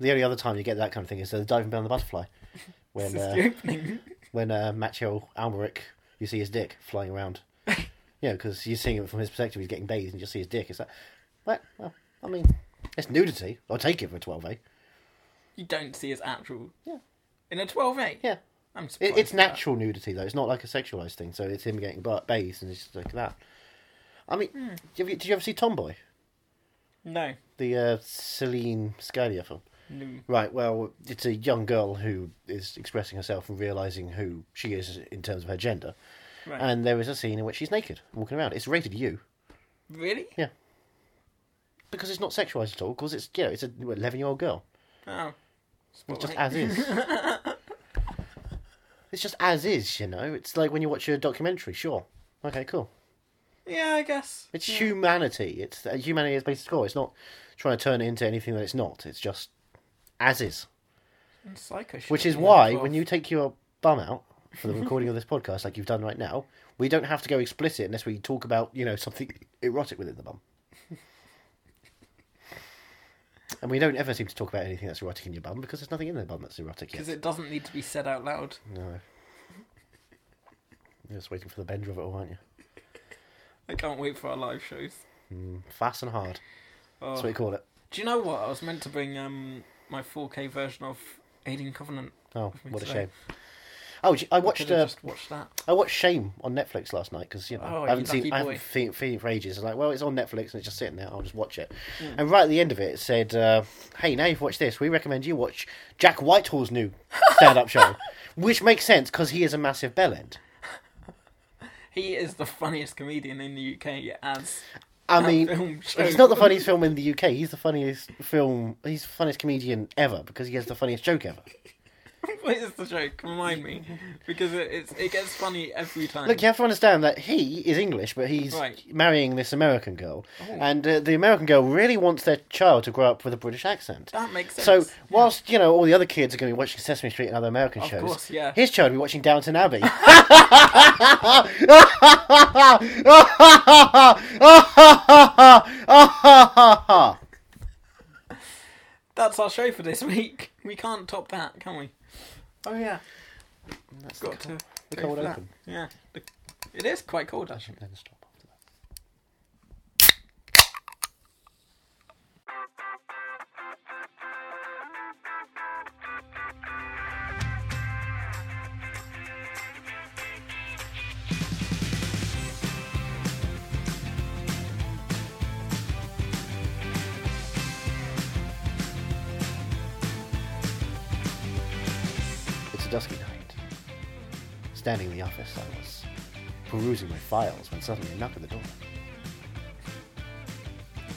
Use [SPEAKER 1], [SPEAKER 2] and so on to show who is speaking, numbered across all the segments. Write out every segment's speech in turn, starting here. [SPEAKER 1] The only other time you get that kind of thing is uh, the diving bell and the butterfly, when
[SPEAKER 2] It's
[SPEAKER 1] uh,
[SPEAKER 2] the opening.
[SPEAKER 1] when uh, Macho Almeric, you see his dick flying around. Yeah, because you're seeing it from his perspective. He's getting bathed, and you just see his dick. It's like, but well, I mean, it's nudity. I'll take it for a twelve eh? A.
[SPEAKER 2] You don't see his actual.
[SPEAKER 1] Yeah.
[SPEAKER 2] In a 12A?
[SPEAKER 1] Yeah,
[SPEAKER 2] I'm surprised.
[SPEAKER 1] it, it's
[SPEAKER 2] at that.
[SPEAKER 1] natural nudity though. It's not like a sexualized thing. So it's him getting ba- bathed, and it's just like that. I mean, did, you, did you ever see Tomboy,
[SPEAKER 2] No.
[SPEAKER 1] the uh, Celine Scalia film?
[SPEAKER 2] No.
[SPEAKER 1] Right. Well, it's a young girl who is expressing herself and realizing who she is in terms of her gender.
[SPEAKER 2] Right.
[SPEAKER 1] And there is a scene in which she's naked, walking around. It's rated U
[SPEAKER 2] Really?
[SPEAKER 1] because it's not sexualized at all. Because it's you know, it's a eleven-year-old girl.
[SPEAKER 2] Oh.
[SPEAKER 1] It's just
[SPEAKER 2] Right.
[SPEAKER 1] as is. it's just as is. You know. It's like when you watch a documentary. Sure. Okay. Cool.
[SPEAKER 2] Yeah, I guess.
[SPEAKER 1] It's humanity. It's uh, humanity is basic core. It's not trying to turn it into anything that it's not. It's just as is.
[SPEAKER 2] And Psycho should
[SPEAKER 1] Which is
[SPEAKER 2] be a
[SPEAKER 1] why
[SPEAKER 2] 12.
[SPEAKER 1] when you take your bum out for the recording of this podcast, like you've done right now, we don't have to go explicit unless we talk about you know something erotic within the bum. And we don't ever seem to talk about anything that's erotic in your bum because there's nothing in the bum that's erotic yet.
[SPEAKER 2] Because it doesn't need to be said out loud.
[SPEAKER 1] No. You're just waiting for the bender of it all, aren't you?
[SPEAKER 2] I can't wait for our live shows.
[SPEAKER 1] Fast and hard.
[SPEAKER 2] Oh.
[SPEAKER 1] That's what we call it.
[SPEAKER 2] Do you know what? I was meant to bring um my 4K version of Alien Covenant.
[SPEAKER 1] Oh,
[SPEAKER 2] With me
[SPEAKER 1] what a
[SPEAKER 2] today.
[SPEAKER 1] shame. Oh, j- I watched.
[SPEAKER 2] Could've
[SPEAKER 1] Uh,
[SPEAKER 2] just watched that.
[SPEAKER 1] I watched Shame on Netflix last night because you know
[SPEAKER 2] Oh,
[SPEAKER 1] I haven't
[SPEAKER 2] you
[SPEAKER 1] seen
[SPEAKER 2] lucky
[SPEAKER 1] I
[SPEAKER 2] boy.
[SPEAKER 1] haven't seen it- seen it for ages. I was like, well, it's on Netflix and it's just sitting there. I'll just watch it.
[SPEAKER 2] Mm.
[SPEAKER 1] And right at the end of it, it said, uh, "Hey, now you've watched this, we recommend you watch Jack Whitehall's new stand-up show," which makes sense because he is a massive bellend.
[SPEAKER 2] He is the funniest comedian in the UK as
[SPEAKER 1] I
[SPEAKER 2] That
[SPEAKER 1] mean,
[SPEAKER 2] film show.
[SPEAKER 1] he's not the funniest film in the UK. He's the funniest film. He's the funniest comedian ever because he has the funniest joke ever.
[SPEAKER 2] what is the joke? Remind me, because it it's, it gets funny every time.
[SPEAKER 1] Look, you have to understand that he is English, but he's
[SPEAKER 2] Right. Oh.
[SPEAKER 1] marrying this American girl, and uh, the American girl really wants their child to grow up with a British accent.
[SPEAKER 2] That makes sense.
[SPEAKER 1] So, whilst you know all the other kids are going to be watching Sesame Street and other American shows,
[SPEAKER 2] course, yeah.
[SPEAKER 1] his child will be watching Downton Abbey.
[SPEAKER 2] Oh, that's our show for this week. We can't top that, can we? Oh yeah,
[SPEAKER 1] That's
[SPEAKER 2] got to.
[SPEAKER 1] the
[SPEAKER 2] go
[SPEAKER 1] cold
[SPEAKER 2] for that.
[SPEAKER 1] open.
[SPEAKER 2] Yeah, the- it is quite cold
[SPEAKER 1] I
[SPEAKER 2] actually.
[SPEAKER 1] should then stop after that. It's a dusky night. Standing in the office, I was perusing my files when suddenly a knock at the door.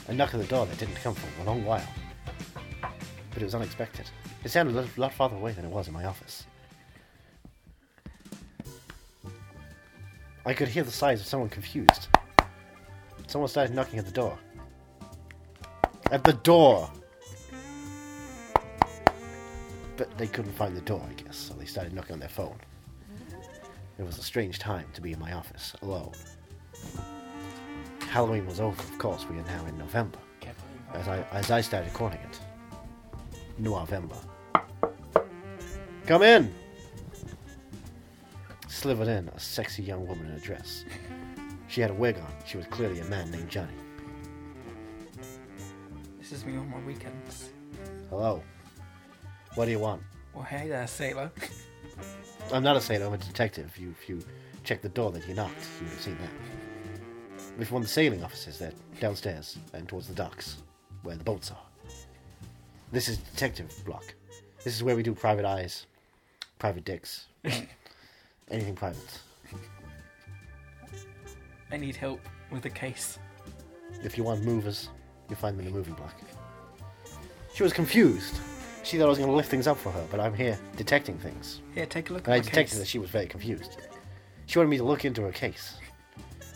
[SPEAKER 1] A knock at the door that didn't come for a long while. But it was unexpected. It sounded a lot- lot farther away than it was in my office. I could hear the sighs of someone confused. Someone started knocking at the door. At the door! But they couldn't find the door, I guess, so they started knocking on their phone. It was a strange time to be in my office alone. Halloween was over, of course, we are now in November, as I, as I started calling it. November. Come in! Slivered in a sexy young woman in a dress. She had a wig on. She was clearly a man named Johnny.
[SPEAKER 2] This is me on my weekends.
[SPEAKER 1] Hello. What do you want?
[SPEAKER 2] Well, hey there, sailor.
[SPEAKER 1] I'm not a sailor, I'm a detective. If you, if you check the door that you knocked, you would have seen that. If one of the sailing offices, they're downstairs and towards the docks, where the boats are. This is detective block. This is where we do private eyes, private dicks, anything private.
[SPEAKER 2] I need help with a case.
[SPEAKER 1] If you want movers, you'll find them in the moving block. She was confused. She thought I was going to lift things up for her, but I'm here detecting things.
[SPEAKER 2] Here, take a look.
[SPEAKER 1] and I
[SPEAKER 2] at my
[SPEAKER 1] detected
[SPEAKER 2] case.
[SPEAKER 1] that she was very confused. She wanted me to look into her case,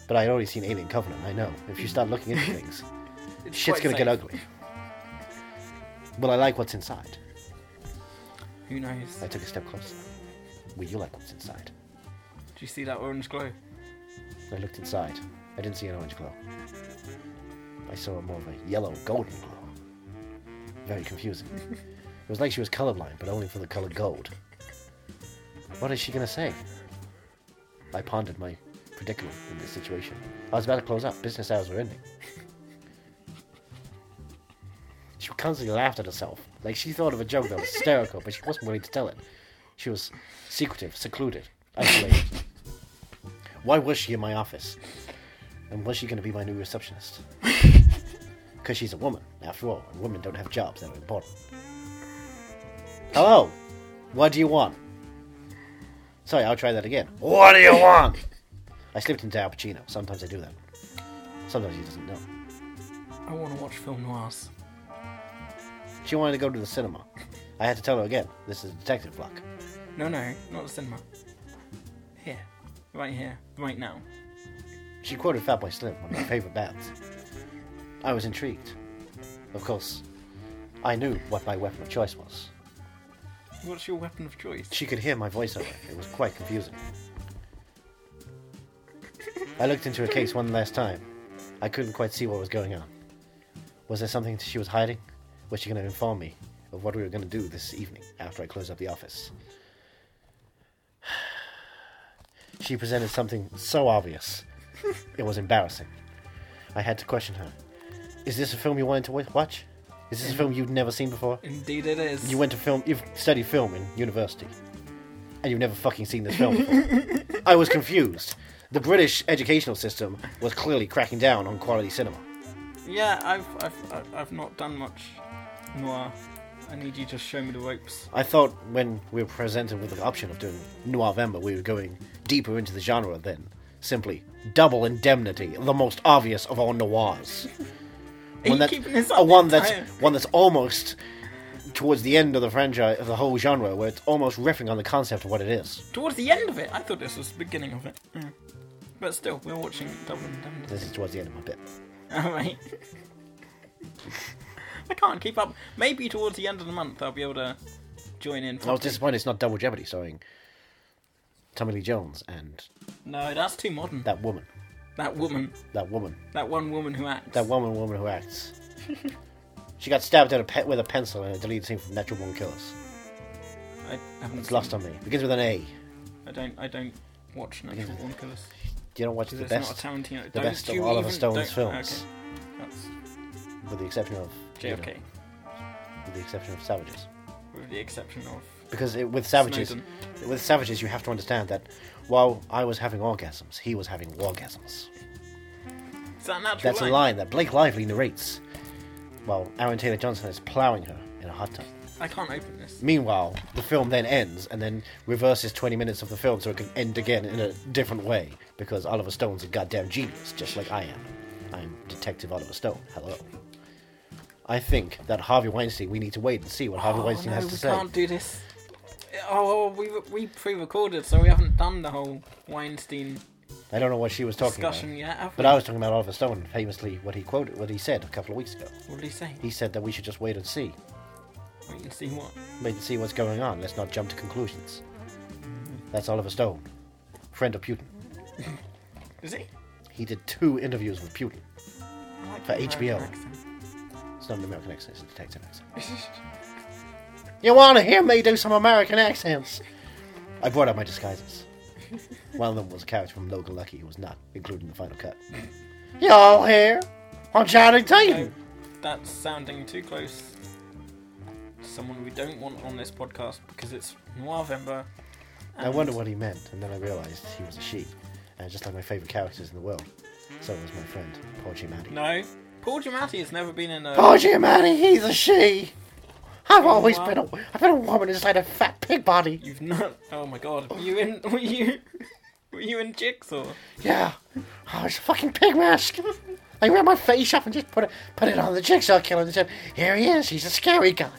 [SPEAKER 1] but I had already seen Alien Covenant. I know if you start looking into things,
[SPEAKER 2] It's
[SPEAKER 1] shit's
[SPEAKER 2] quite
[SPEAKER 1] gonna get
[SPEAKER 2] safe.
[SPEAKER 1] ugly. Well, I like what's inside.
[SPEAKER 2] Who knows?
[SPEAKER 1] I took a step closer. Will you like what's inside?
[SPEAKER 2] Do you see that orange glow?
[SPEAKER 1] I looked inside. I didn't see an orange glow. I saw more of a yellow golden glow. Very confusing. was like she was colorblind, but only for the color gold. What is she going to say? I pondered my predicament in this situation. I was about to close up. Business hours were ending. She constantly laughed at herself. Like, she thought of a joke that was hysterical, but she wasn't willing to tell it. She was secretive, secluded, isolated. Why was she in my office? And was she going to be my new receptionist? Because she's a woman, after all, and women don't have jobs that are important. Hello! What do you want? Sorry, I'll try that again. What do you want? I slipped into Al Pacino. Sometimes I do that. Sometimes he doesn't know.
[SPEAKER 2] I want to watch film noirs.
[SPEAKER 1] She wanted to go to the cinema. I had to tell her again. This is detective block.
[SPEAKER 2] No, no, not the cinema. Here. Right here. Right now.
[SPEAKER 1] She quoted Fatboy Slim, one of my favorite bands. I was intrigued. Of course, I knew what my weapon of choice was.
[SPEAKER 2] What's your weapon of choice?
[SPEAKER 1] She could hear my voiceover. It was quite confusing. I looked into her case one last time. I couldn't quite see what was going on. Was there something she was hiding? Was she going to inform me of what we were going to do this evening after I closed up the office? She presented something so obvious. It was embarrassing. I had to question her. Is this a film you wanted to wa- watch? Is this a film you'd never seen before?
[SPEAKER 2] Indeed it is.
[SPEAKER 1] You went to film. You've studied film in university, and you've never fucking seen this film. Before. I was confused. The British educational system was clearly cracking down on quality cinema.
[SPEAKER 2] Yeah, I've, I've, I've- I've not done much noir. I need you to show me the ropes.
[SPEAKER 1] I thought when we were presented with the option of doing Noirvember, we were going deeper into the genre than simply Double Indemnity, the most obvious of all noirs.
[SPEAKER 2] you keeping this up
[SPEAKER 1] a one
[SPEAKER 2] the
[SPEAKER 1] that's
[SPEAKER 2] entire-
[SPEAKER 1] one that's almost towards the end of the franchise, of the whole genre, where it's almost riffing on the concept of what it is.
[SPEAKER 2] Towards the end of it, I thought this was the beginning of it. Mm. But still, we're watching Double Indemnity.
[SPEAKER 1] This is towards the end of my bit.
[SPEAKER 2] Alright. I can't keep up. Maybe towards the end of the month I'll be able to join in.
[SPEAKER 1] I was
[SPEAKER 2] properly.
[SPEAKER 1] disappointed it's not Double Jeopardy starring Tommy Lee Jones and
[SPEAKER 2] No, that's too modern.
[SPEAKER 1] that woman.
[SPEAKER 2] That woman.
[SPEAKER 1] That woman.
[SPEAKER 2] That one woman who acts.
[SPEAKER 1] That woman woman who acts. she got stabbed at a pe- with a pencil in a deleted scene from Natural Born Killers.
[SPEAKER 2] I haven't
[SPEAKER 1] It's
[SPEAKER 2] seen-
[SPEAKER 1] lost on me. Begins with an A.
[SPEAKER 2] I don't. I don't watch Natural Born Killers.
[SPEAKER 1] Do you know what's the
[SPEAKER 2] It's
[SPEAKER 1] best?
[SPEAKER 2] not a Tarantino.
[SPEAKER 1] the
[SPEAKER 2] don't
[SPEAKER 1] best of
[SPEAKER 2] you
[SPEAKER 1] Oliver
[SPEAKER 2] even-
[SPEAKER 1] Stone's
[SPEAKER 2] don't-
[SPEAKER 1] films.
[SPEAKER 2] Okay. That's
[SPEAKER 1] with the exception of you know,
[SPEAKER 2] JFK,
[SPEAKER 1] with the exception of Savages.
[SPEAKER 2] with the exception of.
[SPEAKER 1] Because it, with Savages,
[SPEAKER 2] Snowden.
[SPEAKER 1] with Savages, you have to understand that while I was having orgasms, he was having wargasms.
[SPEAKER 2] Is that natural?
[SPEAKER 1] That's
[SPEAKER 2] light?
[SPEAKER 1] a line that Blake Lively narrates, while Aaron Taylor Johnson is plowing her in a hot tub.
[SPEAKER 2] I can't open this.
[SPEAKER 1] Meanwhile, the film then ends and then reverses 20 minutes of the film so it can end again in a different way because Oliver Stone's a goddamn genius, just like I am. I'm Detective Oliver Stone. Hello. I think that Harvey Weinstein, we need to wait and see what Harvey
[SPEAKER 2] Oh,
[SPEAKER 1] Weinstein
[SPEAKER 2] no,
[SPEAKER 1] has
[SPEAKER 2] we
[SPEAKER 1] to say.
[SPEAKER 2] can't do this. Oh, we we pre-recorded, so we haven't done the whole Weinstein
[SPEAKER 1] I don't know what she was talking
[SPEAKER 2] discussion
[SPEAKER 1] about.
[SPEAKER 2] yet. Have
[SPEAKER 1] But
[SPEAKER 2] we?
[SPEAKER 1] I was talking about Oliver Stone, famously what he quoted, what he said a couple of weeks ago.
[SPEAKER 2] What did he say?
[SPEAKER 1] He said that we should just wait and see.
[SPEAKER 2] Wait and see what.
[SPEAKER 1] Wait and see what's going on. Let's not jump to conclusions. That's Oliver Stone, friend of Putin.
[SPEAKER 2] Is he?
[SPEAKER 1] He did two interviews with Putin.
[SPEAKER 2] I like
[SPEAKER 1] For
[SPEAKER 2] the
[SPEAKER 1] HBO.
[SPEAKER 2] American
[SPEAKER 1] It's not an American accent, it's a detective accent.
[SPEAKER 2] accent.
[SPEAKER 1] You want to hear me do some American accents? I brought out my disguises. One of them was a character from Logan Lucky who was not included in the final cut. Y'all here? I'm Johnny
[SPEAKER 2] No,
[SPEAKER 1] Tatum.
[SPEAKER 2] that's sounding too close to someone we don't want on this podcast because it's Noirvember.
[SPEAKER 1] I wonder what he meant, and then I realized he was a she. And just like my favorite characters in the world, so was my friend, Paul Giamatti.
[SPEAKER 2] No, Paul Giamatti has never been in a.
[SPEAKER 1] Paul Giamatti, he's a she! I've always
[SPEAKER 2] wow.
[SPEAKER 1] been a, I've been a woman inside a fat pig body.
[SPEAKER 2] You've not. Oh my god, were you in? Were you? Were you in Jigsaw?
[SPEAKER 1] Yeah, I was a fucking pig mask. I ran my face up and just put it put it on the jigsaw killer and said, "Here he is. He's a scary guy."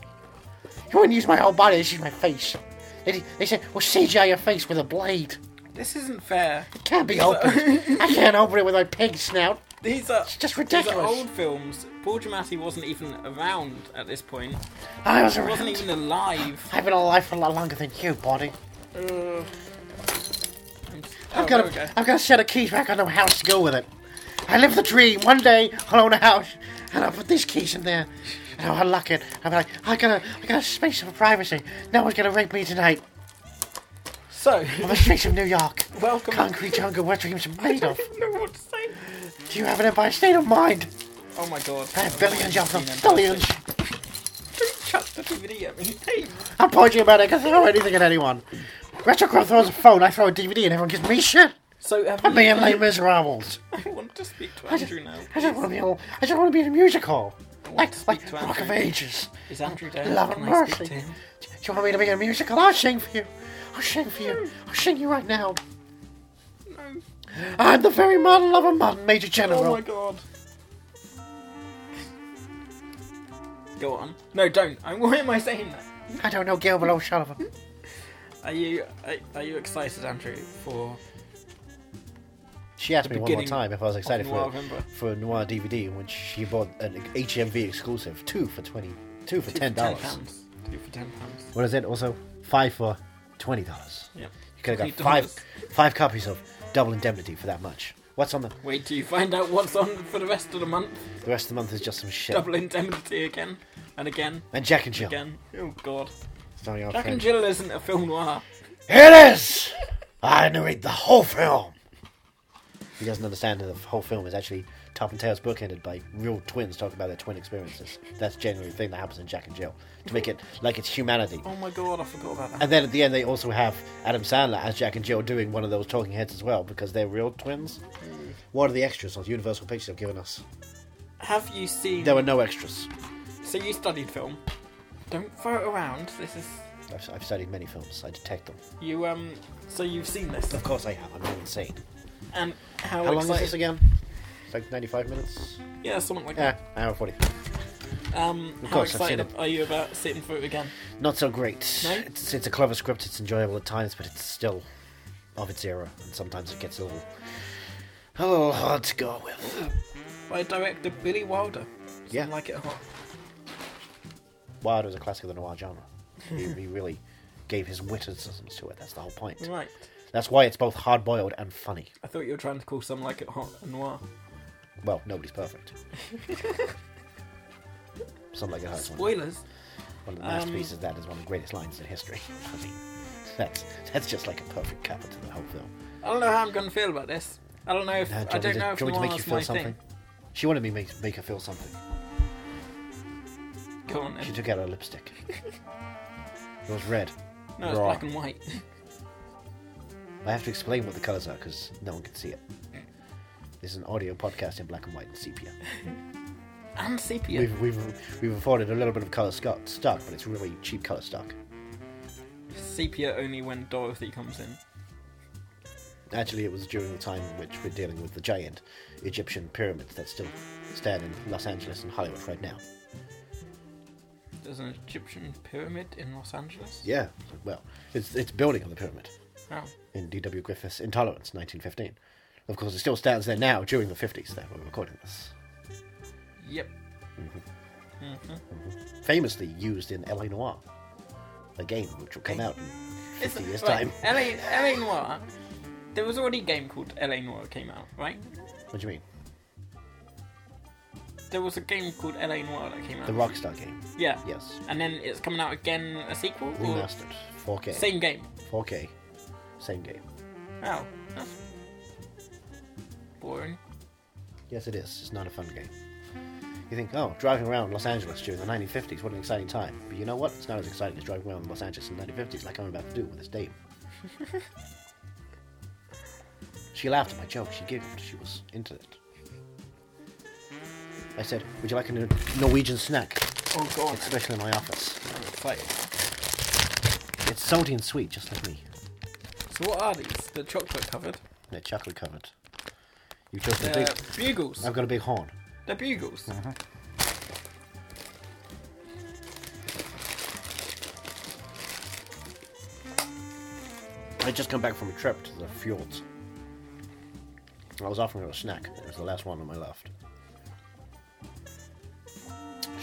[SPEAKER 1] You wouldn't use my whole body; just use my face. They, they said, "Well, CGI your face with a blade.
[SPEAKER 2] This isn't fair.
[SPEAKER 1] It can't be opened. I can't open it with my pig snout."
[SPEAKER 2] These are
[SPEAKER 1] just
[SPEAKER 2] These are
[SPEAKER 1] ridiculous.
[SPEAKER 2] old films. Paul Giamatti wasn't even around at this point.
[SPEAKER 1] I was
[SPEAKER 2] He wasn't
[SPEAKER 1] around.
[SPEAKER 2] even alive.
[SPEAKER 1] I've been alive for a lot longer than you, body.
[SPEAKER 2] Ugh.
[SPEAKER 1] I've
[SPEAKER 2] Oh,
[SPEAKER 1] got
[SPEAKER 2] there we go.
[SPEAKER 1] a, I've got a set of keys back on the house to go with it. I live the dream. One day I'll own a house, and I'll put these keys in there, and I'll unlock it. I'm like, I got a, I got a space for privacy. No one's gonna rape me tonight.
[SPEAKER 2] So,
[SPEAKER 1] On the streets of New York.
[SPEAKER 2] welcome.
[SPEAKER 1] Concrete jungle, what dreams are
[SPEAKER 2] I
[SPEAKER 1] made of.
[SPEAKER 2] don't know what to say.
[SPEAKER 1] Do you have an empire state of mind?
[SPEAKER 2] Oh my god.
[SPEAKER 1] I have billions of them.
[SPEAKER 2] Seen Empire
[SPEAKER 1] Billions.
[SPEAKER 2] State. Don't chuck the DVD at me. Hey,
[SPEAKER 1] I'm pointing about it. I can throw anything at anyone. Retrocrow throws a phone. I throw a DVD, and everyone gives me shit.
[SPEAKER 2] So, have
[SPEAKER 1] I'm
[SPEAKER 2] you,
[SPEAKER 1] being Les Miserables.
[SPEAKER 2] I want to speak to
[SPEAKER 1] I just,
[SPEAKER 2] Andrew now.
[SPEAKER 1] I just want to be. all- I just want to be in a musical.
[SPEAKER 2] want to
[SPEAKER 1] Like,
[SPEAKER 2] speak
[SPEAKER 1] like
[SPEAKER 2] to
[SPEAKER 1] Rock of
[SPEAKER 2] Andrew.
[SPEAKER 1] Ages.
[SPEAKER 2] Is Andrew there?
[SPEAKER 1] Love
[SPEAKER 2] Can
[SPEAKER 1] and
[SPEAKER 2] I speak
[SPEAKER 1] mercy.
[SPEAKER 2] to him?
[SPEAKER 1] Do you want me to be in a musical? I'll sing for you. I'll sing for you. I'll sing you right now.
[SPEAKER 2] No.
[SPEAKER 1] I'm the very model of a modern major general.
[SPEAKER 2] Oh my god. Go on. No, don't. I, why am I saying that?
[SPEAKER 1] I don't know Gilbert O'Sullivan.
[SPEAKER 2] Are you are, are you excited, Andrew, for
[SPEAKER 1] She asked
[SPEAKER 2] The
[SPEAKER 1] me one more
[SPEAKER 2] beginning
[SPEAKER 1] time if I was excited
[SPEAKER 2] Noir
[SPEAKER 1] for
[SPEAKER 2] November?
[SPEAKER 1] for a Noir DVD, which she bought an HMV exclusive, two for twenty, two for
[SPEAKER 2] Two
[SPEAKER 1] ten dollars.
[SPEAKER 2] pounds. Two for ten pounds.
[SPEAKER 1] What is it? Also, five for twenty dollars.
[SPEAKER 2] Yeah.
[SPEAKER 1] You could have got
[SPEAKER 2] $20.
[SPEAKER 1] five five copies of Double Indemnity for that much. What's on the
[SPEAKER 2] Wait till you find out what's on for the rest of the month.
[SPEAKER 1] the rest of the month is just some shit.
[SPEAKER 2] Double indemnity again and again
[SPEAKER 1] and Jack and Jill.
[SPEAKER 2] again. Oh god.
[SPEAKER 1] Starring our
[SPEAKER 2] Jack
[SPEAKER 1] friend.
[SPEAKER 2] and Jill isn't a film noir.
[SPEAKER 1] Here it is. I narrate the whole film. He doesn't understand that the whole film is actually Top and Tails bookended by real twins talking about their twin experiences. That's generally the thing that happens in Jack and Jill to make it like it's humanity.
[SPEAKER 2] Oh my god, I forgot about that.
[SPEAKER 1] And then at the end, they also have Adam Sandler as Jack and Jill doing one of those talking heads as well because they're real twins. What are the extras on Universal Pictures have given us?
[SPEAKER 2] Have you seen
[SPEAKER 1] There were no extras.
[SPEAKER 2] So you studied film. Don't throw it around. This is
[SPEAKER 1] I've, I've studied many films. I detect them.
[SPEAKER 2] you um so you've seen this
[SPEAKER 1] Of course I have. I'm not insane.
[SPEAKER 2] and how,
[SPEAKER 1] How long
[SPEAKER 2] excited
[SPEAKER 1] is this again? It's like 95 minutes?
[SPEAKER 2] Yeah, something like
[SPEAKER 1] Yeah, hour 40.
[SPEAKER 2] that. Um how
[SPEAKER 1] course, I've seen
[SPEAKER 2] excited
[SPEAKER 1] it.
[SPEAKER 2] are you about sitting through it again?
[SPEAKER 1] Not so great.
[SPEAKER 2] No?
[SPEAKER 1] It's, it's a clever script. It's enjoyable at times, but it's still of its era. And sometimes it gets a little, a little hard to go with.
[SPEAKER 2] By director Billy Wilder.
[SPEAKER 1] Yeah.
[SPEAKER 2] Like it hot.
[SPEAKER 1] Wilder is a classic of the noir genre. he, he really gave his witticisms to it. That's the whole point.
[SPEAKER 2] Right.
[SPEAKER 1] That's why it's both hard boiled and funny.
[SPEAKER 2] I thought you were trying to call some like it hot and noir.
[SPEAKER 1] Well, nobody's perfect. Something like it hurts. One,
[SPEAKER 2] Spoilers.
[SPEAKER 1] one of the
[SPEAKER 2] Um,
[SPEAKER 1] masterpieces of that is one of the greatest lines in history. I mean, that's that's just like a perfect cover to the whole film.
[SPEAKER 2] I don't know how I'm going to feel about this. I don't know if
[SPEAKER 1] Now, do you want
[SPEAKER 2] I
[SPEAKER 1] me
[SPEAKER 2] don't
[SPEAKER 1] to-
[SPEAKER 2] know if
[SPEAKER 1] do you want me to make you
[SPEAKER 2] noir's
[SPEAKER 1] feel
[SPEAKER 2] my
[SPEAKER 1] something?
[SPEAKER 2] thing.
[SPEAKER 1] She wanted me to make, make her feel something.
[SPEAKER 2] Go on.
[SPEAKER 1] She
[SPEAKER 2] Then.
[SPEAKER 1] took out her lipstick. it was red.
[SPEAKER 2] No, it's
[SPEAKER 1] Raw.
[SPEAKER 2] black and white.
[SPEAKER 1] I have to explain what the colours are because no one can see it. This is an audio podcast in black and white and sepia.
[SPEAKER 2] and sepia.
[SPEAKER 1] We've, we've, we've afforded a little bit of colour stock, stock, but it's really cheap colour stock.
[SPEAKER 2] Sepia only when Dorothy comes in.
[SPEAKER 1] Actually, it was during the time in which we're dealing with the giant Egyptian pyramids that still stand in Los Angeles and Hollywood right now.
[SPEAKER 2] There's an Egyptian pyramid in Los Angeles.
[SPEAKER 1] Yeah, well, it's, it's building on the pyramid
[SPEAKER 2] Oh.
[SPEAKER 1] in D.W. Griffith's Intolerance, 1915. Of course, it still stands there now during the 50s that we're recording this.
[SPEAKER 2] Yep.
[SPEAKER 1] famously used in LA Noir, a game which will come out in 50 years' time.
[SPEAKER 2] Right, LA, LA Noir. There was already a game called LA Noir came out, right?
[SPEAKER 1] What do you mean?
[SPEAKER 2] There was a game called LA Noir that came out.
[SPEAKER 1] The Rockstar game,
[SPEAKER 2] Yeah.
[SPEAKER 1] yes.
[SPEAKER 2] And then it's coming out again, a sequel? or-
[SPEAKER 1] Remastered, 4K.
[SPEAKER 2] Same game.
[SPEAKER 1] 4K, same game.
[SPEAKER 2] Oh, that's boring.
[SPEAKER 1] Yes, it is. It's not a fun game. You think, oh, driving around Los Angeles during the 1950s, what an exciting time. But you know what? It's not as exciting as driving around Los Angeles in the 1950s like I'm about to do with this dame. she laughed at my joke. She giggled. She was into it. I said, would you like a Norwegian snack?
[SPEAKER 2] Oh god,
[SPEAKER 1] It's special in my office.
[SPEAKER 2] I'm excited.
[SPEAKER 1] It's salty and sweet, just like me.
[SPEAKER 2] So what are these? The chocolate covered.
[SPEAKER 1] They're chocolate covered. You chose the
[SPEAKER 2] They're
[SPEAKER 1] big.
[SPEAKER 2] bugles.
[SPEAKER 1] I've got a big horn.
[SPEAKER 2] They're bugles.
[SPEAKER 1] I just come back from a trip to the fjords. I was offering her a snack. It was the last one on my left.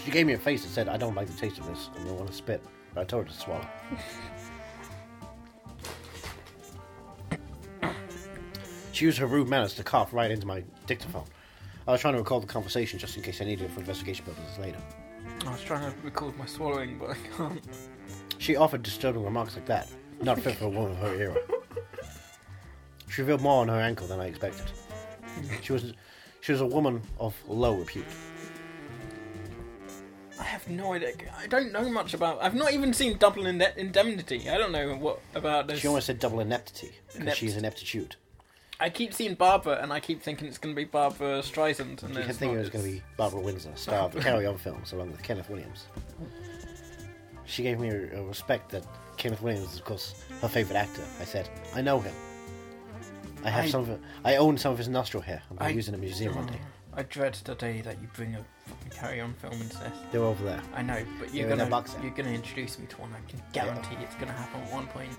[SPEAKER 1] She gave me a face that said, "I don't like the taste of this. I don't want to spit." But I told her to swallow. she used her rude manners to cough right into my dictaphone. I was trying to record the conversation just in case I needed it for investigation purposes later.
[SPEAKER 2] I was trying to record my swallowing, but I can't.
[SPEAKER 1] She offered disturbing remarks like that, not fit for a woman of her era. She revealed more on her ankle than I expected. She was, she was a woman of low repute.
[SPEAKER 2] I have no idea. I don't know much about. I've not even seen Double Inde- Indemnity. I don't know what about this.
[SPEAKER 1] She almost said double ineptity because she's
[SPEAKER 2] Inept.
[SPEAKER 1] ineptitude.
[SPEAKER 2] I keep seeing Barbara, and I keep thinking it's going to be Barbara Streisand. And
[SPEAKER 1] She kept
[SPEAKER 2] it's
[SPEAKER 1] thinking it
[SPEAKER 2] not.
[SPEAKER 1] was going to be Barbara Windsor, star of the Carry On films, along with Kenneth Williams. She gave me a a respect that Kenneth Williams is, of course, her favourite actor. I said, I know him. I have
[SPEAKER 2] I-
[SPEAKER 1] some of it, I own some of his nostril hair. I'm going
[SPEAKER 2] I- Oh.
[SPEAKER 1] to use it in a museum one day.
[SPEAKER 2] I dread the day that you bring a fucking Carry On film into this.
[SPEAKER 1] They're over there.
[SPEAKER 2] I know, but
[SPEAKER 1] You're
[SPEAKER 2] you're
[SPEAKER 1] in
[SPEAKER 2] gonna
[SPEAKER 1] a box set.
[SPEAKER 2] you're gonna introduce me to one. I can guarantee it's gonna happen at one point.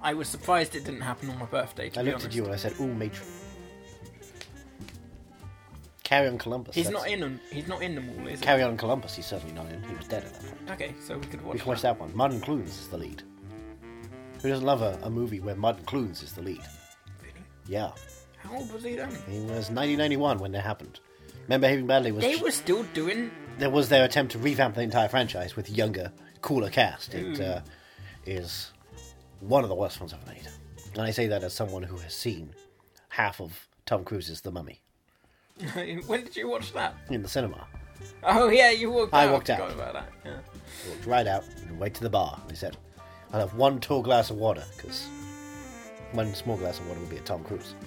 [SPEAKER 2] I was surprised it didn't happen on my birthday. To
[SPEAKER 1] I
[SPEAKER 2] be
[SPEAKER 1] looked
[SPEAKER 2] honest.
[SPEAKER 1] at you and I said, "Ooh, matron." Carry on Columbus.
[SPEAKER 2] He's
[SPEAKER 1] that's-
[SPEAKER 2] not in them. He's not in them all, is he?
[SPEAKER 1] Carry on Columbus. He's certainly not in. He was dead at that point.
[SPEAKER 2] Okay, so we could
[SPEAKER 1] We
[SPEAKER 2] watch.
[SPEAKER 1] can watch that one. Martin Clunes is the lead. Who doesn't love a, a movie where Martin Clunes is the lead?
[SPEAKER 2] Really?
[SPEAKER 1] Yeah,
[SPEAKER 2] How old was he then?
[SPEAKER 1] he was 1991 when that happened. Men Behaving Badly was
[SPEAKER 2] They were still doing.
[SPEAKER 1] there was their attempt to revamp the entire franchise with younger, cooler cast.
[SPEAKER 2] Hmm.
[SPEAKER 1] It uh, is one of the worst ones I've made, and I say that as someone who has seen half of Tom Cruise's The Mummy
[SPEAKER 2] when did you watch that?
[SPEAKER 1] in the cinema.
[SPEAKER 2] Oh yeah, you walked.
[SPEAKER 1] I
[SPEAKER 2] out.
[SPEAKER 1] walked out.
[SPEAKER 2] Forgot about that. Yeah.
[SPEAKER 1] walked right out and went to the bar. And he said, I'll have one tall glass of water, because one small glass of water would be a Tom Cruise.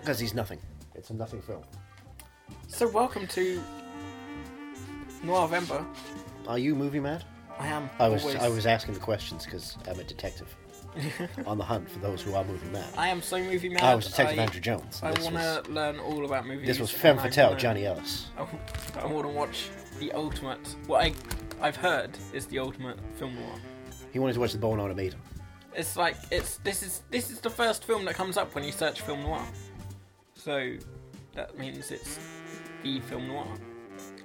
[SPEAKER 1] Because he's nothing. It's a nothing film.
[SPEAKER 2] So welcome to November.
[SPEAKER 1] Are you movie mad?
[SPEAKER 2] I am.
[SPEAKER 1] I was
[SPEAKER 2] always-
[SPEAKER 1] I was asking the questions because I'm a detective on the hunt for those who are movie mad.
[SPEAKER 2] I am so movie mad.
[SPEAKER 1] I was Detective
[SPEAKER 2] I-
[SPEAKER 1] Andrew Jones.
[SPEAKER 2] I
[SPEAKER 1] and this
[SPEAKER 2] want
[SPEAKER 1] was
[SPEAKER 2] to learn all about movies.
[SPEAKER 1] this was femme
[SPEAKER 2] and I
[SPEAKER 1] fatale
[SPEAKER 2] wanna-
[SPEAKER 1] Johnny Ellis.
[SPEAKER 2] I want to watch the ultimate. What I I've heard is the ultimate film noir.
[SPEAKER 1] He wanted to watch The Born Automaton.
[SPEAKER 2] It's like it's this is this is the first film that comes up when you search film noir. So that means it's the film noir.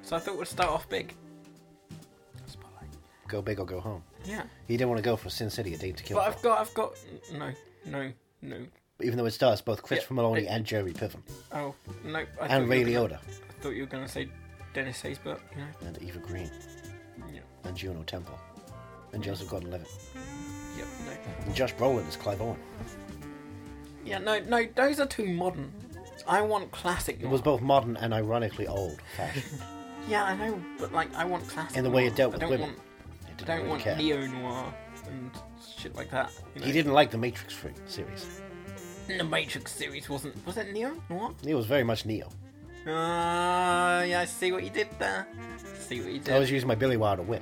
[SPEAKER 2] So I thought we'd start off big. Spotlight.
[SPEAKER 1] Go big or go home.
[SPEAKER 2] Yeah,
[SPEAKER 1] He didn't want to go for Sin City, A Date to Kill.
[SPEAKER 2] but
[SPEAKER 1] For,
[SPEAKER 2] I've got I've got no no no.
[SPEAKER 1] even though it stars both Christopher Maloney
[SPEAKER 2] it-
[SPEAKER 1] and Jeremy Piven
[SPEAKER 2] Oh no! I thought
[SPEAKER 1] and Ray
[SPEAKER 2] you were gonna-
[SPEAKER 1] Liotta
[SPEAKER 2] I thought you were gonna say Dennis Haysbert. You know.
[SPEAKER 1] and Eva Green.
[SPEAKER 2] Yeah.
[SPEAKER 1] and Juno Temple, and Joseph Gordon-Levitt,
[SPEAKER 2] Yep. No.
[SPEAKER 1] and Josh Brolin is Clive Owen.
[SPEAKER 2] Yeah, no, no, those are too modern. I want classic.
[SPEAKER 1] It was both modern and ironically old-fashioned
[SPEAKER 2] Yeah, I know, but like, I want classic.
[SPEAKER 1] in the way it dealt
[SPEAKER 2] noir.
[SPEAKER 1] with
[SPEAKER 2] I don't
[SPEAKER 1] women.
[SPEAKER 2] Want,
[SPEAKER 1] It
[SPEAKER 2] I
[SPEAKER 1] didn't
[SPEAKER 2] don't
[SPEAKER 1] really
[SPEAKER 2] want
[SPEAKER 1] care.
[SPEAKER 2] neo noir and shit like that. you
[SPEAKER 1] He
[SPEAKER 2] know.
[SPEAKER 1] didn't like the Matrix free series.
[SPEAKER 2] The Matrix series wasn't. Was it neo noir?
[SPEAKER 1] It was very much Neo.
[SPEAKER 2] Ah, yeah, I see what you did there. See what you did.
[SPEAKER 1] I was using my Billy Wilder wit.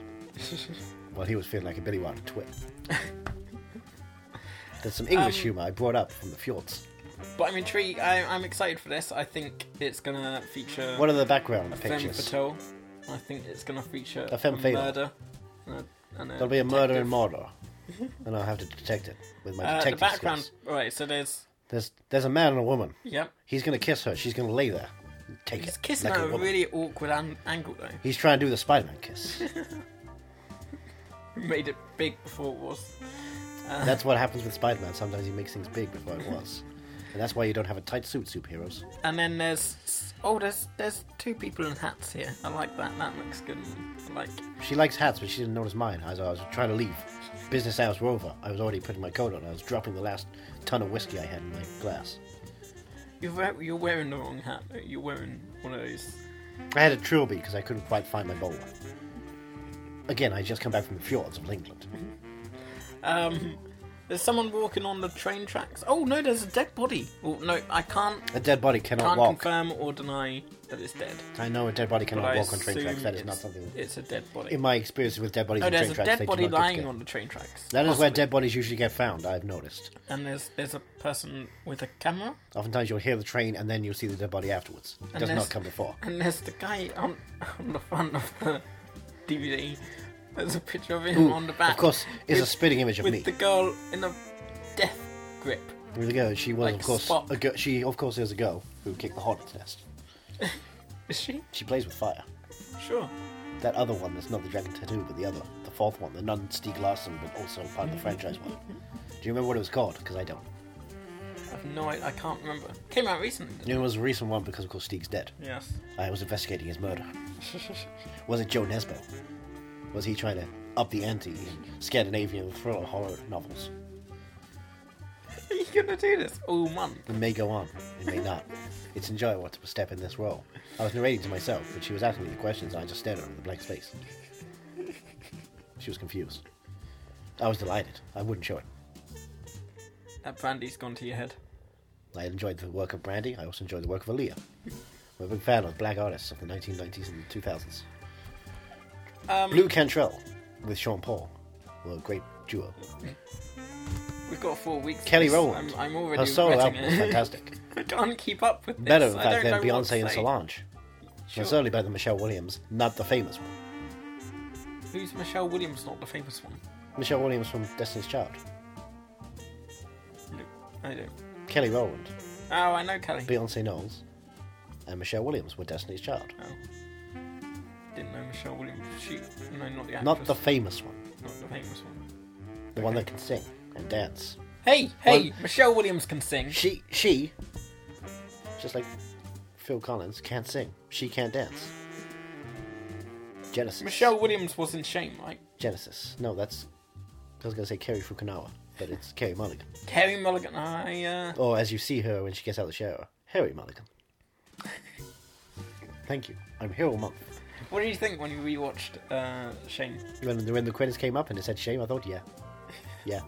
[SPEAKER 1] Well, he was feeling like a Billy Wilder twit. There's some
[SPEAKER 2] Um,
[SPEAKER 1] English humour I brought up from the fjords.
[SPEAKER 2] but I'm intrigued. I, I'm excited for this. I think it's gonna feature
[SPEAKER 1] What are the background
[SPEAKER 2] a femme
[SPEAKER 1] pictures?
[SPEAKER 2] fatale. I think it's gonna feature
[SPEAKER 1] A femme fatale.
[SPEAKER 2] murder. And a, and
[SPEAKER 1] There'll be a murder in
[SPEAKER 2] detective.
[SPEAKER 1] Mordor, and I'll have to detect it with my
[SPEAKER 2] Uh, the
[SPEAKER 1] detective
[SPEAKER 2] background.
[SPEAKER 1] skills.
[SPEAKER 2] Right. So there's.
[SPEAKER 1] There's there's a man and a woman.
[SPEAKER 2] Yep.
[SPEAKER 1] He's gonna kiss her. She's gonna lay there. and Take
[SPEAKER 2] He's
[SPEAKER 1] it.
[SPEAKER 2] kissing
[SPEAKER 1] like
[SPEAKER 2] at
[SPEAKER 1] a
[SPEAKER 2] a
[SPEAKER 1] woman.
[SPEAKER 2] really awkward an- angle though.
[SPEAKER 1] He's trying to do the Spider-Man kiss.
[SPEAKER 2] He made it big before it was.
[SPEAKER 1] that's what happens with Spider-Man. Sometimes he makes things big before it was, and that's why you don't have a tight suit, superheroes.
[SPEAKER 2] And then there's oh, there's there's two people in hats here. I like that. That looks good. I Like
[SPEAKER 1] She likes hats, but she didn't notice mine as I was trying to leave. Business hours were over. I was already putting my coat on. I was dropping the last ton of whiskey I had in my glass.
[SPEAKER 2] you're we- you're wearing the wrong hat. though. You're wearing one of those.
[SPEAKER 1] I had a trilby because I couldn't quite find my bowler. Again, I just come back from the fjords of England.
[SPEAKER 2] Um, there's someone walking on the train tracks. Oh no, there's a dead body. Well, no, I can't
[SPEAKER 1] A dead body cannot
[SPEAKER 2] can't
[SPEAKER 1] walk.
[SPEAKER 2] confirm or deny that it's dead.
[SPEAKER 1] I know a dead body
[SPEAKER 2] But
[SPEAKER 1] cannot
[SPEAKER 2] I
[SPEAKER 1] walk on train
[SPEAKER 2] assume
[SPEAKER 1] tracks. That is
[SPEAKER 2] it's-
[SPEAKER 1] not something.
[SPEAKER 2] It's a dead body.
[SPEAKER 1] In my experiences with dead bodies
[SPEAKER 2] Oh,
[SPEAKER 1] on
[SPEAKER 2] there's
[SPEAKER 1] train
[SPEAKER 2] a
[SPEAKER 1] tracks,
[SPEAKER 2] dead
[SPEAKER 1] they do
[SPEAKER 2] body
[SPEAKER 1] not get
[SPEAKER 2] lying
[SPEAKER 1] together.
[SPEAKER 2] on the train tracks.
[SPEAKER 1] That is where
[SPEAKER 2] Possibly.
[SPEAKER 1] dead bodies usually get found. I've noticed.
[SPEAKER 2] And there's there's a person with a camera.
[SPEAKER 1] Oftentimes you'll hear the train and then you'll see the dead body afterwards. It does
[SPEAKER 2] Unless-
[SPEAKER 1] not come before.
[SPEAKER 2] And there's the guy on, on the front of the DVD. There's a picture of him on the back.
[SPEAKER 1] Of course, it's a
[SPEAKER 2] with-
[SPEAKER 1] spitting image of
[SPEAKER 2] with
[SPEAKER 1] me.
[SPEAKER 2] the girl in a death grip.
[SPEAKER 1] There we go. She was,
[SPEAKER 2] like
[SPEAKER 1] of course,
[SPEAKER 2] Spock.
[SPEAKER 1] a girl. She, of course, is a girl who kicked the hornet's nest.
[SPEAKER 2] Is she?
[SPEAKER 1] She plays with fire.
[SPEAKER 2] Sure.
[SPEAKER 1] That other one that's not the dragon tattoo, but the other, the fourth one, the non Stieg Larsson, but also part of the franchise one. Do you remember what it was called? Because I don't.
[SPEAKER 2] I've have no I, I can't remember. Came out recently. didn't
[SPEAKER 1] It was a recent one because, of course, Steve's dead.
[SPEAKER 2] it? Yes.
[SPEAKER 1] I was investigating his murder. Was it Joe Nesbo? Was he trying to up the ante in Scandinavian thriller horror novels?
[SPEAKER 2] Are you gonna do this all month?
[SPEAKER 1] It may go on, it may not. It's enjoyable to step in this role. I was narrating to myself, but she was asking me the questions, and I just stared at her in the blank space. She was confused. I was delighted. I wouldn't show it.
[SPEAKER 2] That brandy's gone to your head.
[SPEAKER 1] I enjoyed the work of Brandy. I also enjoyed the work of Aaliyah. I'm a big fan of black artists of the 1990s and 2000s.
[SPEAKER 2] Um,
[SPEAKER 1] Blue Cantrell with Sean Paul were a great duo.
[SPEAKER 2] We've got four weeks. of
[SPEAKER 1] Kelly
[SPEAKER 2] this.
[SPEAKER 1] Rowland.
[SPEAKER 2] I'm, I'm already
[SPEAKER 1] Her solo
[SPEAKER 2] regretting
[SPEAKER 1] album was
[SPEAKER 2] it.
[SPEAKER 1] fantastic.
[SPEAKER 2] I can't keep up with this.
[SPEAKER 1] Better, in
[SPEAKER 2] I
[SPEAKER 1] fact,
[SPEAKER 2] don't
[SPEAKER 1] than
[SPEAKER 2] know what to
[SPEAKER 1] Beyonce and
[SPEAKER 2] say.
[SPEAKER 1] Solange.
[SPEAKER 2] Sure.
[SPEAKER 1] And certainly better than Michelle Williams, not the famous one.
[SPEAKER 2] Who's Michelle Williams? Not the famous one.
[SPEAKER 1] Michelle Williams from Destiny's Child.
[SPEAKER 2] No, I don't.
[SPEAKER 1] Kelly Rowland,
[SPEAKER 2] Oh, I know Kelly.
[SPEAKER 1] Beyonce Knowles, and Michelle Williams were Destiny's Child.
[SPEAKER 2] oh. Didn't know Michelle Williams. She, no, not the actress.
[SPEAKER 1] Not the famous one.
[SPEAKER 2] not the famous one.
[SPEAKER 1] The one that can sing and dance.
[SPEAKER 2] Hey, hey, Michelle Williams can sing.
[SPEAKER 1] She, she, just like Phil Collins, can't sing. She can't dance. Genesis.
[SPEAKER 2] Michelle Williams was in Shame, right?
[SPEAKER 1] Genesis. No, that's. I was going to say Kerry Fukunawa, but it's Kerry Mulligan.
[SPEAKER 2] Kerry Mulligan. I uh,
[SPEAKER 1] Or Oh, as you see her when she gets out of the shower, Harry Mulligan. Thank you. I'm here all month.
[SPEAKER 2] What did you think when you rewatched uh, Shane?
[SPEAKER 1] When, when the credits came up and it said shame, I thought, yeah. Yeah.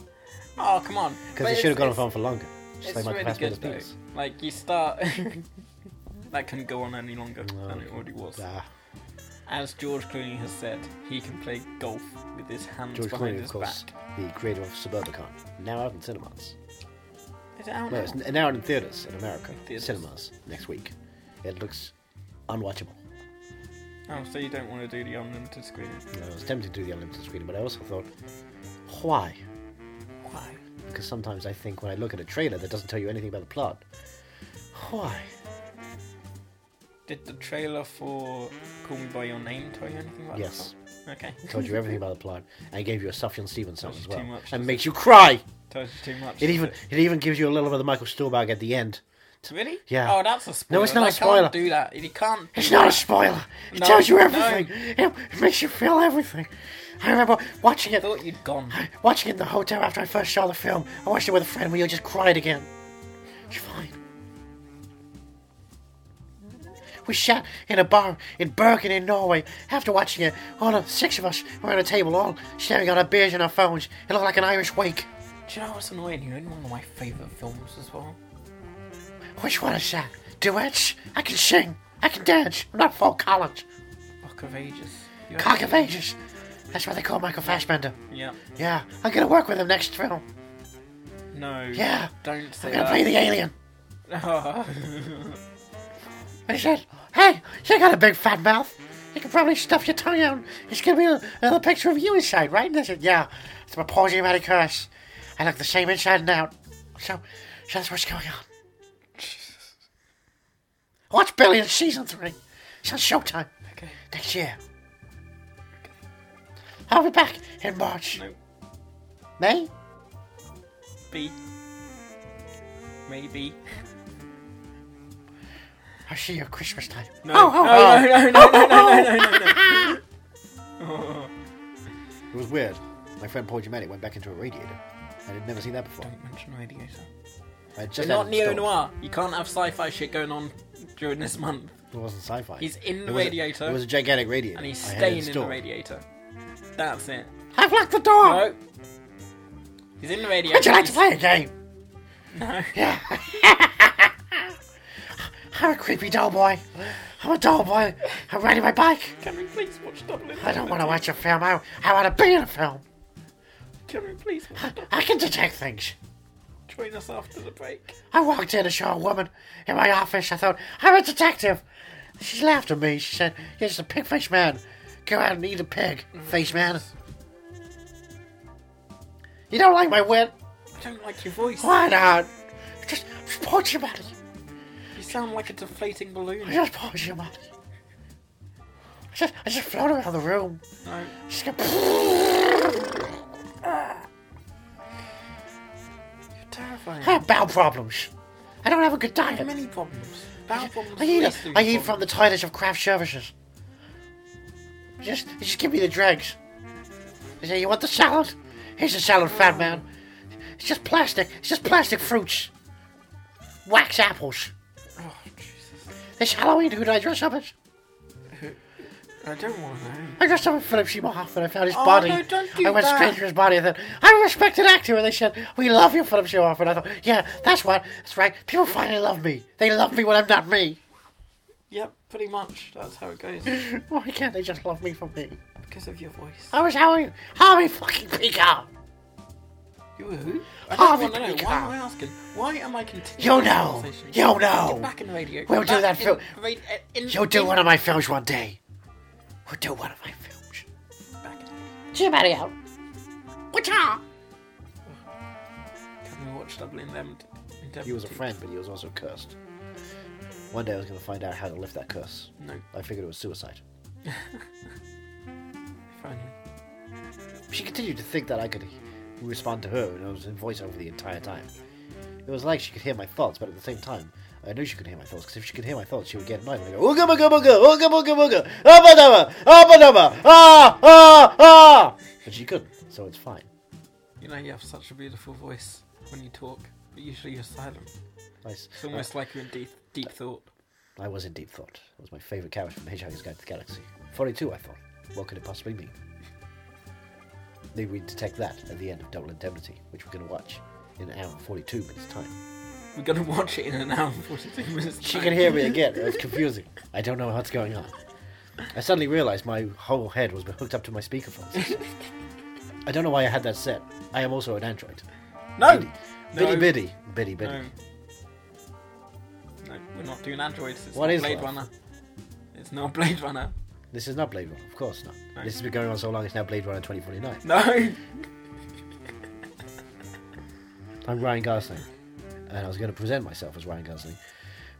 [SPEAKER 2] Oh, come on. But
[SPEAKER 1] Because it
[SPEAKER 2] it's-
[SPEAKER 1] should have gone
[SPEAKER 2] it's-
[SPEAKER 1] on for longer. Just
[SPEAKER 2] It's
[SPEAKER 1] like Michael
[SPEAKER 2] really good,
[SPEAKER 1] Fassbender's
[SPEAKER 2] though.
[SPEAKER 1] penis.
[SPEAKER 2] Like, you start... that can go on any longer than it already was.
[SPEAKER 1] Ah,
[SPEAKER 2] As George Clooney has said, he can play golf with his hands
[SPEAKER 1] George
[SPEAKER 2] behind
[SPEAKER 1] Clooney, of
[SPEAKER 2] his
[SPEAKER 1] course,
[SPEAKER 2] back.
[SPEAKER 1] the creator of Suburbicon. Now out in cinemas.
[SPEAKER 2] Is it out
[SPEAKER 1] No,
[SPEAKER 2] now?
[SPEAKER 1] it's n- now out in theatres in America.
[SPEAKER 2] Theatres.
[SPEAKER 1] Cinemas next week. It looks unwatchable.
[SPEAKER 2] Oh, so you don't want to do the unlimited screen.
[SPEAKER 1] And I was tempted to do the unlimited screening, but I also thought, why?
[SPEAKER 2] Why?
[SPEAKER 1] Because sometimes I think when I look at a trailer that doesn't tell you anything about the plot, why?
[SPEAKER 2] Did the trailer for Call Me By Your Name tell you anything about
[SPEAKER 1] Yes.
[SPEAKER 2] this? Okay.
[SPEAKER 1] told you everything about the plot and gave you a Sufjan Stevens song
[SPEAKER 2] That's
[SPEAKER 1] as
[SPEAKER 2] too
[SPEAKER 1] well,
[SPEAKER 2] much, isn't
[SPEAKER 1] and
[SPEAKER 2] it?
[SPEAKER 1] makes you cry.
[SPEAKER 2] Told you too much.
[SPEAKER 1] It even it even gives you a little bit of Michael Stuhlbarg at the end.
[SPEAKER 2] Really?
[SPEAKER 1] Yeah.
[SPEAKER 2] Oh, that's a spoiler.
[SPEAKER 1] No, it's not
[SPEAKER 2] I
[SPEAKER 1] a spoiler.
[SPEAKER 2] can't do that. You can't...
[SPEAKER 1] It's not a spoiler. It
[SPEAKER 2] No,
[SPEAKER 1] tells you
[SPEAKER 2] no.
[SPEAKER 1] everything. It, it makes you feel everything. I remember watching
[SPEAKER 2] I
[SPEAKER 1] it,
[SPEAKER 2] thought you'd gone.
[SPEAKER 1] watching it in the hotel after I first saw the film. I watched it with a friend. We all just cried again. It's fine. We sat in a bar in Bergen in Norway after watching it. All the six of us were at a table, all staring at our beers and our phones. It looked like an Irish wake.
[SPEAKER 2] Do you know what's annoying? You're in one of my favourite films as well.
[SPEAKER 1] Which one is that? Duets? I can sing. I can dance. I'm not Phil Collins.
[SPEAKER 2] Cock of Ages. You
[SPEAKER 1] Cock of Ages. That's what they call Michael Fassbender.
[SPEAKER 2] Yeah.
[SPEAKER 1] Yeah, I'm gonna work with him next film.
[SPEAKER 2] No.
[SPEAKER 1] Yeah.
[SPEAKER 2] Don't
[SPEAKER 1] I'm
[SPEAKER 2] say
[SPEAKER 1] gonna play
[SPEAKER 2] that.
[SPEAKER 1] the alien.
[SPEAKER 2] Oh.
[SPEAKER 1] And he says, Hey, you got a big fat mouth. You can probably stuff your tongue out. It's gonna be a little picture of you inside, right? And I said, Yeah, it's my polymatic curse. I look the same inside and out. So, so that's what's going on. Watch Billy in season three. It's on Showtime
[SPEAKER 2] okay.
[SPEAKER 1] next year. I'll be back in March.
[SPEAKER 2] No.
[SPEAKER 1] May?
[SPEAKER 2] B. Maybe.
[SPEAKER 1] I'll see you at Christmas time.
[SPEAKER 2] No.
[SPEAKER 1] Oh, oh, oh.
[SPEAKER 2] no, no, no, no, no, no, no, no, no.
[SPEAKER 1] It was weird. My friend Paul Giamatti went back into a radiator. I had never seen that before.
[SPEAKER 2] Don't mention radiator.
[SPEAKER 1] I had
[SPEAKER 2] You're
[SPEAKER 1] just
[SPEAKER 2] not
[SPEAKER 1] had it
[SPEAKER 2] neo
[SPEAKER 1] installed.
[SPEAKER 2] noir. You can't have sci fi shit going on during this month.
[SPEAKER 1] It wasn't sci-fi.
[SPEAKER 2] He's in the
[SPEAKER 1] It was a-
[SPEAKER 2] radiator.
[SPEAKER 1] it was a gigantic radiator.
[SPEAKER 2] And he's
[SPEAKER 1] I had it
[SPEAKER 2] staying in the
[SPEAKER 1] installed.
[SPEAKER 2] radiator. That's it.
[SPEAKER 1] I've locked the door.
[SPEAKER 2] No. He's in the radiator.
[SPEAKER 1] Would you like to play
[SPEAKER 2] He's-
[SPEAKER 1] a game?
[SPEAKER 2] No.
[SPEAKER 1] Yeah. I'm a creepy doll boy. I'm a doll boy. I'm riding my bike.
[SPEAKER 2] Can we please watch Double
[SPEAKER 1] I don't want to watch a film. I, I want to be in a film.
[SPEAKER 2] Can we please watch Double
[SPEAKER 1] I can detect things.
[SPEAKER 2] Join us after the break.
[SPEAKER 1] I walked in and saw a woman in my office. I thought, I'm a detective. She laughed at me. She said, You're just a pig faced man. Go out and eat a pig, face man. You don't like my wit?
[SPEAKER 2] I don't like your voice.
[SPEAKER 1] Why not? Just, just punch your money.
[SPEAKER 2] You sound like a deflating balloon.
[SPEAKER 1] Just punch your money. I just, I just float around the room.
[SPEAKER 2] No.
[SPEAKER 1] Just go.
[SPEAKER 2] Terrifying.
[SPEAKER 1] I have bowel problems. I don't have a good
[SPEAKER 2] I have
[SPEAKER 1] diet.
[SPEAKER 2] many problems. Bowel problems.
[SPEAKER 1] I eat,
[SPEAKER 2] wasting
[SPEAKER 1] I eat from
[SPEAKER 2] problems.
[SPEAKER 1] the Titus of craft services. Just, just give me the dregs. They say, you want the salad? Here's the salad, fat man. It's just plastic. It's just plastic fruits. Wax apples.
[SPEAKER 2] Oh, Jesus.
[SPEAKER 1] This Halloween, who did I dress up as?
[SPEAKER 2] I don't want to know.
[SPEAKER 1] I dressed up as Philip Seymour Hoffman. I found his
[SPEAKER 2] Oh,
[SPEAKER 1] body.
[SPEAKER 2] no, don't do
[SPEAKER 1] I went
[SPEAKER 2] that.
[SPEAKER 1] straight to his body and then, I'm a respected actor. And they said, we love you, Philip Seymour Hoffman. I thought, yeah, that's what. That's right. People finally love me. They love me when I'm not me.
[SPEAKER 2] Yep, pretty much. That's how it goes.
[SPEAKER 1] Why can't they just love me for me?
[SPEAKER 2] because of your voice.
[SPEAKER 1] I was Howie, Howie fucking Peacock.
[SPEAKER 2] You were who? I
[SPEAKER 1] Harvey
[SPEAKER 2] don't want to know.
[SPEAKER 1] Picard.
[SPEAKER 2] Why am I asking? Why am I continuing
[SPEAKER 1] You
[SPEAKER 2] this
[SPEAKER 1] know.
[SPEAKER 2] conversation?
[SPEAKER 1] You know.
[SPEAKER 2] Get back in the radio.
[SPEAKER 1] We'll do
[SPEAKER 2] Get back
[SPEAKER 1] that fil-
[SPEAKER 2] in radio- in-
[SPEAKER 1] You'll do
[SPEAKER 2] in-
[SPEAKER 1] one of my films one day. We'll do one of my films.
[SPEAKER 2] Back in-
[SPEAKER 1] See about out. What's up?
[SPEAKER 2] Can we watch Double Indemnity?
[SPEAKER 1] He was a friend, but he was also cursed. One day I was going to find out how to lift that curse.
[SPEAKER 2] No,
[SPEAKER 1] I figured it was suicide.
[SPEAKER 2] finally.
[SPEAKER 1] She continued to think that I could respond to her, and I was in voiceover the entire time. It was like she could hear my thoughts, but at the same time, I knew she could hear my thoughts, because if she could hear my thoughts, she would get annoyed. and I'd go, Ooga booga booga, ooga booga booga, abba dabba, abba dabba, ah, ah, ah! But she couldn't, so it's fine.
[SPEAKER 2] You know, you have such a beautiful voice when you talk, but usually you're silent.
[SPEAKER 1] Nice.
[SPEAKER 2] It's almost like you're in deep, deep thought.
[SPEAKER 1] I was in deep thought. It was my favourite character from Hitchhiker's Guide to the Galaxy. 42, I thought. What could it possibly mean? Then we detect that at the end of Double Indemnity, which we're going to watch in an hour and 42 minutes' time.
[SPEAKER 2] We're gonna watch it in an hour and 42 minutes.
[SPEAKER 1] She
[SPEAKER 2] time.
[SPEAKER 1] can hear me again. It was confusing. I don't know what's going on. I suddenly realized my whole head was hooked up to my speakerphone. system. I don't know why I had that set. I am also an android.
[SPEAKER 2] No!
[SPEAKER 1] Biddy,
[SPEAKER 2] Oh! No.
[SPEAKER 1] biddy, biddy, biddy, biddy.
[SPEAKER 2] No. No, we're not doing androids. It's
[SPEAKER 1] What
[SPEAKER 2] not
[SPEAKER 1] is
[SPEAKER 2] Blade
[SPEAKER 1] life?
[SPEAKER 2] Runner. It's not Blade Runner.
[SPEAKER 1] This is not Blade Runner, of course not.
[SPEAKER 2] No.
[SPEAKER 1] This has been going on so long. It's now Blade Runner 2049.
[SPEAKER 2] No!
[SPEAKER 1] I'm Ryan Gosling, and I was going to present myself as Ryan Gosling.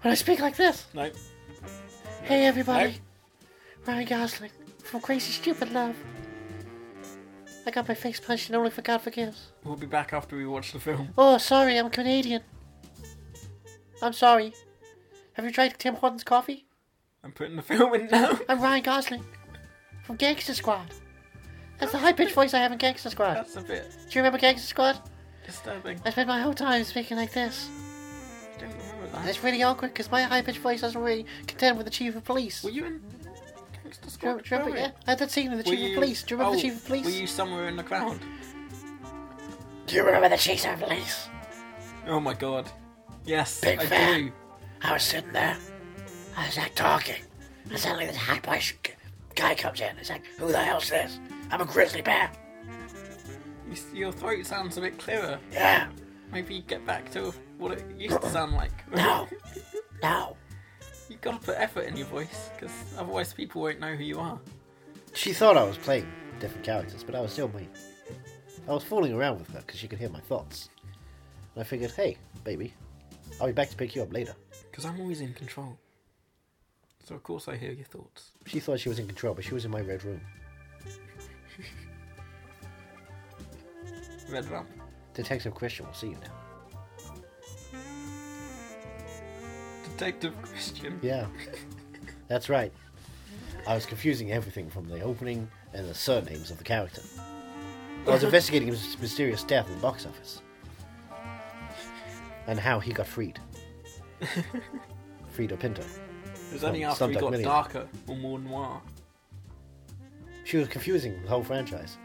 [SPEAKER 1] When I speak like this,
[SPEAKER 2] No.
[SPEAKER 1] hey everybody, Ryan Gosling from Crazy Stupid Love. I got my face punched and only for God forgives.
[SPEAKER 2] We'll be back after we watch the film.
[SPEAKER 1] Oh, sorry, I'm Canadian. I'm sorry. Have you tried Tim Hortons coffee?
[SPEAKER 2] I'm putting the film in now.
[SPEAKER 1] I'm Ryan Gosling from Gangster Squad. That's the high pitched voice I have in Gangster Squad.
[SPEAKER 2] That's a bit
[SPEAKER 1] Do you remember Gangster Squad?
[SPEAKER 2] disturbing.
[SPEAKER 1] I spent my whole time speaking like this.
[SPEAKER 2] I don't remember
[SPEAKER 1] And
[SPEAKER 2] that.
[SPEAKER 1] it's really awkward because my high pitched voice doesn't really contend with the Chief of Police.
[SPEAKER 2] Were you in Gangster
[SPEAKER 1] Do you remember,
[SPEAKER 2] Squad?
[SPEAKER 1] do you remember- yeah, I had that scene with the
[SPEAKER 2] Were
[SPEAKER 1] Chief
[SPEAKER 2] you-
[SPEAKER 1] of Police. Do you remember
[SPEAKER 2] oh,
[SPEAKER 1] the Chief of Police?
[SPEAKER 2] Were you somewhere in the crowd?
[SPEAKER 1] Do you remember the Chief of Police?
[SPEAKER 2] Oh my god. Yes,
[SPEAKER 1] Big
[SPEAKER 2] I
[SPEAKER 1] fan.
[SPEAKER 2] do.
[SPEAKER 1] I was sitting there. I was like talking. And suddenly this high pitched guy comes in. It's like, who the hell's this? I'm a grizzly bear.
[SPEAKER 2] You s- Your throat sounds a bit clearer.
[SPEAKER 1] Yeah.
[SPEAKER 2] Maybe get back to what it used to sound like.
[SPEAKER 1] No. No.
[SPEAKER 2] you gotta put effort in your voice, because otherwise people won't know who you are.
[SPEAKER 1] She thought I was playing different characters, but I was still me. I was fooling around with her because she could hear my thoughts. And I figured, hey, baby, I'll be back to pick you up later.
[SPEAKER 2] Because I'm always in control. So of course I hear your thoughts.
[SPEAKER 1] She thought she was in control, but she was in my red room.
[SPEAKER 2] Red Rum.
[SPEAKER 1] Detective Christian will see you now.
[SPEAKER 2] Detective Christian.
[SPEAKER 1] Yeah. That's right. I was confusing everything from the opening and the surnames of the character. I was investigating his mysterious death in the box office. And how he got freed. Frida Pinto.
[SPEAKER 2] It was only
[SPEAKER 1] From
[SPEAKER 2] after we
[SPEAKER 1] Slumdog
[SPEAKER 2] got
[SPEAKER 1] Millionaire.
[SPEAKER 2] darker or more noir.
[SPEAKER 1] She was confusing the whole franchise,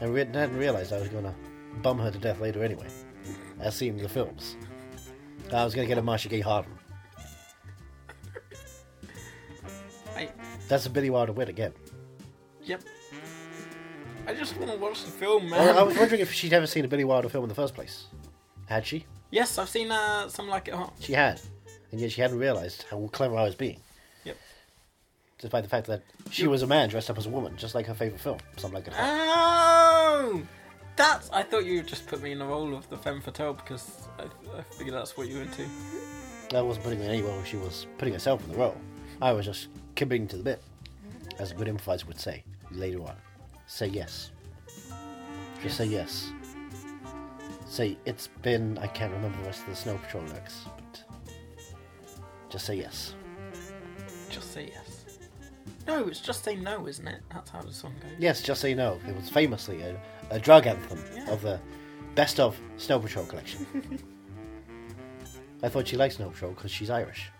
[SPEAKER 1] and re- hadn't realized I was going to bum her to death later anyway, as seen in the films. I was going to get a Marsha Gay Harden.
[SPEAKER 2] I,
[SPEAKER 1] That's a Billy Wilder win again.
[SPEAKER 2] yep. I just want to watch the film,
[SPEAKER 1] I,
[SPEAKER 2] man.
[SPEAKER 1] I was wondering if she'd ever seen a Billy Wilder film in the first place. Had she?
[SPEAKER 2] Yes, I've seen uh, some like it hot.
[SPEAKER 1] She had, and yet she hadn't realized how clever I was being,
[SPEAKER 2] Yep.
[SPEAKER 1] despite the fact that she was a man dressed up as a woman, just like her favorite film, something like that.
[SPEAKER 2] Oh, that's. I thought you just put me in the role of the femme fatale because I, I figured that's what you were into.
[SPEAKER 1] I wasn't putting her anywhere; she was putting herself in the role. I was just committing to the bit, as a good improviser would say later on. Say yes. Just say yes. Say it's been. I can't remember the rest of the Snow Patrol lyrics, but Just say yes.
[SPEAKER 2] Just say yes. No, it's just say no, isn't it? That's how the song goes.
[SPEAKER 1] Yes, just say no. It was famously a, a drug anthem
[SPEAKER 2] Yeah.
[SPEAKER 1] of the best of Snow Patrol collection. I thought she liked Snow Patrol because she's Irish.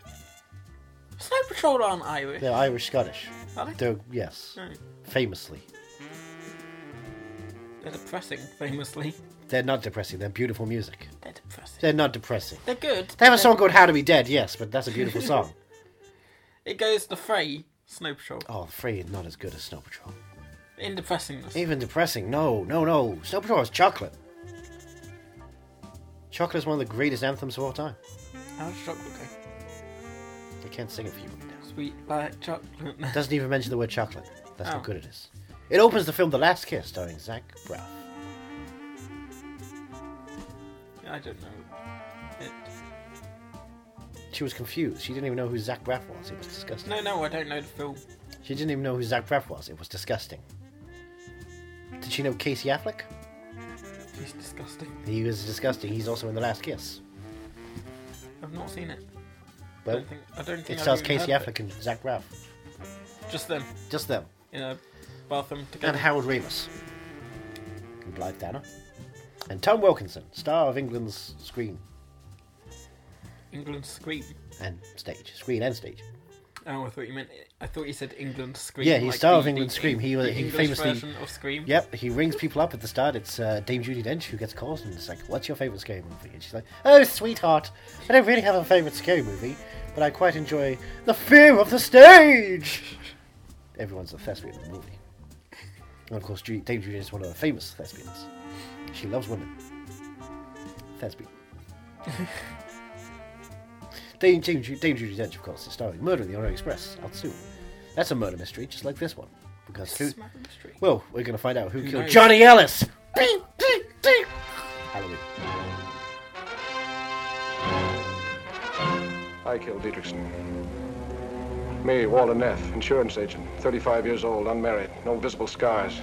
[SPEAKER 2] Snow Patrol aren't Irish.
[SPEAKER 1] They're Irish Scottish.
[SPEAKER 2] Are they?
[SPEAKER 1] They're yes,
[SPEAKER 2] No.
[SPEAKER 1] famously.
[SPEAKER 2] They're depressing, famously.
[SPEAKER 1] They're not depressing. They're beautiful music.
[SPEAKER 2] They're depressing.
[SPEAKER 1] They're not depressing.
[SPEAKER 2] They're good.
[SPEAKER 1] They have a
[SPEAKER 2] They're-
[SPEAKER 1] song called "How to Be Dead." Yes, but that's a beautiful song.
[SPEAKER 2] It goes the fray, Snow Patrol.
[SPEAKER 1] Oh, free not as good as Snow Patrol.
[SPEAKER 2] In depressingness.
[SPEAKER 1] Even depressing. No, no, no. Snow Patrol is chocolate. Chocolate is one of the greatest anthems of all time.
[SPEAKER 2] How does chocolate go?
[SPEAKER 1] They can't sing it for you right now.
[SPEAKER 2] Sweet like chocolate.
[SPEAKER 1] It doesn't even mention the word chocolate. That's how
[SPEAKER 2] Oh.
[SPEAKER 1] good it is. It opens the film The Last Kiss, starring Zach Braff.
[SPEAKER 2] I don't know. It-
[SPEAKER 1] She was confused. She didn't even know who Zach Braff was. It was disgusting.
[SPEAKER 2] No, no, I don't know the film.
[SPEAKER 1] She didn't even know who Zach Braff was. It was disgusting. Did she know Casey Affleck?
[SPEAKER 2] It's disgusting.
[SPEAKER 1] He was disgusting. He's also in The Last Kiss.
[SPEAKER 2] I've not seen it. I
[SPEAKER 1] Well,
[SPEAKER 2] don't think. I don't think
[SPEAKER 1] it
[SPEAKER 2] I've
[SPEAKER 1] stars
[SPEAKER 2] even
[SPEAKER 1] Casey
[SPEAKER 2] heard of it.
[SPEAKER 1] Affleck and Zach Braff.
[SPEAKER 2] Just them
[SPEAKER 1] Just them.
[SPEAKER 2] in a bathroom
[SPEAKER 1] and
[SPEAKER 2] together.
[SPEAKER 1] Harold Ramis, and Blythe Danner, and Tom Wilkinson, star of England's screen
[SPEAKER 2] England scream.
[SPEAKER 1] and stage, screen and stage.
[SPEAKER 2] Oh, I thought you meant. I thought you said England scream.
[SPEAKER 1] Yeah, he's
[SPEAKER 2] like
[SPEAKER 1] star of
[SPEAKER 2] the-
[SPEAKER 1] England
[SPEAKER 2] the-
[SPEAKER 1] Scream. He was-
[SPEAKER 2] the
[SPEAKER 1] he
[SPEAKER 2] English
[SPEAKER 1] famously-
[SPEAKER 2] version of Scream.
[SPEAKER 1] Yep, he rings people up at the start. It's uh, Dame Judy Dench who gets calls and it's like, "What's your favorite scary movie?" And she's like, "Oh, sweetheart, I don't really have a favorite scary movie, but I quite enjoy the fear of the stage." Everyone's a thespian in the movie, and of course, Ju- Dame Judy Dench is one of the famous thespians. She loves women. Thespian. Dame, Dame, Ju- Dame Judy Dench, of course, is starring Murder in the Orient Express out soon. That's a murder mystery, just like this one, because who,
[SPEAKER 2] Smack in the street.
[SPEAKER 1] well, we're gonna find out who,
[SPEAKER 2] Who
[SPEAKER 1] killed
[SPEAKER 2] knows?
[SPEAKER 1] Johnny Ellis. Beep, beep, beep. Halloween.
[SPEAKER 3] I killed Dietrichson. Me, Walter Neff, insurance agent, 35 years old, unmarried, no visible scars.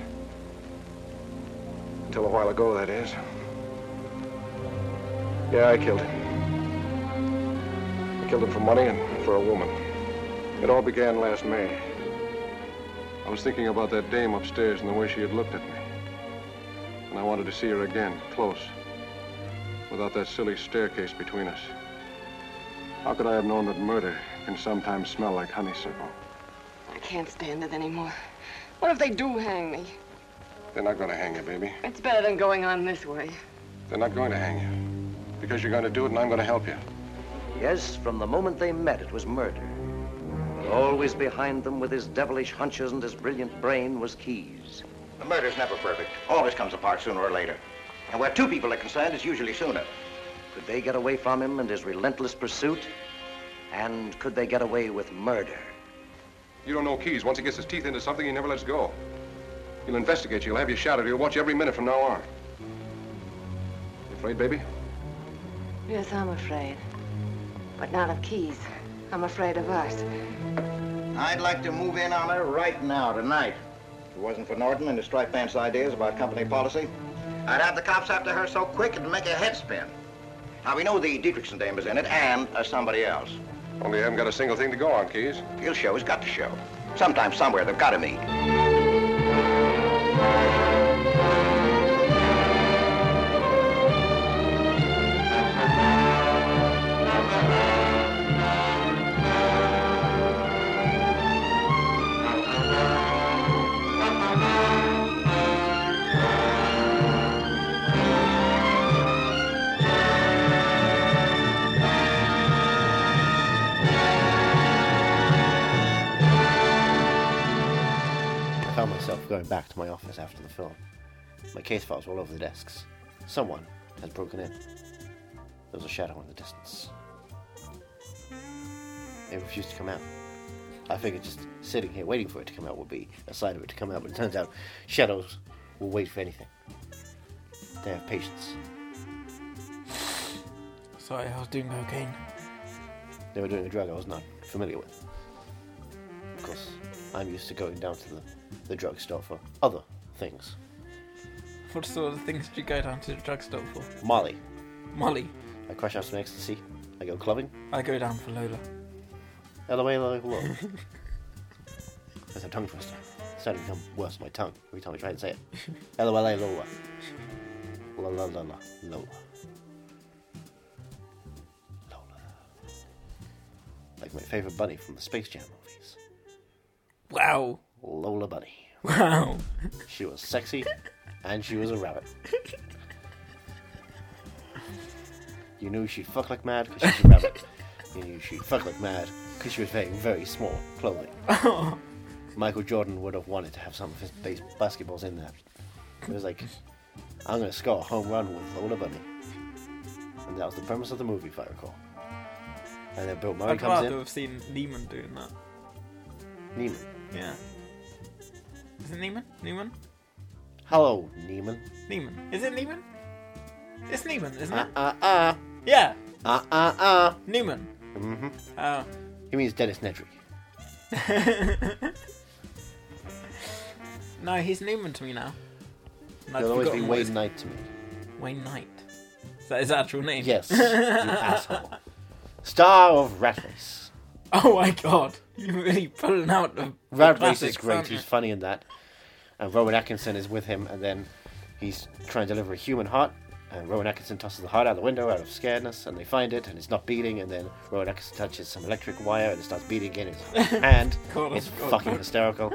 [SPEAKER 3] Until a while ago, that is. Yeah, I killed him. I killed him for money and for a woman. It all began last May. I was thinking about that dame upstairs and the way she had looked at me. And I wanted to see her again, close, without that silly staircase between us. How could I have known that murder can sometimes smell like honeysuckle?
[SPEAKER 4] I can't stand it anymore. What if they do hang me?
[SPEAKER 3] They're not going to hang you, baby.
[SPEAKER 4] It's better than going on this way.
[SPEAKER 3] They're not going to hang you. Because you're going to do it and I'm going to help you.
[SPEAKER 5] Yes, from the moment they met, it was murder. But always behind them, with his devilish hunches and his brilliant brain, was Keys.
[SPEAKER 6] The murder's never perfect. Always comes apart sooner or later. And where two people are concerned, it's usually sooner.
[SPEAKER 5] Could they get away from him and his relentless pursuit? And could they get away with murder?
[SPEAKER 3] You don't know Keys. Once he gets his teeth into something, he never lets go. He'll investigate you. He'll have you shot at. He'll watch you every minute from now on. You afraid, baby?
[SPEAKER 4] Yes, I'm afraid. But not of keys. I'm afraid of us.
[SPEAKER 6] I'd like to move in on her right now, tonight. If it wasn't for Norton and his striped pants ideas about company policy, I'd have the cops after her so quick it'd make her head spin. Now, we know the Dietrichson dame is in it, and uh, somebody else.
[SPEAKER 3] Only you haven't got a single thing to go on, Keys.
[SPEAKER 6] He'll show, he's got to show. Sometime, somewhere, they've got to meet.
[SPEAKER 1] I found myself going back to my office after the film. My case files were all over the desks. Someone had broken in. There was a shadow in the distance. It refused to come out. I figured just sitting here waiting for it to come out would be a sign of it to come out, but it turns out shadows will wait for anything. They have patience.
[SPEAKER 2] Sorry, I was doing cocaine.
[SPEAKER 1] They were doing a drug I was not familiar with. Of course, I'm used to going down to the, the drugstore for other things.
[SPEAKER 2] What sort of things did you go down to the drugstore for?
[SPEAKER 1] Molly.
[SPEAKER 2] Molly.
[SPEAKER 1] I crush out some ecstasy. I go clubbing.
[SPEAKER 2] I go down for Lola.
[SPEAKER 1] Out of the way, like, look. That's a tongue twister. It's starting to become worse on my tongue every time I try and say it. Out of the way, lower. La la la la. Lower. Lola. Like my favorite bunny from the Space Jam movies.
[SPEAKER 2] Wow.
[SPEAKER 1] Lola Bunny.
[SPEAKER 2] Wow.
[SPEAKER 1] She was sexy, and she was a rabbit. You knew she'd fuck like mad because she was a rabbit. You knew she'd fuck like mad because she was wearing very small clothing. Michael Jordan would have wanted to have some of his base basketballs in there. It was like, I'm going to score a home run with Lola Bunny. And that was the premise of the movie, if I recall. And then Bill Murray
[SPEAKER 2] I'd
[SPEAKER 1] comes
[SPEAKER 2] rather
[SPEAKER 1] in.
[SPEAKER 2] have seen Neiman doing that.
[SPEAKER 1] Neiman.
[SPEAKER 2] Yeah. Is it Neiman? Neiman?
[SPEAKER 1] Hello, Neiman.
[SPEAKER 2] Neiman. Is it Neiman? It's Neiman, isn't
[SPEAKER 1] Ah,
[SPEAKER 2] it?
[SPEAKER 1] ah, ah.
[SPEAKER 2] Yeah.
[SPEAKER 1] Ah, ah, ah.
[SPEAKER 2] Neiman.
[SPEAKER 1] Mm-hmm.
[SPEAKER 2] Oh.
[SPEAKER 1] He means Dennis Nedry.
[SPEAKER 2] no, he's Neiman to me now. And I'd
[SPEAKER 1] You'll always be
[SPEAKER 2] forgotten what
[SPEAKER 1] Wayne
[SPEAKER 2] his-
[SPEAKER 1] Knight to me.
[SPEAKER 2] Wayne Knight. Is that his actual name?
[SPEAKER 1] Yes, you asshole. Star of Rat Race.
[SPEAKER 2] Oh my god. You're really pulling out the. the
[SPEAKER 1] Rat Race is
[SPEAKER 2] classics,
[SPEAKER 1] great.
[SPEAKER 2] aren't you?
[SPEAKER 1] He's funny in that. And Rowan Atkinson is with him, and then he's trying to deliver a human heart. And Rowan Atkinson tosses the heart out the window out of scaredness, and they find it, and it's not beating. And then Rowan Atkinson touches some electric wire, and it starts beating again in his hand.
[SPEAKER 2] God,
[SPEAKER 1] it's
[SPEAKER 2] God.
[SPEAKER 1] fucking hysterical.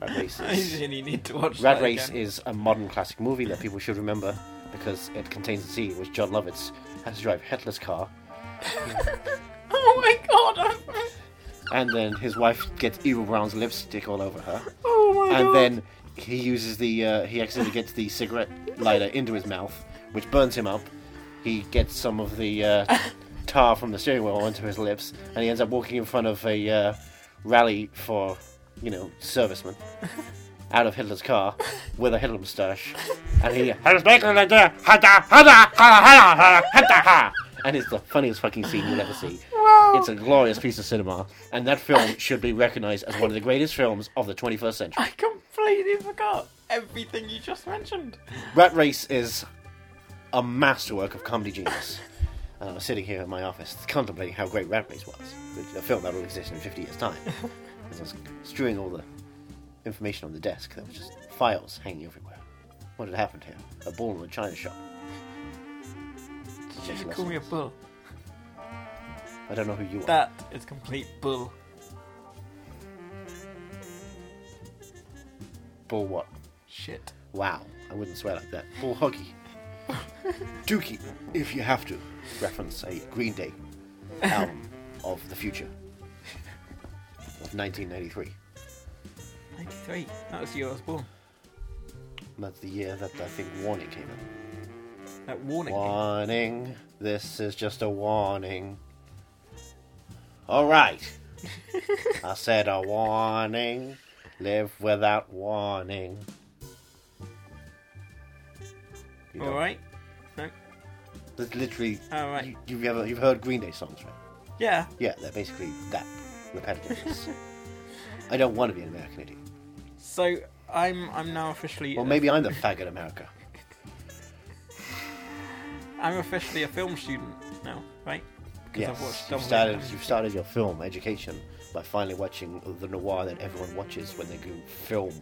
[SPEAKER 1] Rat Race
[SPEAKER 2] I
[SPEAKER 1] is
[SPEAKER 2] really need to watch
[SPEAKER 1] Rad
[SPEAKER 2] that
[SPEAKER 1] Race
[SPEAKER 2] again.
[SPEAKER 1] is a modern classic movie that people should remember because it contains a scene which John Lovitz has to drive a headless car,
[SPEAKER 2] Oh my god! I'm-
[SPEAKER 1] and then his wife gets Eva Brown's lipstick all over her,
[SPEAKER 2] Oh my
[SPEAKER 1] and
[SPEAKER 2] god!
[SPEAKER 1] then he uses the uh, he accidentally gets the cigarette lighter into his mouth, which burns him up. He gets some of the uh, tar from the steering wheel onto his lips, and he ends up walking in front of a uh, rally for you know servicemen. Out of Hitler's car with a Hitler moustache, and he and it's the funniest fucking scene you'll ever see. It's a glorious piece of cinema, and that film should be recognized as one of the greatest films of the 21st century.
[SPEAKER 2] I completely forgot everything you just mentioned.
[SPEAKER 1] Rat Race is a masterwork of comedy genius. And I was sitting here in my office contemplating how great Rat Race was, a film that will exist in 50 years' time. As I was strewing all the information on the desk, there was just files hanging everywhere. What had happened here? A bull in a china shop.
[SPEAKER 2] Did you call me a bull?
[SPEAKER 1] I don't know who you are.
[SPEAKER 2] That is complete bull.
[SPEAKER 1] Bull what?
[SPEAKER 2] Shit.
[SPEAKER 1] Wow, I wouldn't swear like that. Bull hockey. Dookie, if you have to. Reference a Green Day album of the future of 1993.
[SPEAKER 2] 93. That was the year I was born.
[SPEAKER 1] And that's the year that I think Warning came out.
[SPEAKER 2] That warning.
[SPEAKER 1] Warning, this is just a warning. Alright. I said a warning. Live without warning. You don't-
[SPEAKER 2] Alright? No?
[SPEAKER 1] That's literally.
[SPEAKER 2] Alright.
[SPEAKER 1] You, you've ever you've heard Green Day songs, right?
[SPEAKER 2] Yeah.
[SPEAKER 1] Yeah, they're basically that repetitive. I don't want to be an American idiot.
[SPEAKER 2] So I'm I'm now officially
[SPEAKER 1] Well, maybe I'm the faggot America.
[SPEAKER 2] I'm officially a film student now, right? Because I've
[SPEAKER 1] Yes,
[SPEAKER 2] watched
[SPEAKER 1] you've
[SPEAKER 2] Dumb
[SPEAKER 1] started
[SPEAKER 2] Ways.
[SPEAKER 1] you've started your film education by finally watching the noir that everyone watches when they do film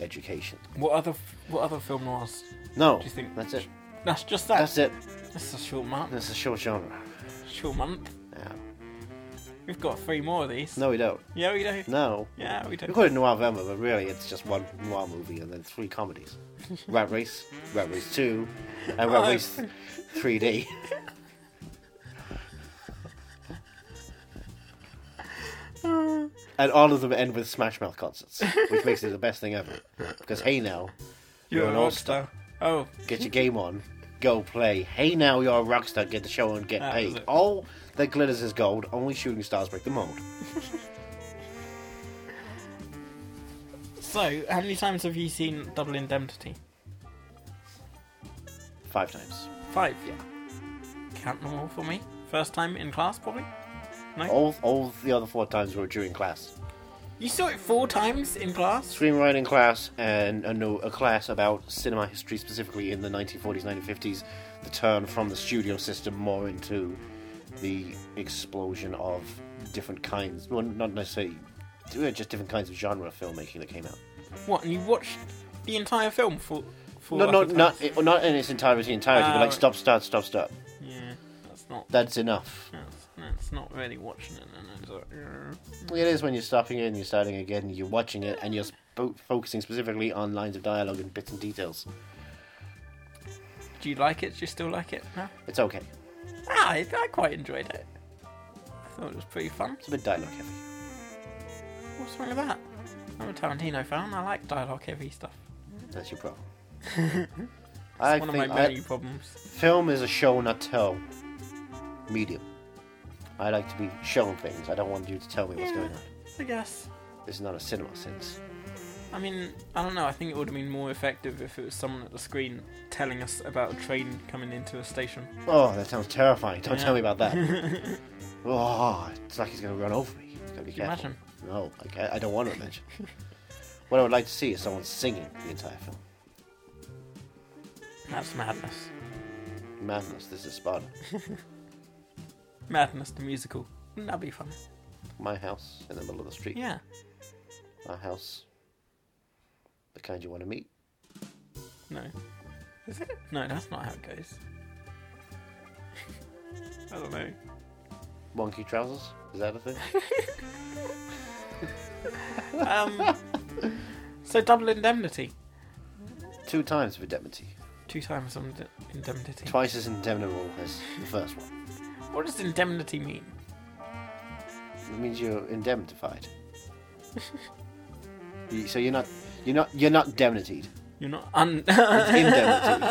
[SPEAKER 1] education.
[SPEAKER 2] What other f- what other film was?
[SPEAKER 1] No,
[SPEAKER 2] Do you think-
[SPEAKER 1] that's it.
[SPEAKER 2] That's just that.
[SPEAKER 1] That's it.
[SPEAKER 2] That's a short month.
[SPEAKER 1] That's a short genre.
[SPEAKER 2] Short month.
[SPEAKER 1] No,
[SPEAKER 2] We've got three more of these.
[SPEAKER 1] no we don't.
[SPEAKER 2] Yeah, we do.
[SPEAKER 1] No.
[SPEAKER 2] Yeah, we do.
[SPEAKER 1] We call it Noir November, but really it's just one noir movie and then three comedies. Rat Race, Rat Race 2, and Rat
[SPEAKER 2] Oh.
[SPEAKER 1] Race 3D. and all of them end with Smash Mouth concerts, which makes it the best thing ever. Because Hey Now,
[SPEAKER 2] You're,
[SPEAKER 1] You're
[SPEAKER 2] an
[SPEAKER 1] an
[SPEAKER 2] all
[SPEAKER 1] all-star.
[SPEAKER 2] star. Oh,
[SPEAKER 1] get your game on, go play. Hey Now, you're a rock star, get the show and get
[SPEAKER 2] That was
[SPEAKER 1] paid.
[SPEAKER 2] it.
[SPEAKER 1] All that glitters is gold, only shooting stars break the mold.
[SPEAKER 2] so how many times have you seen Double Indemnity?
[SPEAKER 1] Five times.
[SPEAKER 2] Five. Yeah. Count them all for me. First time in class, probably.
[SPEAKER 1] All, all the other four times were during class.
[SPEAKER 2] You saw it four times in class.
[SPEAKER 1] screenwriting class and a, no, a class about cinema history specifically in the 1940s 1950s the turn from the studio system more into the explosion of different kinds. Well, not necessarily. uh, Just different kinds of genre filmmaking that came out.
[SPEAKER 2] What? And you watched the entire film for? for
[SPEAKER 1] No,
[SPEAKER 2] like
[SPEAKER 1] no,
[SPEAKER 2] a
[SPEAKER 1] not
[SPEAKER 2] test?
[SPEAKER 1] it, not in its entirety, entirety,
[SPEAKER 2] Ah,
[SPEAKER 1] but like
[SPEAKER 2] right.
[SPEAKER 1] stop, start, stop, stop.
[SPEAKER 2] Yeah, that's not.
[SPEAKER 1] That's enough.
[SPEAKER 2] That's, that's not really watching it. And it's like, uh,
[SPEAKER 1] Well, It is when you're stopping it and you're starting again, you're watching it and you're sp- focusing specifically on lines of dialogue and bits and details.
[SPEAKER 2] do you like it? Do you still like it? Huh?
[SPEAKER 1] It's okay.
[SPEAKER 2] Ah, I, I quite enjoyed it. I thought it was pretty fun.
[SPEAKER 1] It's a bit dialogue heavy.
[SPEAKER 2] What's wrong with that? I'm a Tarantino fan. I like dialogue heavy stuff.
[SPEAKER 1] That's your problem.
[SPEAKER 2] It's
[SPEAKER 1] I
[SPEAKER 2] one of
[SPEAKER 1] think
[SPEAKER 2] my
[SPEAKER 1] I-
[SPEAKER 2] many problems.
[SPEAKER 1] film is a show not tell medium. I like to be shown things. I don't want you to tell me what's going on.
[SPEAKER 2] I guess.
[SPEAKER 1] This is not a cinema sense.
[SPEAKER 2] I mean, I don't know. I think it would have been more effective if it was someone at the screen telling us about a train coming into a station.
[SPEAKER 1] Oh, that sounds terrifying. Don't
[SPEAKER 2] Yeah.
[SPEAKER 1] tell me about that. oh, it's like he's going to run over me. Gotta be
[SPEAKER 2] you
[SPEAKER 1] careful. No, I, can't- I don't want to imagine. what I would like to see is someone singing the entire film.
[SPEAKER 2] That's madness.
[SPEAKER 1] Madness, this is Sparta.
[SPEAKER 2] Madness the musical. Wouldn't that be fun?
[SPEAKER 1] My house in the middle of the street.
[SPEAKER 2] Yeah.
[SPEAKER 1] Our house. The kind you want to meet.
[SPEAKER 2] No. Is it? No, that's not how it goes. I don't know.
[SPEAKER 1] Wonky trousers? Is that a thing?
[SPEAKER 2] Um, so double indemnity.
[SPEAKER 1] Two times for indemnity.
[SPEAKER 2] Two times on de- indemnity.
[SPEAKER 1] Twice as indemnable as the first one.
[SPEAKER 2] What does indemnity mean?
[SPEAKER 1] It means you're indemnified. You- so you're not, you're not, you're not indemnified.
[SPEAKER 2] You're not un-
[SPEAKER 1] It's indemnity.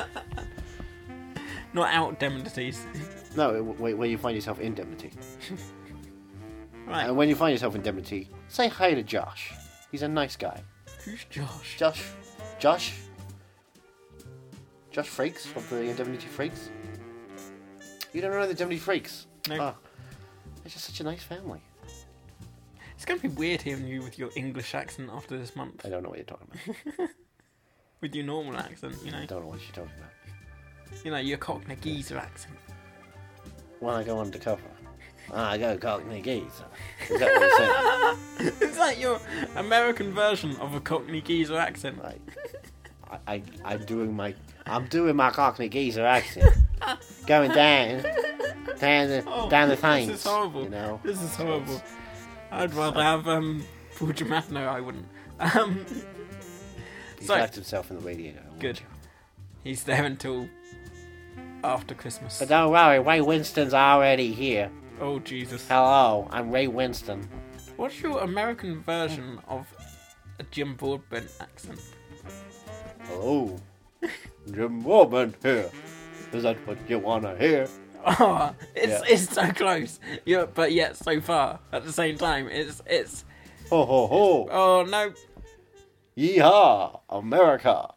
[SPEAKER 2] not out indemnities.
[SPEAKER 1] No, it- where, where you find yourself indemnity.
[SPEAKER 2] Right.
[SPEAKER 1] And when you find yourself indemnity, say hi to Josh. He's a nice guy.
[SPEAKER 2] Who's Josh?
[SPEAKER 1] Josh, Josh, Josh Frakes of the Indemnity Frakes. You don't know the Indemnity Frakes?
[SPEAKER 2] No.
[SPEAKER 1] Ah, they're just such a nice family.
[SPEAKER 2] It's going to be weird hearing you with your English accent after this month.
[SPEAKER 1] I don't know what you're talking about.
[SPEAKER 2] With your normal accent, you know.
[SPEAKER 1] I don't know what you're talking about.
[SPEAKER 2] You know, your Cockney geezer accent.
[SPEAKER 1] When I go undercover, Ah, I go Cockney geezer. Is that what you're saying?
[SPEAKER 2] Is that your American version of a Cockney geezer accent?
[SPEAKER 1] Right. I, I, I'm doing my, I'm doing my Cockney geezer accent, going down, down the,
[SPEAKER 2] Oh,
[SPEAKER 1] down the things.
[SPEAKER 2] This is horrible.
[SPEAKER 1] You know,
[SPEAKER 2] This is horrible. I'd rather have um Paul Giamatti. No, I wouldn't. Um,
[SPEAKER 1] he
[SPEAKER 2] so-
[SPEAKER 1] slapped himself in the radiator.
[SPEAKER 2] good. He's there until after Christmas.
[SPEAKER 1] But don't worry, Ray Winston's already here.
[SPEAKER 2] oh Jesus!
[SPEAKER 1] Hello, I'm Ray Winston.
[SPEAKER 2] What's your American version
[SPEAKER 1] Hmm.
[SPEAKER 2] of a Jim Broadbent accent?
[SPEAKER 1] Hello, Jim Mormon here. Is that what you wanna hear?
[SPEAKER 2] Oh, it's
[SPEAKER 1] Yeah.
[SPEAKER 2] it's so close. Yeah, but yet so far at the same time. It's it's.
[SPEAKER 1] Ho ho ho!
[SPEAKER 2] Oh no.
[SPEAKER 1] Yeehaw! America!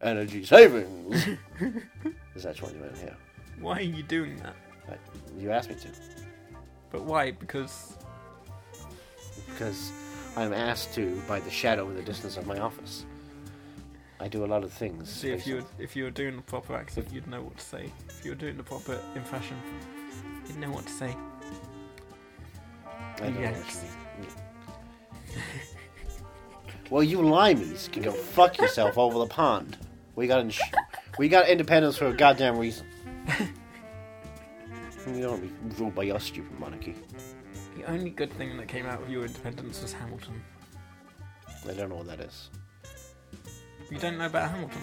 [SPEAKER 1] Energy savings! Is that what you wanna hear?
[SPEAKER 2] Why are you doing that?
[SPEAKER 1] Right, You asked me to.
[SPEAKER 2] But why? Because
[SPEAKER 1] Because I'm asked to by the shadow in the distance of my office. I do a lot of things.
[SPEAKER 2] See if
[SPEAKER 1] based
[SPEAKER 2] you were,
[SPEAKER 1] on-
[SPEAKER 2] if you were doing the proper accent, you'd know what to say. If you were doing the proper impression, you'd know what to say.
[SPEAKER 1] I don't know what you
[SPEAKER 2] Yikes.
[SPEAKER 1] mean. well, you limeys can go fuck yourself over the pond. We got ins- we got independence for a goddamn reason. You don't want to be ruled by your stupid monarchy.
[SPEAKER 2] The only good thing that came out of your independence was Hamilton.
[SPEAKER 1] I don't know what that is.
[SPEAKER 2] You don't know about Hamilton,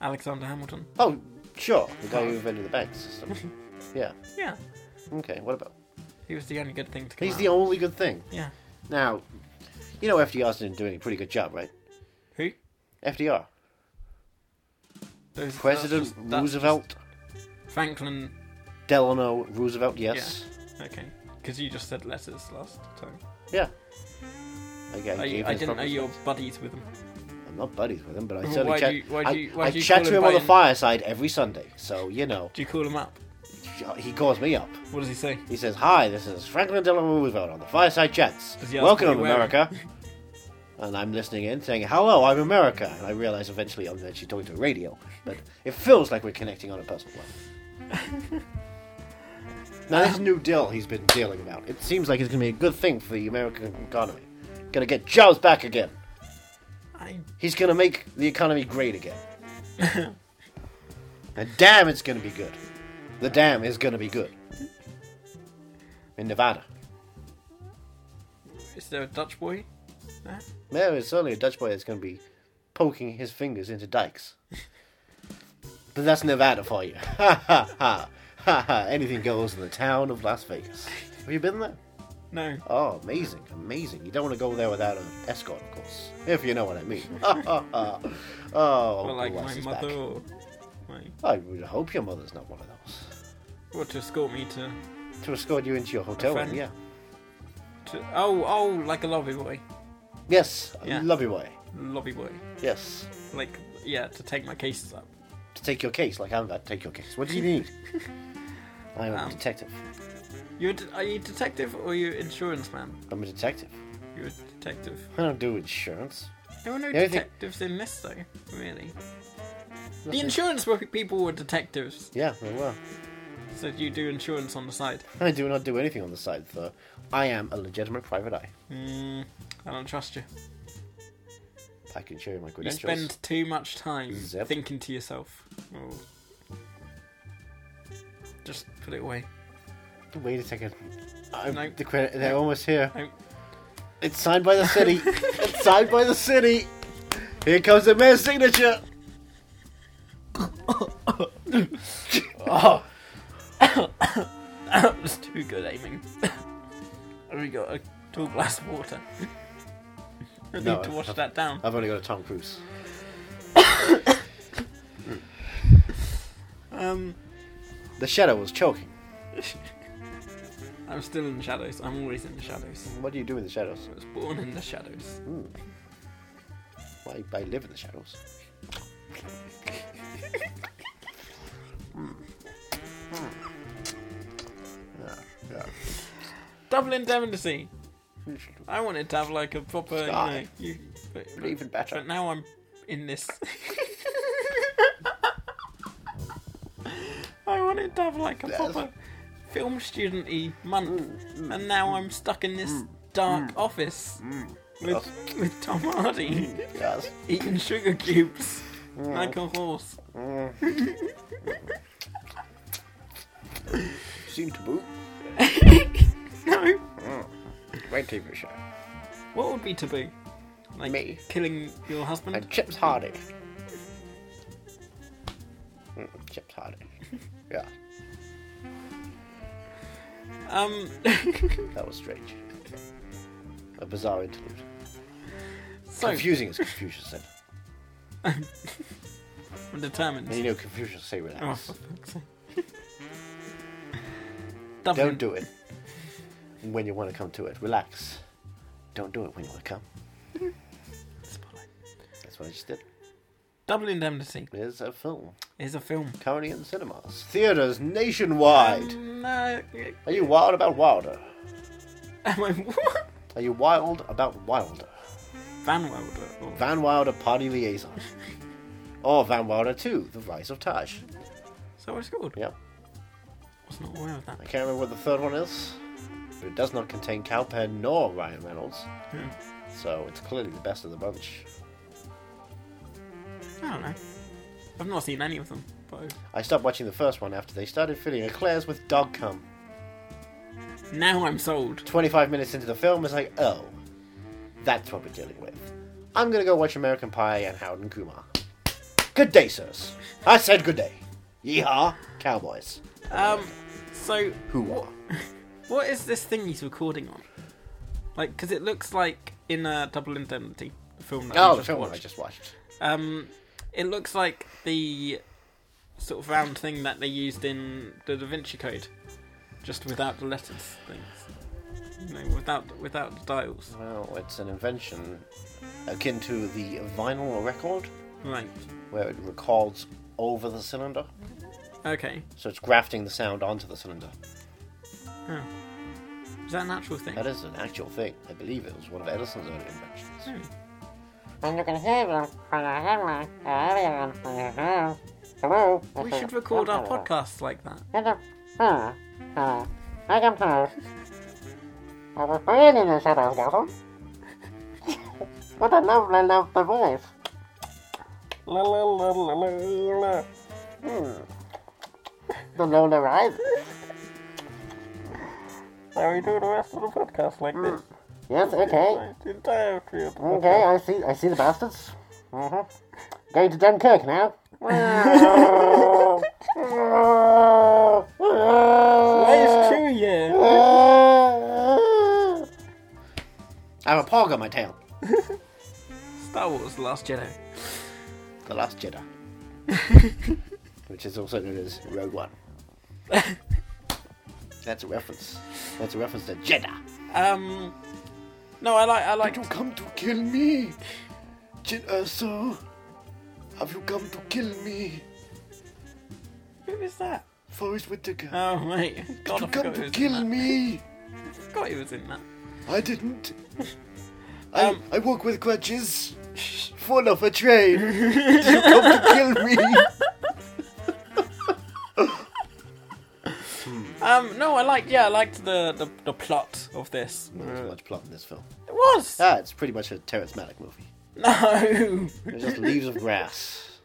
[SPEAKER 2] Alexander Hamilton.
[SPEAKER 1] Oh, sure, the guy who invented the bank system. Yeah.
[SPEAKER 2] Yeah,
[SPEAKER 1] Okay. What about?
[SPEAKER 2] he was the only good thing to come
[SPEAKER 1] He's
[SPEAKER 2] out.
[SPEAKER 1] the only good thing.
[SPEAKER 2] yeah.
[SPEAKER 1] Now, you know FDR's been doing a pretty good job, right?
[SPEAKER 2] Who?
[SPEAKER 1] FDR,
[SPEAKER 2] Those-
[SPEAKER 1] President
[SPEAKER 2] that's just- that's
[SPEAKER 1] Roosevelt,
[SPEAKER 2] just Franklin.
[SPEAKER 1] Delano Roosevelt. Yes.
[SPEAKER 2] Okay, because you just said letters last time.
[SPEAKER 1] Yeah. Okay,
[SPEAKER 2] I, I, didn't know you were buddies with him.
[SPEAKER 1] I'm not buddies with him, but I
[SPEAKER 2] Well,
[SPEAKER 1] certainly
[SPEAKER 2] why
[SPEAKER 1] chat.
[SPEAKER 2] do you- why
[SPEAKER 1] I,
[SPEAKER 2] do you- why
[SPEAKER 1] I
[SPEAKER 2] do you
[SPEAKER 1] chat
[SPEAKER 2] call
[SPEAKER 1] to
[SPEAKER 2] him
[SPEAKER 1] him on
[SPEAKER 2] by
[SPEAKER 1] the
[SPEAKER 2] him?
[SPEAKER 1] fireside every Sunday, so you know
[SPEAKER 2] Do you call him up?
[SPEAKER 1] he calls me up.
[SPEAKER 2] What does he say?
[SPEAKER 1] He says, "Hi, this is Franklin Delano Roosevelt on the Fireside Chats.
[SPEAKER 2] Does he ask
[SPEAKER 1] Welcome,
[SPEAKER 2] what you're wearing?"
[SPEAKER 1] America." and I'm listening in, saying, "Hello, I'm America." And I realize eventually I'm actually talking to a radio, but it feels like we're connecting on a personal level. Now, this new deal he's been dealing about, it seems like it's going to be a good thing for the American economy. Going to get jobs back again.
[SPEAKER 2] I,
[SPEAKER 1] He's going to make the economy great again. and damn, it's going to be good. The dam is going to be good. In Nevada.
[SPEAKER 2] is there a Dutch boy? there?
[SPEAKER 1] There is certainly a Dutch boy that's going to be poking his fingers into dikes. but that's Nevada for you. Ha ha ha. Ha ha. Anything goes in the town of Las Vegas. Have you been there?
[SPEAKER 2] No.
[SPEAKER 1] Oh, amazing, amazing. You don't want to go there without an escort, of course. If you know what I mean. oh,
[SPEAKER 2] Or
[SPEAKER 1] Uncle
[SPEAKER 2] like
[SPEAKER 1] Les
[SPEAKER 2] my
[SPEAKER 1] is
[SPEAKER 2] mother
[SPEAKER 1] back.
[SPEAKER 2] or my
[SPEAKER 1] I would hope your mother's not one of those.
[SPEAKER 2] or to escort me to,
[SPEAKER 1] To escort you into your hotel room,
[SPEAKER 2] friend.
[SPEAKER 1] yeah.
[SPEAKER 2] to oh oh like a lobby boy.
[SPEAKER 1] Yes,
[SPEAKER 2] Yeah.
[SPEAKER 1] love your way.
[SPEAKER 2] Lobby boy.
[SPEAKER 1] Yes.
[SPEAKER 2] Like yeah, to take my cases up.
[SPEAKER 1] To take your case, like I'm about to take your case. What do you need? I
[SPEAKER 2] Um.
[SPEAKER 1] am a detective.
[SPEAKER 2] You're a de- are you a detective or you insurance man?
[SPEAKER 1] I'm a detective.
[SPEAKER 2] You're a detective.
[SPEAKER 1] I don't do insurance.
[SPEAKER 2] There were no
[SPEAKER 1] The only thing-
[SPEAKER 2] detectives in this though, really. The insurance wo- people were detectives,
[SPEAKER 1] Yeah, very well.
[SPEAKER 2] so you do insurance on the side.
[SPEAKER 1] I do not do anything on the side, though. I am a legitimate private eye.
[SPEAKER 2] Mm, I don't trust you.
[SPEAKER 1] I can show you my
[SPEAKER 2] You
[SPEAKER 1] credentials.
[SPEAKER 2] spend too much time
[SPEAKER 1] Zip.
[SPEAKER 2] thinking to yourself. Oh. Just put it away.
[SPEAKER 1] Wait a second. I'm,
[SPEAKER 2] No.
[SPEAKER 1] The credit, they're almost here.
[SPEAKER 2] No.
[SPEAKER 1] It's signed by the city. it's signed by the city. Here comes the mayor's signature.
[SPEAKER 2] That was too good aiming. Have we got a tall glass of water? I need
[SPEAKER 1] No,
[SPEAKER 2] to
[SPEAKER 1] I've-
[SPEAKER 2] wash that down.
[SPEAKER 1] I've only got a Tom Cruise.
[SPEAKER 2] Um,
[SPEAKER 1] The shadow was choking.
[SPEAKER 2] I'm still in the shadows. I'm always in the shadows.
[SPEAKER 1] What do you do in the shadows?
[SPEAKER 2] I was born in the shadows.
[SPEAKER 1] Why I live in the shadows.
[SPEAKER 2] Double indemnity. I wanted to have like a proper, you
[SPEAKER 1] Sky.
[SPEAKER 2] know, you, but,
[SPEAKER 1] But even better.
[SPEAKER 2] but now I'm in this. I wanted to have like a proper film studenty month,
[SPEAKER 1] Mm,
[SPEAKER 2] and now I'm stuck in this dark office with with Tom
[SPEAKER 1] Mm.
[SPEAKER 2] Hardy
[SPEAKER 1] Yes.
[SPEAKER 2] eating sugar cubes like a horse.
[SPEAKER 1] Seem to boot.
[SPEAKER 2] No,
[SPEAKER 1] Great TV show.
[SPEAKER 2] what would be taboo? Like
[SPEAKER 1] Me.
[SPEAKER 2] killing your husband?
[SPEAKER 1] And Chips Hardy. Mm, Chips Hardy. Yeah,
[SPEAKER 2] Um,
[SPEAKER 1] that was strange. A bizarre interlude.
[SPEAKER 2] so
[SPEAKER 1] Confusing as Confucius said.
[SPEAKER 2] I'm determined.
[SPEAKER 1] And you know Confucius say
[SPEAKER 2] Oh,
[SPEAKER 1] relax.
[SPEAKER 2] for fuck's sake. Dublin.
[SPEAKER 1] Don't do it when you want to come to it. Relax. Don't do it when you want to come. That's what I just did.
[SPEAKER 2] Double Indemnity
[SPEAKER 1] There's a film
[SPEAKER 2] is a film.
[SPEAKER 1] currently in cinemas, theaters nationwide.
[SPEAKER 2] No.
[SPEAKER 1] Are you wild about Wilder?
[SPEAKER 2] Am I what?
[SPEAKER 1] Are you wild about Wilder?
[SPEAKER 2] Van Wilder. uh, or-
[SPEAKER 1] Van Wilder Party Liaison. or Van Wilder 2, The Rise of Taj.
[SPEAKER 2] Is that what it's called?
[SPEAKER 1] Yep.
[SPEAKER 2] I was not aware of that.
[SPEAKER 1] I can't remember what the third one is. But it does not contain Cowper nor Ryan Reynolds. So it's clearly the best of the bunch.
[SPEAKER 2] I don't know. I've not seen any of them. But
[SPEAKER 1] I stopped watching the first one after they started filling eclairs with dog cum.
[SPEAKER 2] now I'm sold.
[SPEAKER 1] 25 minutes into the film, it's like, oh, that's what we're dealing with. I'm gonna go watch American Pie and Howard and Kumar. Good day, sirs. I said good day. Yeehaw, cowboys.
[SPEAKER 2] Um. So
[SPEAKER 1] Who are?
[SPEAKER 2] what is this thing he's recording on? Like, because it looks like in uh, Double Indemnity, the film that
[SPEAKER 1] Oh, the
[SPEAKER 2] we just
[SPEAKER 1] film
[SPEAKER 2] watched.
[SPEAKER 1] I just watched.
[SPEAKER 2] Um, it looks like the sort of round thing that they used in the Da Vinci Code, just without the letters things. You know, without without the dials.
[SPEAKER 1] Well, it's an invention akin to the vinyl record,
[SPEAKER 2] Right.
[SPEAKER 1] where it records over the cylinder.
[SPEAKER 2] Okay.
[SPEAKER 1] So it's grafting the sound onto the cylinder.
[SPEAKER 2] Is that an actual thing?
[SPEAKER 1] That is an actual thing. I believe it was one of Edison's early inventions.
[SPEAKER 7] And you can hear them when I have my alien from your house. Hello?
[SPEAKER 2] We should record our podcasts like that.
[SPEAKER 7] Hello? I don't know. I was born in the shadow devil. what a lovely, lovely voice.
[SPEAKER 2] La la la la la la.
[SPEAKER 7] The Lola Rises.
[SPEAKER 2] Now we do the rest of the podcast like this.
[SPEAKER 7] Yes,
[SPEAKER 1] Hmm.
[SPEAKER 7] okay.
[SPEAKER 2] Like, The entire three of them.
[SPEAKER 7] Okay, I see I see the bastards. Uh-huh. Going to Dunkirk now.
[SPEAKER 1] Oh.
[SPEAKER 2] That is true, yeah.
[SPEAKER 1] I have a pog on my tail.
[SPEAKER 2] Star Wars The Last Jedi.
[SPEAKER 1] The Last Jedi. Which is also known as Rogue One. That's a reference. That's a reference to Jedi.
[SPEAKER 2] Um, no, I like I like
[SPEAKER 1] you come to kill me? Jin Erso? Have you come to kill me?
[SPEAKER 2] who is that?
[SPEAKER 1] Forrest Whitaker.
[SPEAKER 2] Oh mate, God, I forgot he was in that.
[SPEAKER 1] me?
[SPEAKER 2] I forgot he was in that.
[SPEAKER 1] I didn't.
[SPEAKER 2] Um,
[SPEAKER 1] I walk with crutches. Fall off a train. Did you come to kill me?
[SPEAKER 2] Um, no, I liked yeah, I liked the the, the plot of this.
[SPEAKER 1] There's much plot in this film.
[SPEAKER 2] It was
[SPEAKER 1] Ah, it's pretty much a Terrence Malick movie.
[SPEAKER 2] no,
[SPEAKER 1] There's just leaves of grass.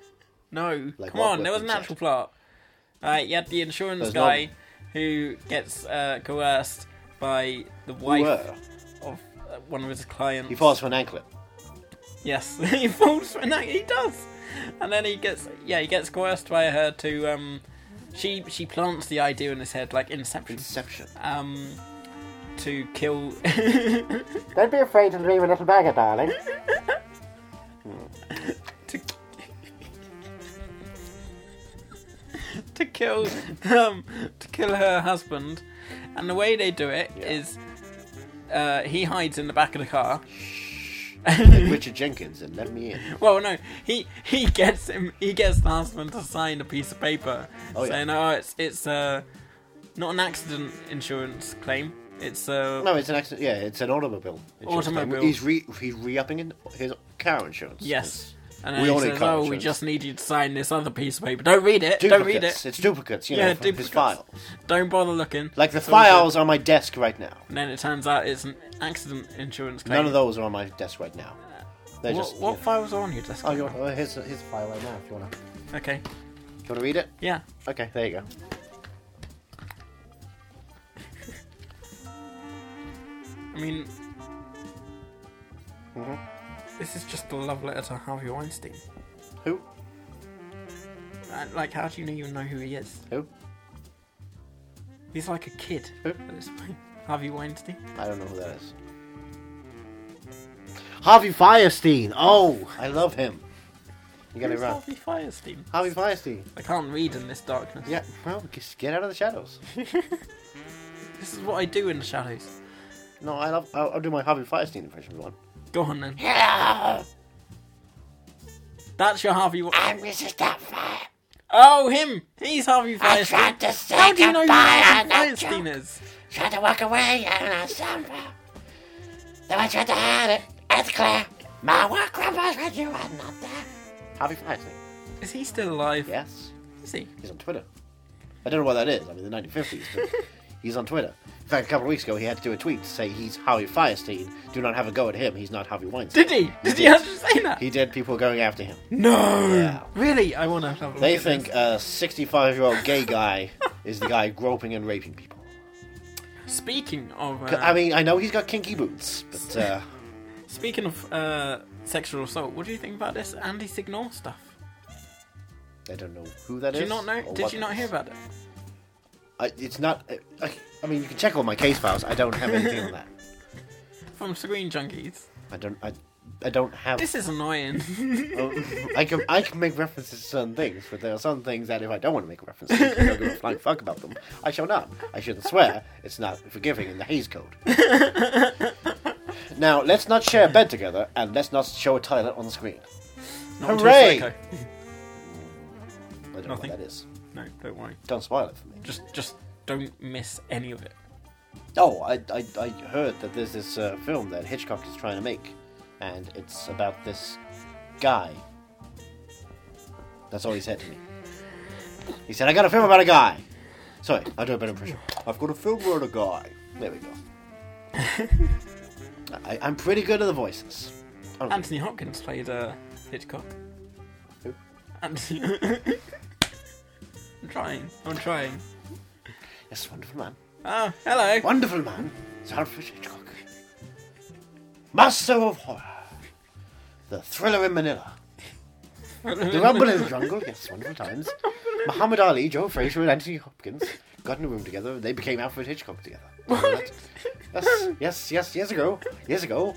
[SPEAKER 2] no.
[SPEAKER 1] Like
[SPEAKER 2] Come
[SPEAKER 1] what
[SPEAKER 2] on, there was an
[SPEAKER 1] weapons
[SPEAKER 2] actual plot. Uh, you had the insurance
[SPEAKER 1] There's
[SPEAKER 2] guy who gets uh, coerced by the wife
[SPEAKER 1] Were.
[SPEAKER 2] of uh, one of his clients.
[SPEAKER 1] He falls for an anklet.
[SPEAKER 2] Yes, he falls for no, he does, and then he gets yeah, he gets coerced by her to um, she she plants the idea in his head like Inception,
[SPEAKER 1] Inception.
[SPEAKER 2] um, to kill.
[SPEAKER 7] Don't be afraid to leave a little beggar, darling.
[SPEAKER 2] to to kill um to kill her husband, and the way they do it is uh, he hides in the back of the car.
[SPEAKER 1] Like Richard Jenkins and let me in.
[SPEAKER 2] Well, no, he he gets him. He gets the husband to sign a piece of paper
[SPEAKER 1] Oh, yeah.
[SPEAKER 2] saying, "Oh, it's it's uh, not an accident insurance claim. It's uh,
[SPEAKER 1] Oh, No, it's an accident. Yeah, it's an automobile. insurance claim.
[SPEAKER 2] Automobile.
[SPEAKER 1] He's re he's re-upping in his car insurance.
[SPEAKER 2] yes." And
[SPEAKER 1] We
[SPEAKER 2] then he
[SPEAKER 1] all need
[SPEAKER 2] says,
[SPEAKER 1] car
[SPEAKER 2] "Oh, we
[SPEAKER 1] insurance."
[SPEAKER 2] just need you to sign this other piece of paper. Don't read it.
[SPEAKER 1] Duplicates.
[SPEAKER 2] Don't read it.
[SPEAKER 1] It's duplicates. You
[SPEAKER 2] Yeah,
[SPEAKER 1] know, from his
[SPEAKER 2] duplicates.
[SPEAKER 1] files.
[SPEAKER 2] Don't bother looking."
[SPEAKER 1] Like the
[SPEAKER 2] It's all good.
[SPEAKER 1] files on my desk right now.
[SPEAKER 2] And then it turns out it's an accident insurance claim.
[SPEAKER 1] None of those are on my desk right now. They're
[SPEAKER 2] What,
[SPEAKER 1] just.
[SPEAKER 2] what
[SPEAKER 1] yeah.
[SPEAKER 2] files are on your desk?
[SPEAKER 1] Oh, you want, oh, here's his file right now. If you wanna, do
[SPEAKER 2] Okay.
[SPEAKER 1] you wanna read it?
[SPEAKER 2] Yeah.
[SPEAKER 1] Okay, there you go.
[SPEAKER 2] I mean,
[SPEAKER 1] Mm-hmm.
[SPEAKER 2] this is just a love letter to Harvey Weinstein.
[SPEAKER 1] Who?
[SPEAKER 2] Uh, Like, how do you even know who he is?
[SPEAKER 1] Who?
[SPEAKER 2] He's like a kid.
[SPEAKER 1] Who?
[SPEAKER 2] at this point. Harvey Weinstein.
[SPEAKER 1] I don't know who that is. Harvey Firestein. Oh, I love him. You got it
[SPEAKER 2] Who's
[SPEAKER 1] wrong.
[SPEAKER 2] Harvey Firestein.
[SPEAKER 1] Harvey Firestein.
[SPEAKER 2] I can't read in this darkness.
[SPEAKER 1] Yeah, well, just get out of the shadows.
[SPEAKER 2] This is what I do in the shadows.
[SPEAKER 1] No, I love. I'll, I'll do my Harvey Firestein impression if you want.
[SPEAKER 2] Go on then. That's your Harvey. Wa-
[SPEAKER 8] I'm Mrs. Doubtfire.
[SPEAKER 2] oh, him. He's Harvey
[SPEAKER 8] I
[SPEAKER 2] Firestein.
[SPEAKER 8] tried to say
[SPEAKER 2] How do you know who
[SPEAKER 8] goodbye
[SPEAKER 2] Harvey
[SPEAKER 8] and I
[SPEAKER 2] Firestein is?
[SPEAKER 8] tried to walk away and I somehow. Though I tried to hide it, it's clear. My work crumbles when you are not there.
[SPEAKER 1] Harvey Firestein.
[SPEAKER 2] Is he still alive?
[SPEAKER 1] Yes,
[SPEAKER 2] Is he?
[SPEAKER 1] he's on Twitter. I don't know what that is. I mean, the 1950s. But he's on Twitter. In fact, a couple of weeks ago, he had to do a tweet to say he's Harvey Firestein. Do not have a go at him. He's not Harvey Weinstein.
[SPEAKER 2] Did he? Did he actually say that?
[SPEAKER 1] He did. People were going after him.
[SPEAKER 2] No.
[SPEAKER 1] Yeah.
[SPEAKER 2] Really? I want to have a look
[SPEAKER 1] They
[SPEAKER 2] at
[SPEAKER 1] think a 65 year old gay guy is the guy groping and raping people.
[SPEAKER 2] this. Speaking of, uh,
[SPEAKER 1] I mean, I know he's got kinky boots, but uh,
[SPEAKER 2] speaking of uh, sexual assault, what do you think about this Andy Signal stuff?
[SPEAKER 1] I don't know who that is.
[SPEAKER 2] Did you not know?
[SPEAKER 1] or
[SPEAKER 2] Did
[SPEAKER 1] what
[SPEAKER 2] you
[SPEAKER 1] that
[SPEAKER 2] not
[SPEAKER 1] is.
[SPEAKER 2] hear about it?
[SPEAKER 1] I, it's not. uh, I, I mean, you can check all my case files. I don't have anything on that.
[SPEAKER 2] From Screen Junkies.
[SPEAKER 1] I don't. I, I don't have.
[SPEAKER 2] This is annoying.
[SPEAKER 1] I can I can make references to certain things, but there are some things that if I don't want to make references, I don't give a flying fuck about them. I shall not. I shouldn't swear. It's not forgiving in the Hayes Code. now let's not share a bed together, and let's not show a toilet on the screen.
[SPEAKER 2] Not until
[SPEAKER 1] Hooray!
[SPEAKER 2] Psycho.
[SPEAKER 1] I don't
[SPEAKER 2] Nothing.
[SPEAKER 1] know what that is.
[SPEAKER 2] No, don't worry.
[SPEAKER 1] Don't spoil it for me.
[SPEAKER 2] Just, just don't miss any of it.
[SPEAKER 1] Oh, I, I, I heard that there's this uh, film that Hitchcock is trying to make, and it's about this guy. That's all he said to me. He said, I got a film about a guy. Sorry, I'll do a better impression. I've got a film on a guy. There we go. I, I'm pretty good at the voices. Oh,
[SPEAKER 2] Anthony Hopkins played uh, Hitchcock.
[SPEAKER 1] Who?
[SPEAKER 2] Anthony. I'm trying. I'm trying.
[SPEAKER 1] Yes, wonderful man.
[SPEAKER 2] Oh, hello.
[SPEAKER 1] Wonderful man. Sir Alfred Hitchcock. Master of horror. The thriller in Manila. The Rumble in the Jungle, yes, wonderful times. Muhammad Ali, Joe Frazier, and Anthony Hopkins got in a room together and they became Alfred Hitchcock together. Remember that? Yes, yes, yes, years ago, years ago,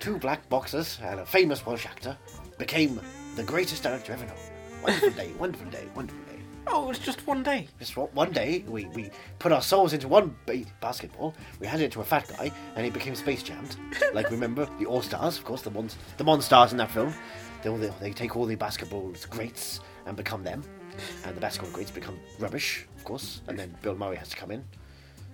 [SPEAKER 1] two black boxers and a famous Welsh actor became the greatest director ever known. Wonderful day, wonderful day, wonderful day.
[SPEAKER 2] Oh, it was just one day.
[SPEAKER 1] Just one- one day, we, we put our souls into one ba- basketball. We handed it to a fat guy, and he became space jammed. like remember the All Stars, of course, the Mon the Mon Stars in that film. They, all, they, they take all the basketball greats and become them, and the basketball greats become rubbish, of course. And then Bill Murray has to come in.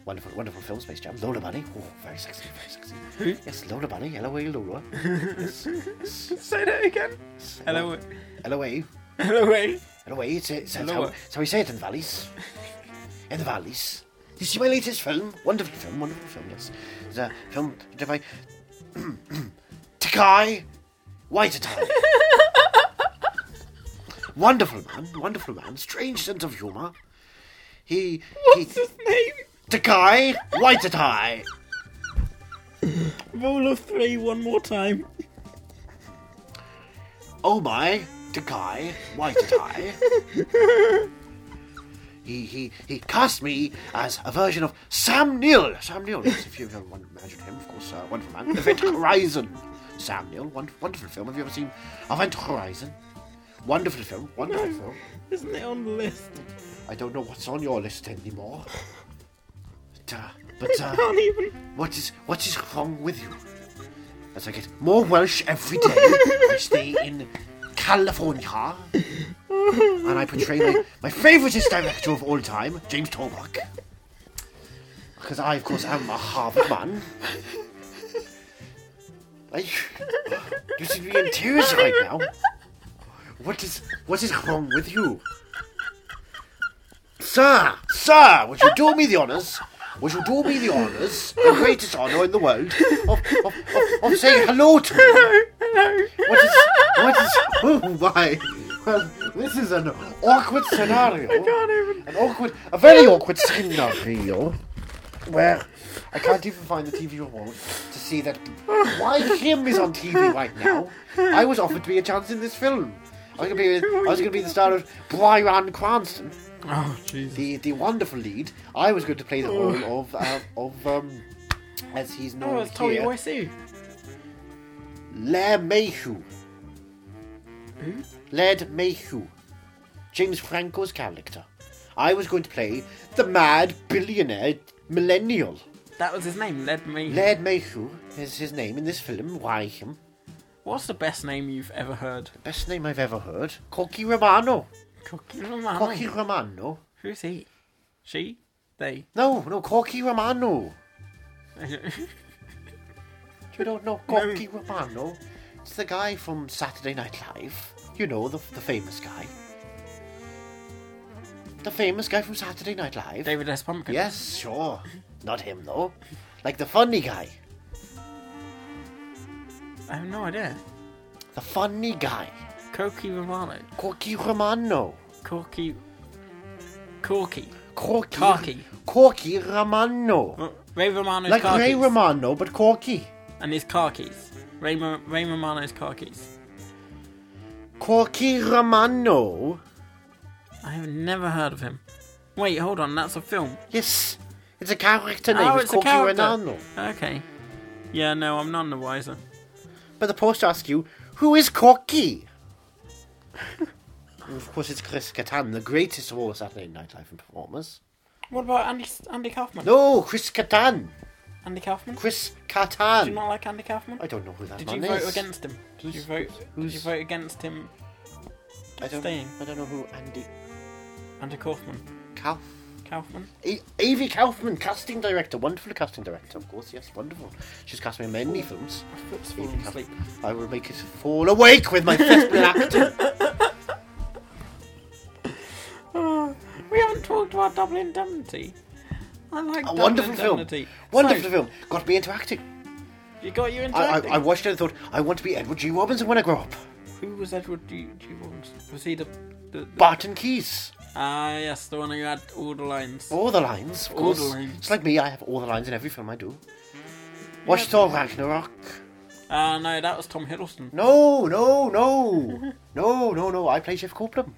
[SPEAKER 1] Wonderful, wonderful film, Space Jam. Lola Bunny, oh, very sexy, very sexy. yes, Lola Bunny, L O A Lola. Yes, yes, yes.
[SPEAKER 2] Say that again. Hello.
[SPEAKER 1] L O A
[SPEAKER 2] Hello, eh?
[SPEAKER 1] in a way, it's, it's, it's,
[SPEAKER 2] Hello.
[SPEAKER 1] how, it's how we say it in the valleys. In the valleys. You see my latest film? Wonderful film, wonderful film, yes. It's a film directed by Takai Waititi. wonderful man, wonderful man. Strange sense of humour. He...
[SPEAKER 2] What's
[SPEAKER 1] he
[SPEAKER 2] his name?
[SPEAKER 1] Takai Waititi.
[SPEAKER 2] Roll of three one more time.
[SPEAKER 1] Oh my, Takai, why did I? he, he, he cast me as a version of Sam Neill. Sam Neill, yes, if you've ever won- imagined him, of course, uh, wonderful man. Event Horizon. Sam Neill, won- wonderful film. Have you ever seen Event Horizon? Wonderful film, wonderful film.
[SPEAKER 2] Isn't it on the list?
[SPEAKER 1] I don't know what's on your list anymore. But, uh, but uh,
[SPEAKER 2] Can't even.
[SPEAKER 1] What is what is wrong with you? As I get more Welsh every day, I stay in California, and I portray my, my favouriteest director of all time, James Torbach. Because I, of course, am a Harvard man. I, you seem to be in tears right now. What is what is wrong with you? Sir, sir, would you do me the honours? Would you do me the honours, the greatest honour in the world, of, of, of, of saying hello to me? What is, what is, oh my. Well, this is an awkward scenario. I can't even. An awkward, a very awkward scenario, where I can't even find the TV remote to see that why him is on TV right now. I was offered to be a chance in this film. I was gonna be, I was gonna be the star of Brian Cranston
[SPEAKER 2] Oh, Jesus.
[SPEAKER 1] the the wonderful lead. I was going to play the role of uh, of um, as he's known
[SPEAKER 2] Oh, it's Tommy
[SPEAKER 1] here,
[SPEAKER 2] Wiseau.
[SPEAKER 1] Lair Mayhew. Laird Mayhew, James Franco's character. I was going to play the mad billionaire millennial.
[SPEAKER 2] That was his name. Led me.
[SPEAKER 1] Laird Mayhew is his name in this film. Why him?
[SPEAKER 2] What's the best name you've ever heard?
[SPEAKER 1] Best name I've ever heard. Cocky Romano.
[SPEAKER 2] Corky Romano.
[SPEAKER 1] Cocky Romano.
[SPEAKER 2] Who's he? She? They?
[SPEAKER 1] No, no, Cocky Romano. You don't know Gorky Romano? It's the guy from Saturday Night Live. You know, the, the famous guy. The famous guy from Saturday Night Live.
[SPEAKER 2] David S. Pumpkin.
[SPEAKER 1] Yes, sure. Not him, though. Like the funny guy.
[SPEAKER 2] I have no idea.
[SPEAKER 1] The funny guy.
[SPEAKER 2] Corky Romano.
[SPEAKER 1] Corky Romano.
[SPEAKER 2] Corky. Corky.
[SPEAKER 1] Corky.
[SPEAKER 2] Corky.
[SPEAKER 1] Corky Romano.
[SPEAKER 2] R- Ray Romano's
[SPEAKER 1] Like
[SPEAKER 2] car
[SPEAKER 1] Ray
[SPEAKER 2] keys.
[SPEAKER 1] Romano, but Corky.
[SPEAKER 2] and his car keys. Ray, Mo- Ray Romano's car keys.
[SPEAKER 1] Corky Romano.
[SPEAKER 2] I have never heard of him. Wait, hold on, that's a film.
[SPEAKER 1] Yes. It's a character name.
[SPEAKER 2] oh,
[SPEAKER 1] it's
[SPEAKER 2] it's a
[SPEAKER 1] Corky
[SPEAKER 2] character.
[SPEAKER 1] Romano.
[SPEAKER 2] Okay. Yeah, no, I'm none the wiser.
[SPEAKER 1] But the post asks you, who is Corky? and of course, it's Chris Kattan, the greatest of all Saturday Night Live performers.
[SPEAKER 2] What about Andy Andy Kaufman?
[SPEAKER 1] No, Chris Kattan!
[SPEAKER 2] Andy Kaufman?
[SPEAKER 1] Chris
[SPEAKER 2] Do you
[SPEAKER 1] Kattan!
[SPEAKER 2] not like Andy Kaufman?
[SPEAKER 1] I don't know who that
[SPEAKER 2] Did you
[SPEAKER 1] man
[SPEAKER 2] vote
[SPEAKER 1] is.
[SPEAKER 2] against him? Did you
[SPEAKER 1] Who's-
[SPEAKER 2] vote? Did you
[SPEAKER 1] who's-
[SPEAKER 2] vote against him,
[SPEAKER 1] I don't,
[SPEAKER 2] staying?
[SPEAKER 1] I don't know who Andy
[SPEAKER 2] Andy Kaufman?
[SPEAKER 1] Kauf.
[SPEAKER 2] Kaufman?
[SPEAKER 1] A- Avi E- Kaufman, casting director, wonderful casting director, of course, yes, wonderful. She's cast me in many films.
[SPEAKER 2] My foot's
[SPEAKER 1] Avi
[SPEAKER 2] falling
[SPEAKER 1] Kauf-
[SPEAKER 2] asleep.
[SPEAKER 1] I will make it fall awake with my fifth actor. Ah.
[SPEAKER 2] We haven't talked about double indemnity. I I like
[SPEAKER 1] A
[SPEAKER 2] Double
[SPEAKER 1] wonderful film.
[SPEAKER 2] Indemnity.
[SPEAKER 1] Wonderful
[SPEAKER 2] So,
[SPEAKER 1] film. Got me into acting.
[SPEAKER 2] You got you into
[SPEAKER 1] I, I,
[SPEAKER 2] acting.
[SPEAKER 1] I watched it and thought, I want to be Edward G. Robinson when I grow up.
[SPEAKER 2] Who was Edward G. G. Robinson? Was he the the? the-
[SPEAKER 1] Barton Keys.
[SPEAKER 2] Ah, yes, the one who had all the lines.
[SPEAKER 1] All the lines, of
[SPEAKER 2] All
[SPEAKER 1] course.
[SPEAKER 2] the lines.
[SPEAKER 1] It's like me, I have all the lines in every film I do. Watch Thor Ragnarok.
[SPEAKER 2] Ah, no, that was Tom Hiddleston.
[SPEAKER 1] No, no, no. no, no, no. I play Jeff Copeland.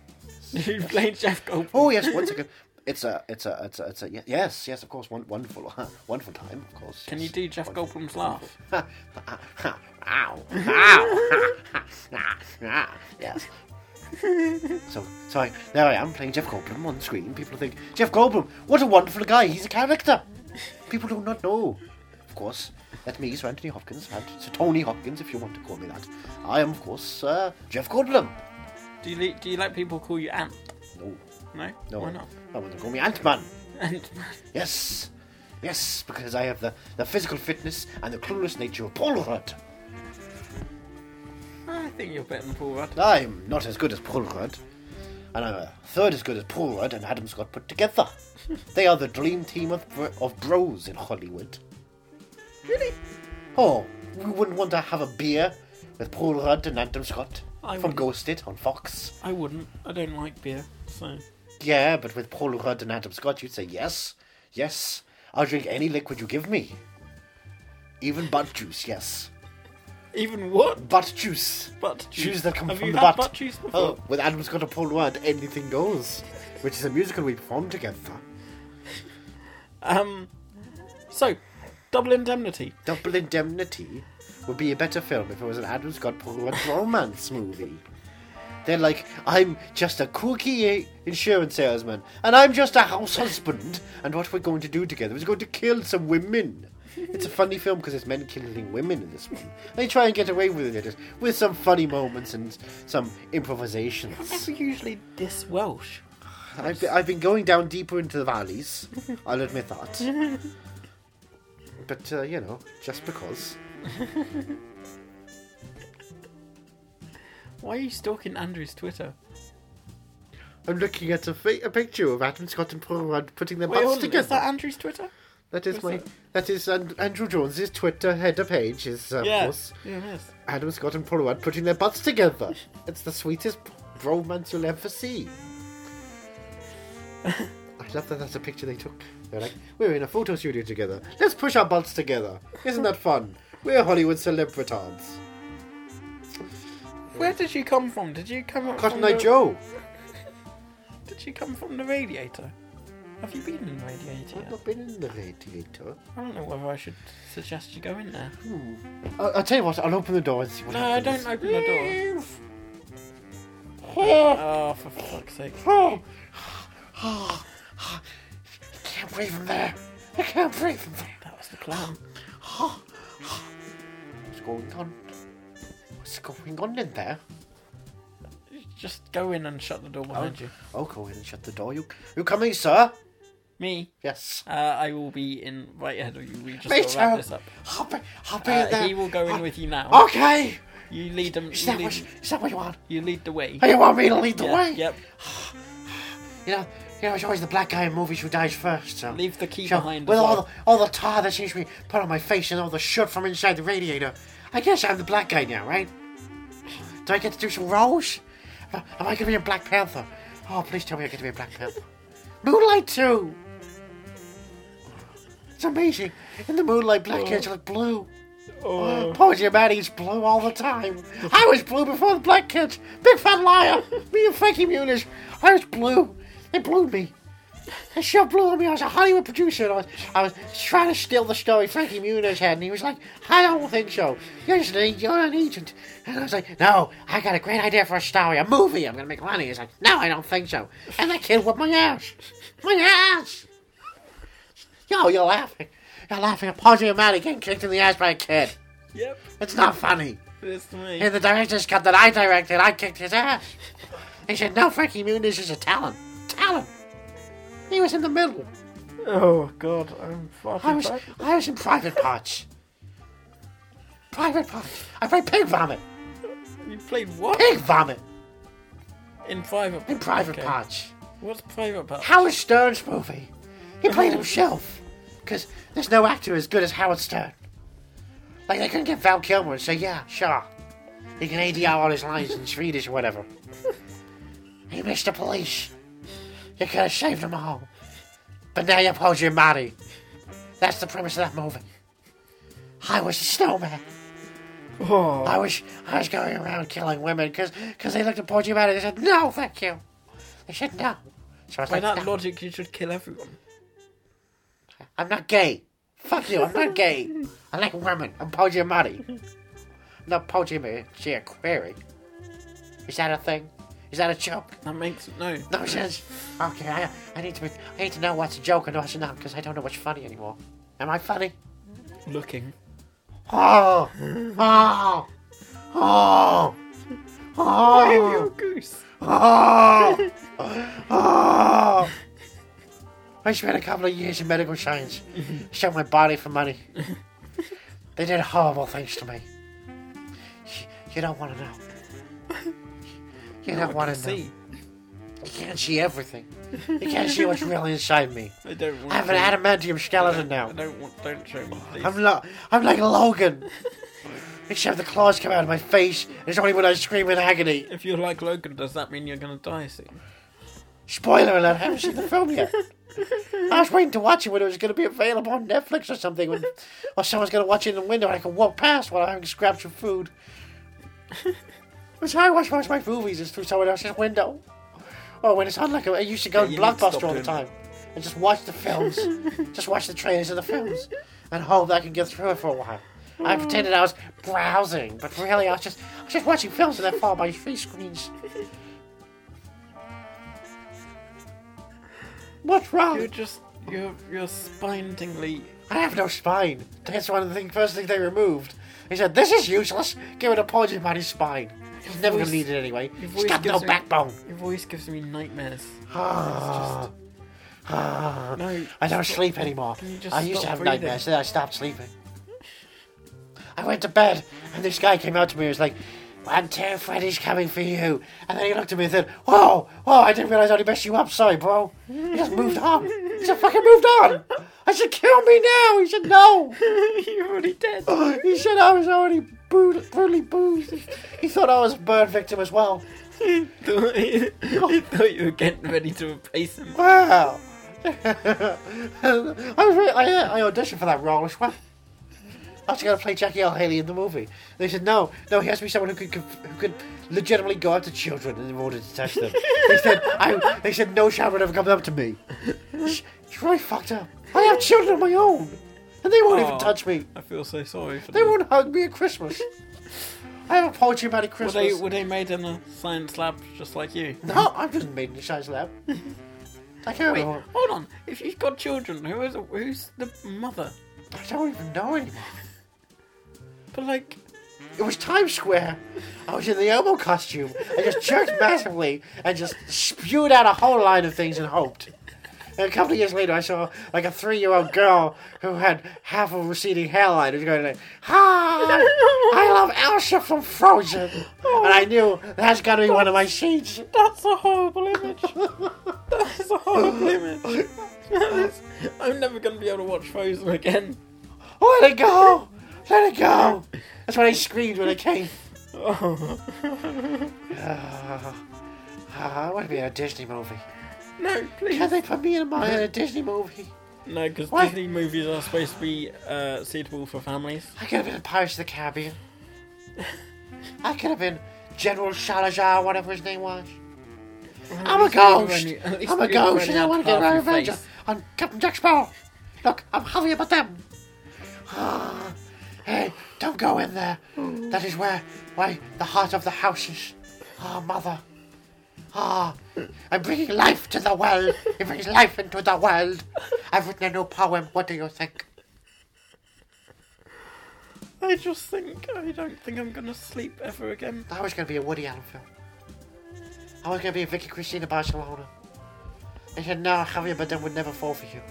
[SPEAKER 2] Who played Jeff Goldblum?
[SPEAKER 1] Oh, yes, one second. It's a, it's a, it's a, it's a, ye- yes, yes, of course, one, wonderful, uh, wonderful time, of course.
[SPEAKER 2] Can you
[SPEAKER 1] yes.
[SPEAKER 2] do Jeff Goldblum's laugh?
[SPEAKER 1] ow, ow, ow, ah, ah, yes. So, so I, there I am playing Jeff Goldblum on screen. People think Jeff Goldblum, what a wonderful guy! He's a character. People do not know, of course. That's me, Sir Anthony Hopkins, and Sir Tony Hopkins, if you want to call me that. I am, of course, uh, Jeff Goldblum.
[SPEAKER 2] Do you li- do you let people call you Ant?
[SPEAKER 1] No,
[SPEAKER 2] No,
[SPEAKER 1] no,
[SPEAKER 2] why not?
[SPEAKER 1] No one can call me Ant Man.
[SPEAKER 2] Ant.
[SPEAKER 1] Yes, yes, because I have the, the physical fitness and the clueless nature of Paul Rudd.
[SPEAKER 2] Ah, I think you're better than Paul Rudd.
[SPEAKER 1] I'm not as good as Paul Rudd, and I'm a third as good as Paul Rudd and Adam Scott put together. they are the dream team of, bro- of bros in Hollywood.
[SPEAKER 2] Really?
[SPEAKER 1] Oh, we wouldn't want to have a beer with Paul Rudd and Adam Scott
[SPEAKER 2] I
[SPEAKER 1] from
[SPEAKER 2] wouldn't.
[SPEAKER 1] Ghosted on Fox.
[SPEAKER 2] I wouldn't. I don't like beer, so
[SPEAKER 1] Yeah, but with Paul Rudd and Adam Scott, you'd say yes, yes. I'll drink any liquid you give me, even butt juice. Yes,
[SPEAKER 2] even what?
[SPEAKER 1] butt juice.
[SPEAKER 2] Butt juice.
[SPEAKER 1] Shoes that come
[SPEAKER 2] Have
[SPEAKER 1] from
[SPEAKER 2] you
[SPEAKER 1] the
[SPEAKER 2] had
[SPEAKER 1] butt.
[SPEAKER 2] butt juice before?
[SPEAKER 1] Oh, with Adam Scott and Paul Rudd, anything goes, which is a musical we performed together.
[SPEAKER 2] Um, so double indemnity.
[SPEAKER 1] Double Indemnity would be a better film if it was an Adam Scott Paul Rudd romance movie. They're like, I'm just a kooky insurance salesman, and I'm just a house husband, and what we're going to do together is going to kill some women. It's a funny film because it's men killing women in this one. They try and get away with it with some funny moments and some improvisations.
[SPEAKER 2] Never usually this Welsh.
[SPEAKER 1] I've been, I've been going down deeper into the valleys. I'll admit that. but uh, you know, just because.
[SPEAKER 2] Why are you stalking Andrew's Twitter?
[SPEAKER 1] I'm looking at a, fa- a picture of Adam Scott and Paul Rudd putting their
[SPEAKER 2] Wait,
[SPEAKER 1] butts
[SPEAKER 2] hold on,
[SPEAKER 1] together.
[SPEAKER 2] is that Andrew's Twitter?
[SPEAKER 1] that is my
[SPEAKER 2] what's
[SPEAKER 1] that is and- Andrew Jones's Twitter header page is uh, of
[SPEAKER 2] Yes.
[SPEAKER 1] course
[SPEAKER 2] Yeah, it is.
[SPEAKER 1] Adam Scott and Paul Rudd putting their butts together. it's the sweetest romance you'll ever see. I love that that's a picture they took. They're like, we're in a photo studio together. Let's push our butts together. Isn't that fun? We're Hollywood celebritards.
[SPEAKER 2] Where did you come from? Did you come up
[SPEAKER 1] Cotton
[SPEAKER 2] from
[SPEAKER 1] Eye
[SPEAKER 2] the,
[SPEAKER 1] Joe.
[SPEAKER 2] Did you come from the radiator? Have you been in the radiator?
[SPEAKER 1] I've
[SPEAKER 2] Yet?
[SPEAKER 1] not been in the radiator.
[SPEAKER 2] I don't know whether I should suggest you go in there.
[SPEAKER 1] I'll, I'll tell you what, I'll open the door and see what
[SPEAKER 2] No, I
[SPEAKER 1] happens.
[SPEAKER 2] don't open the door. Oh, for fuck's sake!
[SPEAKER 1] Oh, I can't breathe in there. I can't breathe in there.
[SPEAKER 2] That was the clown.
[SPEAKER 1] What's going on? What's going on in there?
[SPEAKER 2] Just go in and shut the door behind you.
[SPEAKER 1] Oh, go in and shut the door. You, you coming, sir?
[SPEAKER 2] Me,
[SPEAKER 1] Yes.
[SPEAKER 2] uh, I will be in right ahead of you. We just
[SPEAKER 1] Me
[SPEAKER 2] gotta wrap
[SPEAKER 1] too.
[SPEAKER 2] this up.
[SPEAKER 1] I'll be, I'll be in
[SPEAKER 2] Uh,
[SPEAKER 1] there.
[SPEAKER 2] he will go in
[SPEAKER 1] I-
[SPEAKER 2] with you now.
[SPEAKER 1] Okay.
[SPEAKER 2] You lead him.
[SPEAKER 1] Is
[SPEAKER 2] You
[SPEAKER 1] that, what,
[SPEAKER 2] lead,
[SPEAKER 1] you- is that what you want?
[SPEAKER 2] you lead the way.
[SPEAKER 1] Oh, you want me to lead the
[SPEAKER 2] Yeah,
[SPEAKER 1] way?
[SPEAKER 2] Yep.
[SPEAKER 1] You know, you know, it's always the black guy in movies who dies first. So.
[SPEAKER 2] Leave the key
[SPEAKER 1] So,
[SPEAKER 2] behind
[SPEAKER 1] With
[SPEAKER 2] as
[SPEAKER 1] all
[SPEAKER 2] well.
[SPEAKER 1] the, all the tar that seems to be put on my face and all the soot from inside the radiator, I guess I'm the black guy now, right? Do I get to do some roles? Uh, Am I going to be a Black Panther? Oh, please tell me I get to be a Black Panther. Moonlight too. It's amazing. In the moonlight, black kids look blue.
[SPEAKER 2] Oh.
[SPEAKER 1] Poetry about he's blue all the time. I was blue before the black kids. Big fat liar. Me and Frankie Muniz. I was blue. They blew me. They sure blew me. I was a Hollywood producer. And I, was, I was trying to steal the story Frankie Muniz had. And he was like, I don't think so. You're, just an, you're an agent. And I was like, no, I got a great idea for a story, a movie. I'm going to make money. He's like, no, I don't think so. And that kid whipped my ass. My ass. Yo, you're laughing. You're laughing at Paul Giamatti getting kicked in the ass by a kid.
[SPEAKER 2] Yep.
[SPEAKER 1] It's not funny.
[SPEAKER 2] It's me.
[SPEAKER 1] In the director's cut that I directed, I kicked his ass. They said, no, Frankie Muniz is a talent. Talent. He was in the middle.
[SPEAKER 2] Oh god, I'm
[SPEAKER 1] I
[SPEAKER 2] fucking
[SPEAKER 1] was,
[SPEAKER 2] back.
[SPEAKER 1] I was in private parts. Private parts. I played pig vomit.
[SPEAKER 2] You played what?
[SPEAKER 1] Pig vomit
[SPEAKER 2] In private.
[SPEAKER 1] in private
[SPEAKER 2] okay.
[SPEAKER 1] parts.
[SPEAKER 2] What's private part?
[SPEAKER 1] Howard Stern's movie. He played himself.
[SPEAKER 7] Because there's no actor as good as Howard Stern. Like, they couldn't get Val Kilmer and say, yeah, sure. He can ADR all his lines in Swedish or whatever. Hey, Mr. Police, you could have saved them all. But now you pulled your money. That's the premise of that movie. I was a snowman.
[SPEAKER 2] Oh,
[SPEAKER 7] I was I was going around killing women because they looked at Paul Giamatti and they said, no, thank you. They said, no. So I was
[SPEAKER 2] By
[SPEAKER 7] like,
[SPEAKER 2] that
[SPEAKER 7] "No,
[SPEAKER 2] logic, you should kill everyone.
[SPEAKER 7] I'm not gay. Fuck you, I'm not gay. I like women. I'm Paul Giamatti. I'm not Paul Giamatti, a query. Is that a thing? Is that a joke?
[SPEAKER 2] That makes no.
[SPEAKER 7] No sense. Okay, I, I need to be, I need to know what's a joke and what's not because I don't know what's funny anymore. Am I funny?
[SPEAKER 2] Looking.
[SPEAKER 7] Oh, oh, oh,
[SPEAKER 2] You're a
[SPEAKER 7] oh,
[SPEAKER 2] goose.
[SPEAKER 7] oh, oh. I spent a couple of years in medical science, sold my body for money. They did horrible things to me. You- You don't want to know. You
[SPEAKER 2] I
[SPEAKER 7] don't want to know.
[SPEAKER 2] see.
[SPEAKER 7] You can't see everything. You can't see what's really inside me.
[SPEAKER 2] I don't want
[SPEAKER 7] I have
[SPEAKER 2] to.
[SPEAKER 7] an adamantium skeleton
[SPEAKER 2] I
[SPEAKER 7] now.
[SPEAKER 2] don't want. Don't show me. Please.
[SPEAKER 7] I'm not. I'm like Logan. Except the claws come out of my face. and It's only when I scream in agony.
[SPEAKER 2] If you're like Logan, does that mean you're gonna die soon?
[SPEAKER 7] Spoiler alert! I haven't seen the film yet. I was waiting to watch it when it was going to be available on Netflix or something, when, or someone's going to watch it in the window and I can walk past while I'm having scraps of food. That's how I watch most of my movies is through someone else's window. Or when it's on like a, I used to go
[SPEAKER 2] you
[SPEAKER 7] to
[SPEAKER 2] need to
[SPEAKER 7] Blockbuster
[SPEAKER 2] stop
[SPEAKER 7] all
[SPEAKER 2] doing
[SPEAKER 7] the time and just watch the films, just watch the trailers of the films, and hope that I can get through it for a while. I pretended I was browsing, but really I was just I was just watching films and that fall by three screens. What's wrong?
[SPEAKER 2] You're just. You're. You're spine tingly.
[SPEAKER 7] I have no spine. That's one of the thing, first thing they removed. He said, "This is useless. Give it a Paul Giamatti's spine. He's never gonna
[SPEAKER 2] voice-
[SPEAKER 7] need it anyway.
[SPEAKER 2] your
[SPEAKER 7] He's
[SPEAKER 2] voice
[SPEAKER 7] got no
[SPEAKER 2] gives me-
[SPEAKER 7] backbone."
[SPEAKER 2] Your voice gives me nightmares.
[SPEAKER 7] Ah, ah.
[SPEAKER 2] No.
[SPEAKER 7] I don't
[SPEAKER 2] stop.
[SPEAKER 7] sleep anymore.
[SPEAKER 2] Can you just
[SPEAKER 7] I used to
[SPEAKER 2] stop
[SPEAKER 7] have
[SPEAKER 2] breathing?
[SPEAKER 7] nightmares, then I stopped sleeping. I went to bed, and this guy came out to me and was like, I'm terrified he's coming for you. And then he looked at me and said, Whoa, whoa, I didn't realize I'd messed you up. Sorry, bro. He just moved on. He just fucking moved on. I said, Kill me now. He said, No.
[SPEAKER 2] you're already dead.
[SPEAKER 7] Oh, He said I was already brutally, brutally boozed. He thought I was a burn victim as well.
[SPEAKER 2] I thought you were getting ready to replace him.
[SPEAKER 7] Wow. I was re- I, I auditioned for that role as well. I was going to play Jackie L. Haley in the movie. They said, no, no, he has to be someone who could, conf- who could legitimately go after children in order to touch them. they, said, I, they said, no child would ever come up to me. It's it's really fucked up. I have children of my own, and they won't even
[SPEAKER 2] Aw.
[SPEAKER 7] touch me.
[SPEAKER 2] I feel so sorry for
[SPEAKER 7] They
[SPEAKER 2] them.
[SPEAKER 7] won't hug me at Christmas. I have a poetry about it
[SPEAKER 2] Were
[SPEAKER 7] Christmas.
[SPEAKER 2] they, were they made in a science lab just like you?
[SPEAKER 7] No, I wasn't made in the science lab. I can't
[SPEAKER 2] Wait,
[SPEAKER 7] remember.
[SPEAKER 2] hold on. If you've got children, who is who's the mother?
[SPEAKER 7] I don't even know anymore.
[SPEAKER 2] But like,
[SPEAKER 7] It was Times Square. I was in the Elmo costume. I just jerked massively and just spewed out a whole line of things and hoped. And a couple of years later, I saw like a three-year-old girl who had half a receding hairline who was going like, "Hi, I love Elsa from Frozen," and I knew that's got to be one of my scenes.
[SPEAKER 2] that's a horrible image. that is a horrible image. That is- I'm never going to be able to watch Frozen again.
[SPEAKER 7] Let it go! Let it go! That's what I screamed when it came. Ah, I want to be in a Disney movie.
[SPEAKER 2] No, please.
[SPEAKER 7] Can they put me in my in a Disney movie?
[SPEAKER 2] No, because
[SPEAKER 7] Why?
[SPEAKER 2] Disney movies are supposed to be uh, suitable for families.
[SPEAKER 7] I could have been in Pirates of the Caribbean. I could have been General Salazar, whatever his name was. I'm a
[SPEAKER 2] least we were
[SPEAKER 7] ghost!
[SPEAKER 2] only- at least
[SPEAKER 7] I'm a
[SPEAKER 2] we were only
[SPEAKER 7] ghost and I
[SPEAKER 2] had
[SPEAKER 7] want to
[SPEAKER 2] half
[SPEAKER 7] get my
[SPEAKER 2] your
[SPEAKER 7] revenge
[SPEAKER 2] face.
[SPEAKER 7] on Captain Jack Sparrow. Look, I'm happy about them. Ah, hey, don't go in there. That is where, why the heart of the house is. Ah, mother. Ah, I'm bringing life to the world. It brings life into the world. I've written a new poem. What do you think?
[SPEAKER 2] I just think I don't think I'm going to sleep ever again.
[SPEAKER 7] I was going to be a Woody Allen film. I was going to be a Vicky Cristina Barcelona. They said, no, Javier Bardem would never fall for you.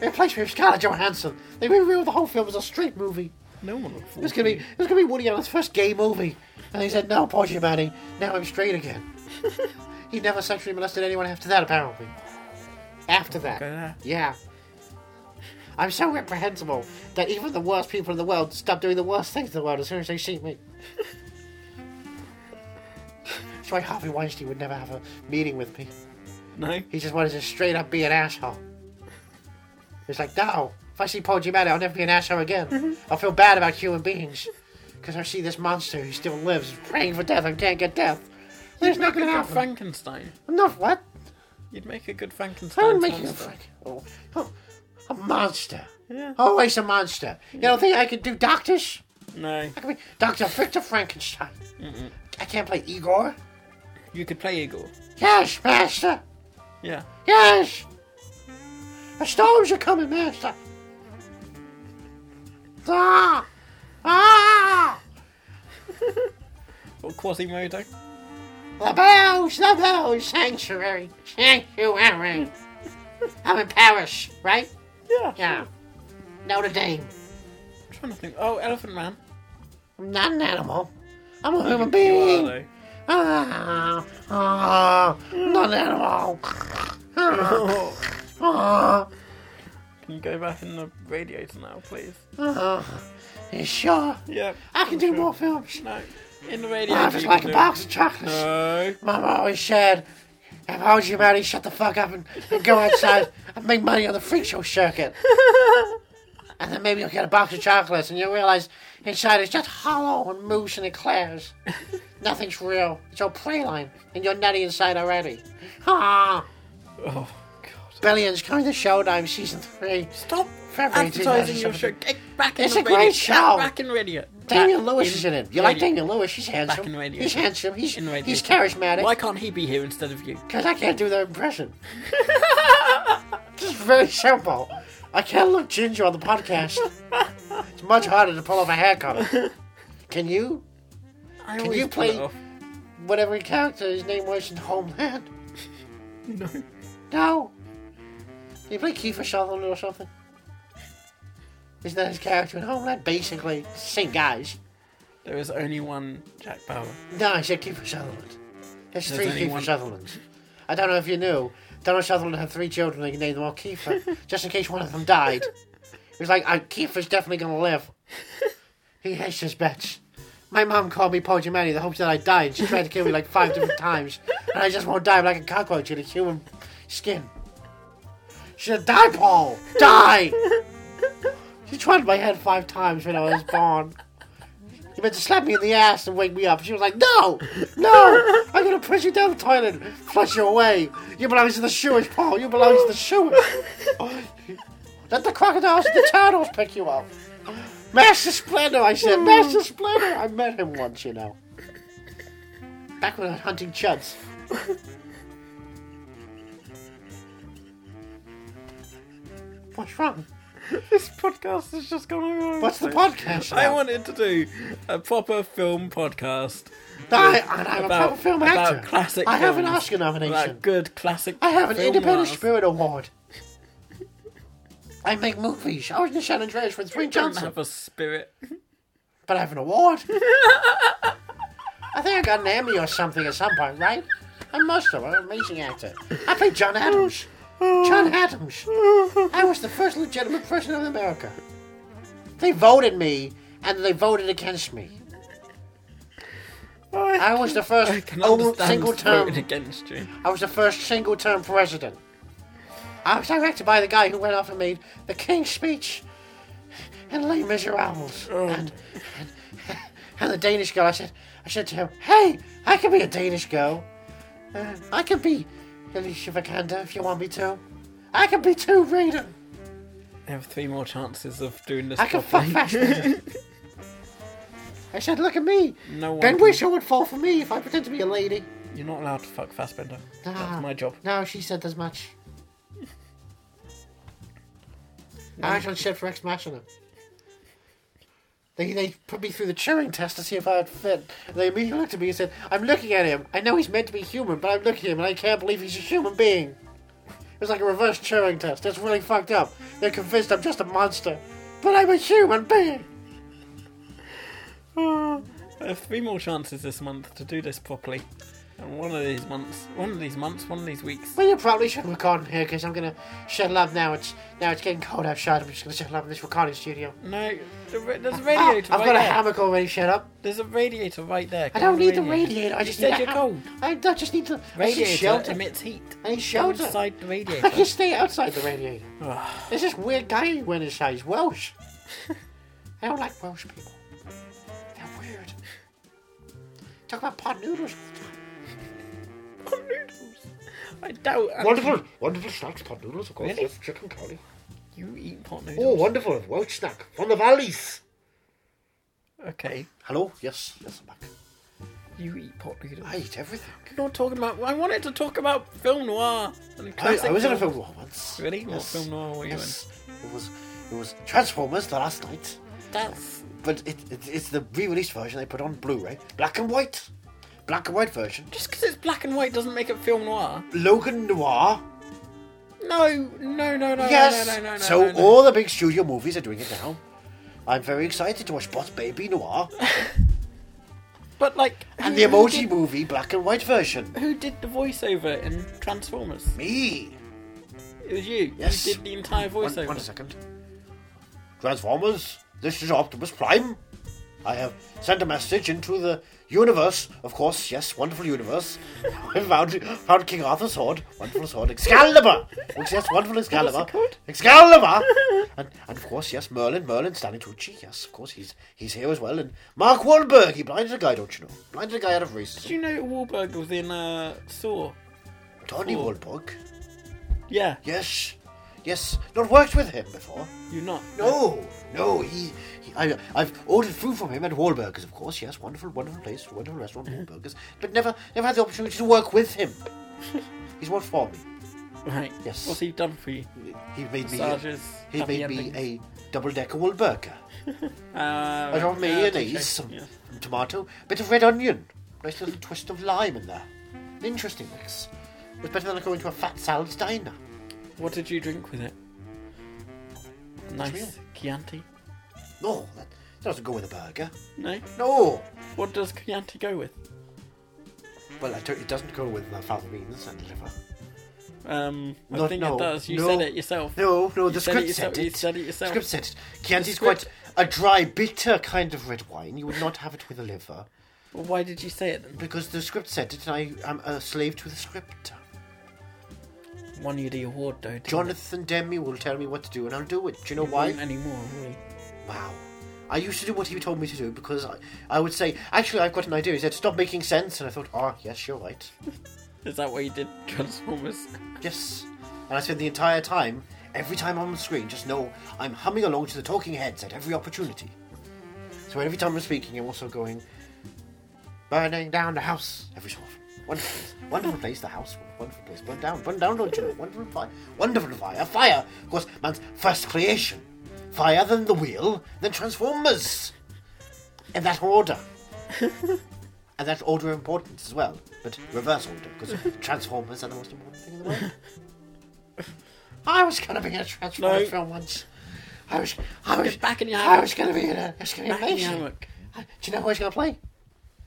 [SPEAKER 7] They replaced me with Scarlett Johansson. They revealed the whole film was a straight movie.
[SPEAKER 2] No one would fall
[SPEAKER 7] It was going to be it was going to be Woody Allen's first gay movie. And they said, no, Paul Giamatti, now I'm straight again. he never sexually molested anyone after that, apparently. After that.
[SPEAKER 2] Okay.
[SPEAKER 7] Yeah. I'm so reprehensible that even the worst people in the world stop doing the worst things in the world as soon as they see me. That's why Harvey Weinstein would never have a meeting with me.
[SPEAKER 2] No?
[SPEAKER 7] He just wanted to straight up be an asshole. It's like, no, if I see Paul Giamatti, I'll never be an asshole again. I'll feel bad about human beings because I see this monster who still lives praying for death and can't get death. There's not
[SPEAKER 2] Make a
[SPEAKER 7] going to
[SPEAKER 2] good
[SPEAKER 7] happen.
[SPEAKER 2] Frankenstein.
[SPEAKER 7] I'm not what?
[SPEAKER 2] You'd make a good Frankenstein.
[SPEAKER 7] I don't make you a
[SPEAKER 2] monster.
[SPEAKER 7] Frank. Oh, oh, a monster.
[SPEAKER 2] Yeah.
[SPEAKER 7] Always a monster. You don't think I could do doctors?
[SPEAKER 2] No.
[SPEAKER 7] I could be Dr. Victor Frankenstein. I can't play Igor.
[SPEAKER 2] You could play Igor.
[SPEAKER 7] Yes, master.
[SPEAKER 2] Yeah.
[SPEAKER 7] Yes! The storms are coming, Master! Ah! Ah!
[SPEAKER 2] Or Quasimodo.
[SPEAKER 7] The bells, the bells, sanctuary, sanctuary. I'm in Paris, right?
[SPEAKER 2] Yeah.
[SPEAKER 7] Yeah. Notre Dame.
[SPEAKER 2] I'm trying to think. Oh, Elephant Man.
[SPEAKER 7] I'm not an animal. I'm a human
[SPEAKER 2] You are, eh?
[SPEAKER 7] being.
[SPEAKER 2] though.
[SPEAKER 7] Ah, ah, I'm not an animal. Ah,
[SPEAKER 2] Oh.
[SPEAKER 7] ah,
[SPEAKER 2] Can you go back in the radiator now, please?
[SPEAKER 7] ah. You sure?
[SPEAKER 2] Yeah.
[SPEAKER 7] I can do more films.
[SPEAKER 2] No. In the
[SPEAKER 7] I
[SPEAKER 2] radiator.
[SPEAKER 7] was
[SPEAKER 2] you
[SPEAKER 7] like
[SPEAKER 2] can
[SPEAKER 7] a
[SPEAKER 2] do Uh, it.
[SPEAKER 7] box of chocolates.
[SPEAKER 2] No.
[SPEAKER 7] Mama always said, if I was your buddy, shut the fuck up and, and go outside and make money on the freak show circuit. and then maybe you'll get a box of chocolates and you'll realize inside it's just hollow and mousse and eclairs. Nothing's real. It's all line, and you're nutty inside already. Ah,
[SPEAKER 2] Oh, God.
[SPEAKER 7] Billions coming to Showtime season three.
[SPEAKER 2] Stop
[SPEAKER 7] February
[SPEAKER 2] advertising your
[SPEAKER 7] 2017.
[SPEAKER 2] show. Get back in
[SPEAKER 7] It's
[SPEAKER 2] the
[SPEAKER 7] a great
[SPEAKER 2] radio.
[SPEAKER 7] show.
[SPEAKER 2] Get back in radio.
[SPEAKER 7] Daniel
[SPEAKER 2] Back
[SPEAKER 7] Lewis is in it. You like
[SPEAKER 2] radio.
[SPEAKER 7] Daniel Lewis? He's handsome.
[SPEAKER 2] in radio.
[SPEAKER 7] He's handsome. He's,
[SPEAKER 2] In radio.
[SPEAKER 7] he's charismatic.
[SPEAKER 2] Why can't he be here instead of you?
[SPEAKER 7] Because I can't do the impression. Just very simple. I can't look ginger on the podcast. It's much harder to pull off a haircut. Can you?
[SPEAKER 2] I
[SPEAKER 7] Can
[SPEAKER 2] always
[SPEAKER 7] you
[SPEAKER 2] pull
[SPEAKER 7] play-
[SPEAKER 2] it off.
[SPEAKER 7] Whatever character his name was in Homeland.
[SPEAKER 2] No.
[SPEAKER 7] No. Do you play Kiefer Sutherland or something? Isn't that his character in Homeland? Basically, same guys.
[SPEAKER 2] There is only one Jack Bauer.
[SPEAKER 7] No, I said Kiefer Sutherland. There's
[SPEAKER 2] There's
[SPEAKER 7] three
[SPEAKER 2] only
[SPEAKER 7] Kiefer
[SPEAKER 2] one-
[SPEAKER 7] Sutherlands. I don't know if you knew. Donald Sutherland had three children and he named them all Kiefer, just in case one of them died. He was like, I, Kiefer's definitely going to live. He hates his bitch. My mom called me Paul Giamatti the hopes that I died. She tried to kill me like five different times, and I just won't die. I'm like a cockroach in a human skin. She said, Die, Paul! Die! She tried my head five times when I was born. You meant to slap me in the ass and wake me up. She was like, No! No! I'm gonna push you down the toilet, and flush you away. You belong to the sewage, Paul. You belong to the sewage. Let the crocodiles and the turtles pick you up. Master Splinter, I said. Master Splinter! I met him once, you know. Back when I was hunting chuds. What's wrong?
[SPEAKER 2] This podcast has just gone over.
[SPEAKER 7] What's the podcast?
[SPEAKER 2] I
[SPEAKER 7] about?
[SPEAKER 2] wanted to do a proper film podcast.
[SPEAKER 7] I, and I'm
[SPEAKER 2] about-
[SPEAKER 7] a proper film
[SPEAKER 2] about
[SPEAKER 7] actor.
[SPEAKER 2] classic
[SPEAKER 7] I have an
[SPEAKER 2] films.
[SPEAKER 7] Oscar nomination.
[SPEAKER 2] Like good classic.
[SPEAKER 7] I have an
[SPEAKER 2] film
[SPEAKER 7] Independent
[SPEAKER 2] noirs.
[SPEAKER 7] Spirit Award. I make movies. I was in San Andreas with Dwayne
[SPEAKER 2] Don't
[SPEAKER 7] Johnson,
[SPEAKER 2] have a spirit.
[SPEAKER 7] but I have an award. I think I got an Emmy or something at some point, right? I must have. I'm an amazing actor. I played John Adams. John Adams. I was the first legitimate president of America. They voted me, and they voted against me. I was the first
[SPEAKER 2] Oh, I
[SPEAKER 9] Oh,
[SPEAKER 2] can
[SPEAKER 7] own-
[SPEAKER 2] understand
[SPEAKER 7] single
[SPEAKER 2] voting
[SPEAKER 7] term
[SPEAKER 2] against you.
[SPEAKER 7] I was the first single term president. I was directed by the guy who went off and made The King's Speech and Les Miserables.
[SPEAKER 2] Oh.
[SPEAKER 7] And, and, and the Danish girl, I said, I said to him, hey, I can be a Danish girl. Uh, I can be Alicia Vikander if you want me to. I can be Tomb Raider.
[SPEAKER 2] I have three more chances of doing this.
[SPEAKER 7] I can fuck
[SPEAKER 2] properly.
[SPEAKER 7] Fassbender. I said, look at me.
[SPEAKER 2] No one
[SPEAKER 7] ben
[SPEAKER 2] can-
[SPEAKER 7] Whishaw would fall for me if I pretend to be a lady.
[SPEAKER 2] You're not allowed to fuck Fassbender.
[SPEAKER 7] Ah.
[SPEAKER 2] That's my job.
[SPEAKER 7] No, she said as much. I was on shit for Ex Machina. They, they put me through the Turing test to see if I would fit. They immediately looked at me and said, I'm looking at him. I know he's meant to be human, but I'm looking at him and I can't believe he's a human being. It was like a reverse Turing test. That's really fucked up. They're convinced I'm just a monster, but I'm a human being.
[SPEAKER 2] I have three more chances this month to do this properly. And one of these months, one of these months, one of these weeks,
[SPEAKER 9] Well, you probably should record in here because I'm gonna shut up now. It's now it's getting cold outside. I'm just gonna shut up in this recording studio.
[SPEAKER 2] No, the, ra- there's a
[SPEAKER 9] Ah,
[SPEAKER 2] radiator
[SPEAKER 9] I've
[SPEAKER 2] right
[SPEAKER 9] got a
[SPEAKER 2] there.
[SPEAKER 9] hammock already. Shut up.
[SPEAKER 2] There's a radiator right there.
[SPEAKER 9] I
[SPEAKER 2] Go
[SPEAKER 9] don't
[SPEAKER 2] on
[SPEAKER 9] need the radiator. I just
[SPEAKER 2] You
[SPEAKER 9] need
[SPEAKER 2] said
[SPEAKER 9] a
[SPEAKER 2] you're
[SPEAKER 9] ham-
[SPEAKER 2] cold.
[SPEAKER 9] I don't- just need the I need
[SPEAKER 2] Radiator
[SPEAKER 9] shelter.
[SPEAKER 2] emits heat.
[SPEAKER 9] I need
[SPEAKER 2] Go
[SPEAKER 9] shelter.
[SPEAKER 2] Inside the
[SPEAKER 9] I
[SPEAKER 2] radiator.
[SPEAKER 9] just stay outside the radiator. There's this weird guy who went inside. He's Welsh. I don't like Welsh people. They're weird. Talk about pot noodles.
[SPEAKER 2] I doubt.
[SPEAKER 9] Wonderful, wonderful snacks, pot noodles, of course.
[SPEAKER 2] Really?
[SPEAKER 9] with Chicken curry.
[SPEAKER 2] You eat pot
[SPEAKER 9] Oh,
[SPEAKER 2] noodles.
[SPEAKER 9] wonderful, Welsh snack from the valleys.
[SPEAKER 7] Oh.
[SPEAKER 2] Okay.
[SPEAKER 7] Hello? Yes, yes, I'm back.
[SPEAKER 2] You eat pot noodles.
[SPEAKER 7] I eat everything.
[SPEAKER 2] I'm not talking about. I wanted to talk about film noir and
[SPEAKER 7] I,
[SPEAKER 2] classic.
[SPEAKER 7] I was in a
[SPEAKER 2] films.
[SPEAKER 7] film noir once.
[SPEAKER 2] Really? What
[SPEAKER 7] Yes.
[SPEAKER 2] film noir were you
[SPEAKER 7] yes. It was, it was Transformers the last night.
[SPEAKER 2] That's
[SPEAKER 7] But it, it, it's the re-release version they put on Blu-ray, black and white, black and white version.
[SPEAKER 2] just because it's black and white doesn't make it film noir.
[SPEAKER 7] Logan Noir.
[SPEAKER 2] No, no, no, no,
[SPEAKER 7] yes.
[SPEAKER 2] no, no, no, no.
[SPEAKER 7] so
[SPEAKER 2] no, no.
[SPEAKER 7] all the big studio movies are doing it now. I'm very excited to watch Boss Baby Noir
[SPEAKER 2] But like,
[SPEAKER 7] and the
[SPEAKER 2] who- who
[SPEAKER 7] Emoji
[SPEAKER 2] did-
[SPEAKER 7] Movie black and white version.
[SPEAKER 2] Who did the voiceover in Transformers?
[SPEAKER 7] Me.
[SPEAKER 2] It was you.
[SPEAKER 7] Yes.
[SPEAKER 2] You did the entire
[SPEAKER 7] One-
[SPEAKER 2] voiceover.
[SPEAKER 7] one second. Transformers, this is Optimus Prime. I have sent a message into the universe, of course, yes, wonderful universe. I found, found King Arthur's sword, wonderful sword, Excalibur! Which, yes, wonderful Excalibur.
[SPEAKER 2] What's it called?
[SPEAKER 7] Excalibur! and, and of course, yes, Merlin, Merlin, Stanley Tucci, yes, of course, he's he's here as well. And Mark Wahlberg, he blinded a guy, don't you know? Blinded a guy out of
[SPEAKER 2] Did
[SPEAKER 7] racism.
[SPEAKER 2] you know Wahlberg was in uh, Saw?
[SPEAKER 7] Tony
[SPEAKER 2] Oh.
[SPEAKER 7] Wahlberg,
[SPEAKER 2] Yeah,
[SPEAKER 7] yes, yes, not worked with him before.
[SPEAKER 2] you're not.
[SPEAKER 7] No, no, he. he I, I've ordered food from him at Wahlburgers, of course. Yes, wonderful, wonderful place, wonderful restaurant,
[SPEAKER 2] Mm-hmm.
[SPEAKER 7] Wahlburgers. But never, never had the opportunity to work with him. He's worked for me.
[SPEAKER 2] Right.
[SPEAKER 7] Yes.
[SPEAKER 2] What's he done for you?
[SPEAKER 7] He made me.
[SPEAKER 2] Massages,
[SPEAKER 7] he
[SPEAKER 2] happy
[SPEAKER 7] made me
[SPEAKER 2] endings.
[SPEAKER 7] a double-decker Wahlburger.
[SPEAKER 2] Uh,
[SPEAKER 7] I got
[SPEAKER 2] yeah,
[SPEAKER 7] mayonnaise,
[SPEAKER 2] okay,
[SPEAKER 7] some,
[SPEAKER 2] yeah.
[SPEAKER 7] some tomato, bit of red onion, nice little twist of lime in there. An interesting mix. It was better than going to a fat salad diner.
[SPEAKER 2] What did you drink with it? Nice
[SPEAKER 7] real.
[SPEAKER 2] Chianti.
[SPEAKER 7] No, that, that doesn't go with a burger.
[SPEAKER 2] No.
[SPEAKER 7] No.
[SPEAKER 2] What does Chianti go with?
[SPEAKER 7] Well, I don't, it doesn't go with uh, fava beans and liver.
[SPEAKER 2] Um, I
[SPEAKER 7] Not-
[SPEAKER 2] think
[SPEAKER 7] no,
[SPEAKER 2] it does. You
[SPEAKER 7] no,
[SPEAKER 2] said it yourself.
[SPEAKER 7] No, no,
[SPEAKER 2] You
[SPEAKER 7] the
[SPEAKER 2] said
[SPEAKER 7] script
[SPEAKER 2] it yourself-
[SPEAKER 7] said
[SPEAKER 2] you
[SPEAKER 7] it.
[SPEAKER 2] said it yourself.
[SPEAKER 7] The script said it. Chianti's
[SPEAKER 2] script-
[SPEAKER 7] quite a dry, bitter kind of red wine. You would not have it with a liver
[SPEAKER 2] Well, why did you say it then?
[SPEAKER 7] because the script said it, and I am a slave to the script.
[SPEAKER 2] Won you the award though. didn't it?
[SPEAKER 7] Jonathan Demme will tell me what to do, and I'll do it. Do you know
[SPEAKER 2] You
[SPEAKER 7] why?
[SPEAKER 2] won't anymore? Really?
[SPEAKER 7] Wow. I used to do what he told me to do because I, I would say, actually, I've got an idea. He said, stop making sense. And I thought, ah, yes, you're right.
[SPEAKER 2] Is that what you did, Transformers?
[SPEAKER 7] Yes. And I spent the entire time, every time I'm on screen, just know I'm humming along to the talking heads at every opportunity. So every time I'm speaking, I'm also going, burning down the house every so often. Wonderful place, wonderful place, the house, wonderful place, burn down, burn down, don't you know? Wonderful fire, wonderful fire, fire! Of course, man's first creation. Fire, then the wheel, then Transformers! In that order. and that order of importance as well, but reverse order, because Transformers are the most important thing in the world. I was going to be in a Transformers
[SPEAKER 2] No.
[SPEAKER 7] film once. I was, I was
[SPEAKER 2] Get back in your
[SPEAKER 7] I
[SPEAKER 2] hammock.
[SPEAKER 7] was going to be in a, it's going to be
[SPEAKER 2] Back in your
[SPEAKER 7] amazing.
[SPEAKER 2] hammock.
[SPEAKER 7] I- Do you know who I was going to play?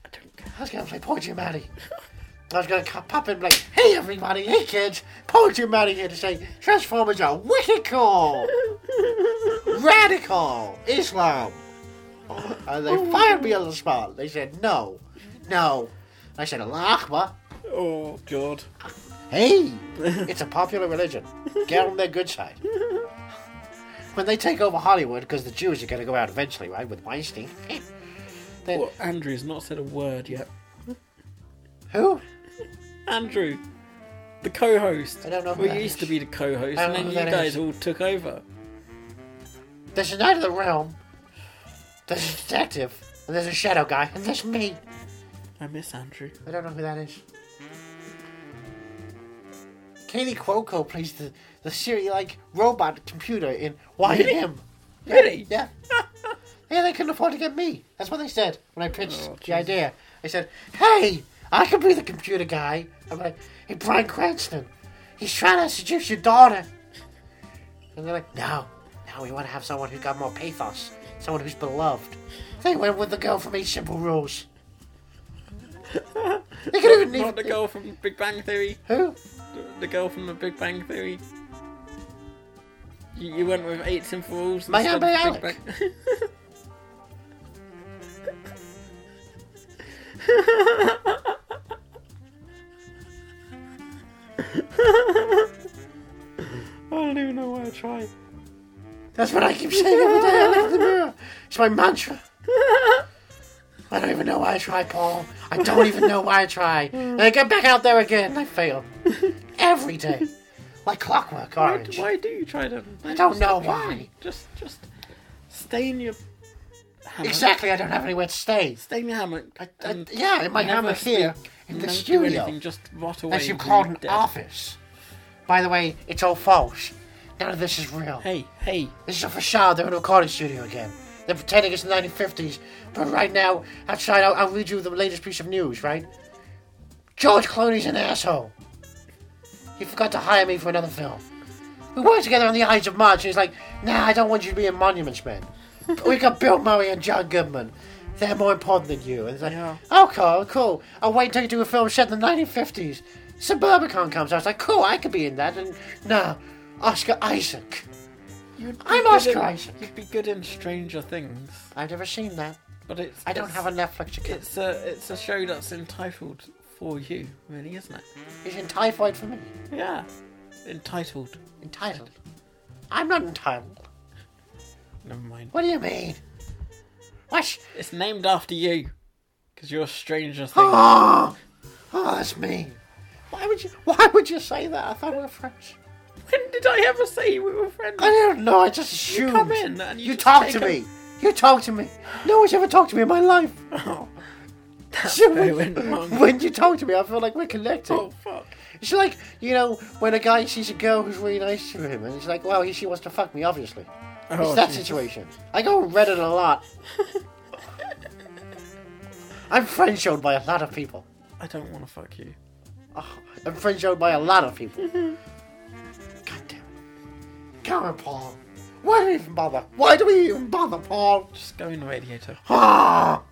[SPEAKER 2] I don't care.
[SPEAKER 7] I was going to play Poetry Maddie. I was going to pop in and be like, hey everybody, hey kids, Poetry Maddie here to say Transformers are wicked cool, radical, Islam. And they fired me on the spot. They said, no, no. I said, Al-Akbar,
[SPEAKER 2] Oh God.
[SPEAKER 7] hey, it's a popular religion. Get on their good side. When they take over Hollywood, because the Jews are going to go out eventually, right, with Weinstein. then,
[SPEAKER 2] Well, Andrew's not said a word yet.
[SPEAKER 7] who?
[SPEAKER 2] Andrew, the co-host.
[SPEAKER 7] I don't know who
[SPEAKER 2] We
[SPEAKER 7] that
[SPEAKER 2] used
[SPEAKER 7] is.
[SPEAKER 2] to be the co-host,
[SPEAKER 7] I don't
[SPEAKER 2] and then
[SPEAKER 7] know
[SPEAKER 2] you
[SPEAKER 7] who that
[SPEAKER 2] guys
[SPEAKER 7] is.
[SPEAKER 2] all took over.
[SPEAKER 7] There's a knight of the realm. There's a detective. And there's a shadow guy. And there's me.
[SPEAKER 2] I miss Andrew.
[SPEAKER 7] I don't know who that is. Kaylee Cuoco plays the, the Siri like robot computer in Why
[SPEAKER 2] Really?
[SPEAKER 7] Him?
[SPEAKER 2] Really?
[SPEAKER 7] Yeah. yeah, they couldn't afford to get me. That's what they said when I pitched
[SPEAKER 2] Oh,
[SPEAKER 7] the idea. They said, hey, I could be the computer guy. I'm like, hey, Brian Cranston, he's trying to seduce your daughter. And they're like, no, no, we want to have someone who's got more pathos, someone who's beloved. They went with the girl from Eight Simple Rules. They could even
[SPEAKER 2] Not
[SPEAKER 7] even
[SPEAKER 2] the girl from Big Bang Theory.
[SPEAKER 7] Who?
[SPEAKER 2] The- The girl from the Big Bang Theory. You, you went with eights and fours.
[SPEAKER 7] My
[SPEAKER 2] instead of
[SPEAKER 7] Aunt
[SPEAKER 2] Big
[SPEAKER 7] May
[SPEAKER 2] Bang- I don't even know why I tried.
[SPEAKER 7] That's what I keep saying every day I look in the mirror. It's my mantra. I don't even know why I try, Paul. I don't even know why I try. And I get back out there again and I fail. Every day. Like clockwork
[SPEAKER 2] Why,
[SPEAKER 7] orange.
[SPEAKER 2] why do you try to?
[SPEAKER 7] I don't know why.
[SPEAKER 2] Just, just stain your. Hammer.
[SPEAKER 7] Exactly, I don't have anywhere to stay.
[SPEAKER 2] Stain your hammock.
[SPEAKER 7] I, I,
[SPEAKER 2] and
[SPEAKER 7] Uh, yeah, in my
[SPEAKER 2] never
[SPEAKER 7] hammock here
[SPEAKER 2] speak,
[SPEAKER 7] in the
[SPEAKER 2] don't do
[SPEAKER 7] studio.
[SPEAKER 2] anything, just rot away.
[SPEAKER 7] As you
[SPEAKER 2] and
[SPEAKER 7] called
[SPEAKER 2] be
[SPEAKER 7] an
[SPEAKER 2] dead.
[SPEAKER 7] office. By the way, it's all false. None of this is real.
[SPEAKER 2] Hey, hey,
[SPEAKER 7] This is a facade. They're in a recording studio again. They're pretending it's the 1950s. But right now, outside, I'll, I'll read you the latest piece of news, right? George Clooney's an asshole. He forgot to hire me for another film. We worked together on the Ides of March, and he's like, nah, I don't want you to be in Monuments Men. we got Bill Murray and John Goodman. They're more important than you. And it's like,
[SPEAKER 2] Yeah.
[SPEAKER 7] oh, cool, cool. I'll wait until you do a film set in the 1950s. Suburbicon comes out. It's like, cool, I could be in that. And no, Oscar Isaac.
[SPEAKER 2] you'd be
[SPEAKER 7] I'm
[SPEAKER 2] good
[SPEAKER 7] Oscar
[SPEAKER 2] in-
[SPEAKER 7] Isaac.
[SPEAKER 2] You'd be good in Stranger Things,
[SPEAKER 7] I've never seen that.
[SPEAKER 2] but it's.
[SPEAKER 7] I don't
[SPEAKER 2] it's-
[SPEAKER 7] have a Netflix account.
[SPEAKER 2] It's a it's a show that's entitled for you, really, isn't it?
[SPEAKER 7] It's in typhoid for me.
[SPEAKER 2] Yeah, entitled.
[SPEAKER 7] Entitled. I'm not entitled.
[SPEAKER 2] Never mind.
[SPEAKER 7] What do you mean? What?
[SPEAKER 2] It's named after you, because you're Stranger Things. Ah!
[SPEAKER 7] Oh, oh, that's me. Why would you? Why would you say that? I thought we were friends.
[SPEAKER 2] when did I ever say we were friends?
[SPEAKER 7] I don't know. I just assumed.
[SPEAKER 2] come in and you
[SPEAKER 7] you
[SPEAKER 2] just
[SPEAKER 7] talk
[SPEAKER 2] take
[SPEAKER 7] to
[SPEAKER 2] a-
[SPEAKER 7] me. You talk to me. No one's ever talked to me in my life.
[SPEAKER 2] Oh,
[SPEAKER 7] So
[SPEAKER 2] where
[SPEAKER 7] when,
[SPEAKER 2] it went wrong.
[SPEAKER 7] when you talk to me, I feel like we're connected.
[SPEAKER 2] oh fuck.
[SPEAKER 7] It's like, you know, when a guy sees a girl who's really nice to him, and it's like, well, he, she wants to fuck me, obviously.
[SPEAKER 1] Oh,
[SPEAKER 7] it's that situation. I go on Reddit a lot. I'm friend zoned by a lot of people.
[SPEAKER 2] I don't want to fuck you.
[SPEAKER 7] I'm friend zoned by a lot of people. God damn it. Come on, Paul. Why do we even bother? Why do we even bother, Paul?
[SPEAKER 2] Just go in the radiator.
[SPEAKER 7] Ah!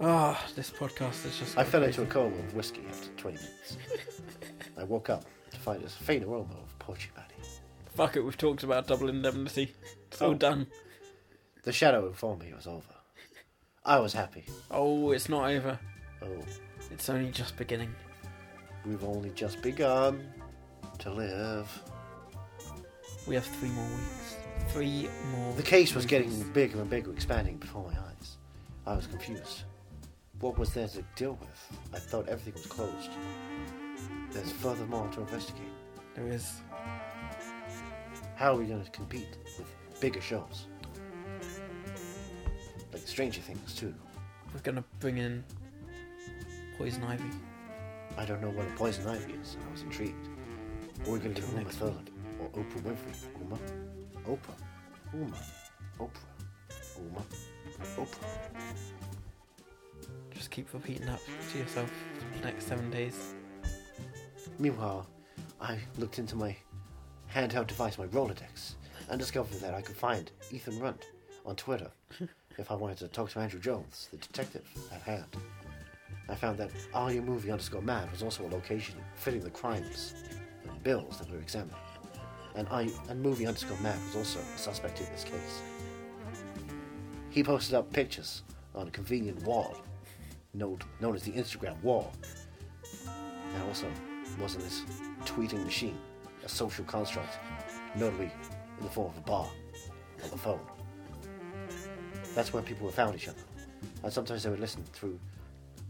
[SPEAKER 2] Ah, this podcast is just.
[SPEAKER 1] I fell into a coma of whiskey after 20 minutes. I woke up to find a faint aroma of poachy patty.
[SPEAKER 2] Fuck it, we've talked about double indemnity. It's all
[SPEAKER 1] Oh.
[SPEAKER 2] done.
[SPEAKER 1] The shadow informed me it was over. I was happy.
[SPEAKER 2] Oh, it's not over.
[SPEAKER 1] Oh,
[SPEAKER 2] It's only just beginning.
[SPEAKER 1] we've only just
[SPEAKER 2] um,
[SPEAKER 1] begun to live.
[SPEAKER 2] We have three more weeks. Three more.
[SPEAKER 1] The case was getting bigger and bigger, expanding before my eyes. I was confused. What was there to deal with? I thought everything was closed. There's further more to investigate.
[SPEAKER 2] There is.
[SPEAKER 1] How are we going to compete with bigger shows? Like Stranger Things, too.
[SPEAKER 2] We're gonna bring in Poison Ivy.
[SPEAKER 1] I don't know what a poison ivy is, and I was intrigued. Or we're going to do Uma Thurman, or Oprah Winfrey. Uma? Oprah? Uma? Oprah? Uma? Oprah?
[SPEAKER 2] Just keep repeating that to yourself for the next seven days.
[SPEAKER 1] Meanwhile, I looked into my handheld device, my Rolodex, and discovered that I could find Ethan Runt on Twitter if I wanted to talk to Andrew Jones, the detective at hand. I found that Alia Movie underscore Mad was also a location fitting the crimes and bills that we were examining. And, I, and Movie underscore Mad was also a suspect in this case. He posted up pictures on a convenient wall known, known as the Instagram wall and also, wasn't this tweeting machine a social construct, notably in the form of a bar or the phone? That's where people found each other, and sometimes they would listen through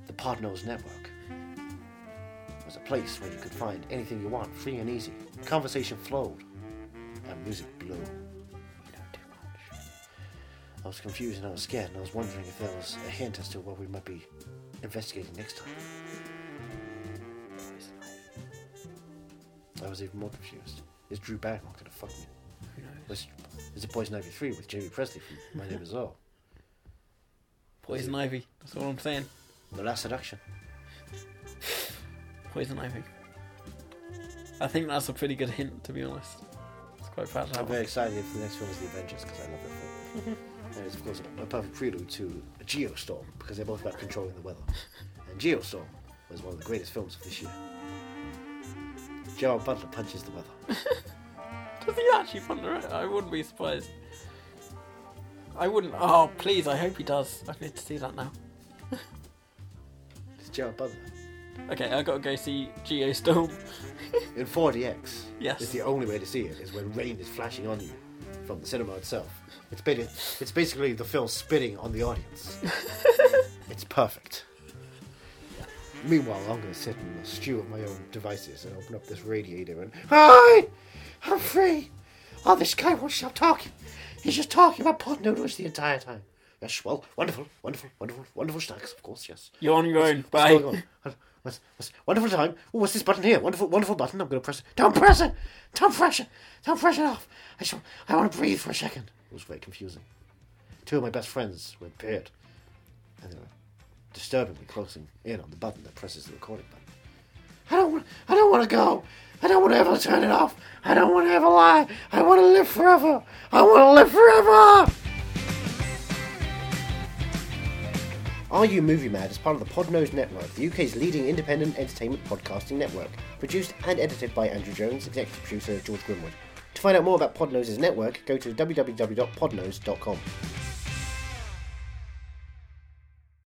[SPEAKER 1] the Podnos network. It was a place where you could find anything you want, free and easy. Conversation flowed, and music blew. I was confused and I was scared, and I was wondering if there was a hint as to what we might be investigating next time. I was even more confused. Is Drew Barrymore gonna fuck me?
[SPEAKER 2] Who knows?
[SPEAKER 1] Was, is it Poison Ivy 3 with Jamie Presley from My Name Is Earl?
[SPEAKER 2] Poison Ivy. That's all I'm saying.
[SPEAKER 1] The Last Seduction.
[SPEAKER 2] Poison Ivy. I think that's a pretty good hint, to be honest. It's quite fat. that
[SPEAKER 1] I'm
[SPEAKER 2] one.
[SPEAKER 1] very excited if the next film is The Avengers because I love that film.
[SPEAKER 7] And it's, of course, a perfect prelude to Geostorm, because they're both about controlling the weather. And Geostorm was one of the greatest films of this year. Gerald Butler punches the weather.
[SPEAKER 2] Does he actually ponder it? I wouldn't be surprised. I wouldn't. Oh, please, I hope he does. I need to see that now.
[SPEAKER 7] It's Gerald Butler.
[SPEAKER 2] Okay, I gotta go see Geostorm.
[SPEAKER 7] In 4DX,
[SPEAKER 2] Yes.
[SPEAKER 7] it's the only way to see it, is when rain is flashing on you from the cinema itself. It's, ba- it's basically the film spitting on the audience. it's perfect. Meanwhile, I'm going to sit and stew at my own devices and open up this radiator and.
[SPEAKER 10] Hi! I'm free! Oh, this guy won't stop talking. He's just talking about pot noodles the entire time.
[SPEAKER 7] Yes, well, wonderful, wonderful, wonderful, wonderful snacks, of course, yes.
[SPEAKER 2] You're on your own.
[SPEAKER 7] What's
[SPEAKER 2] Bye.
[SPEAKER 7] going on? What's- what's- wonderful time. Ooh, what's this button here? Wonderful, wonderful button. I'm going to press it.
[SPEAKER 10] Don't press it! Don't press it! Don't press it off! I just, I want to breathe for a second.
[SPEAKER 7] It was very confusing. Two of my best friends were paired, and they were disturbingly closing in on the button that presses the recording button.
[SPEAKER 10] I don't want, I don't want to go. I don't want to ever turn it off. I don't want to ever lie. I want to live forever. I want to live forever!
[SPEAKER 7] Are You Movie Mad is part of the Podnose Network, the UK's leading independent entertainment podcasting network. Produced and edited by Andrew Jones, executive producer George Grimwood. To find out more about Podnose's network, go to www.podnose.com.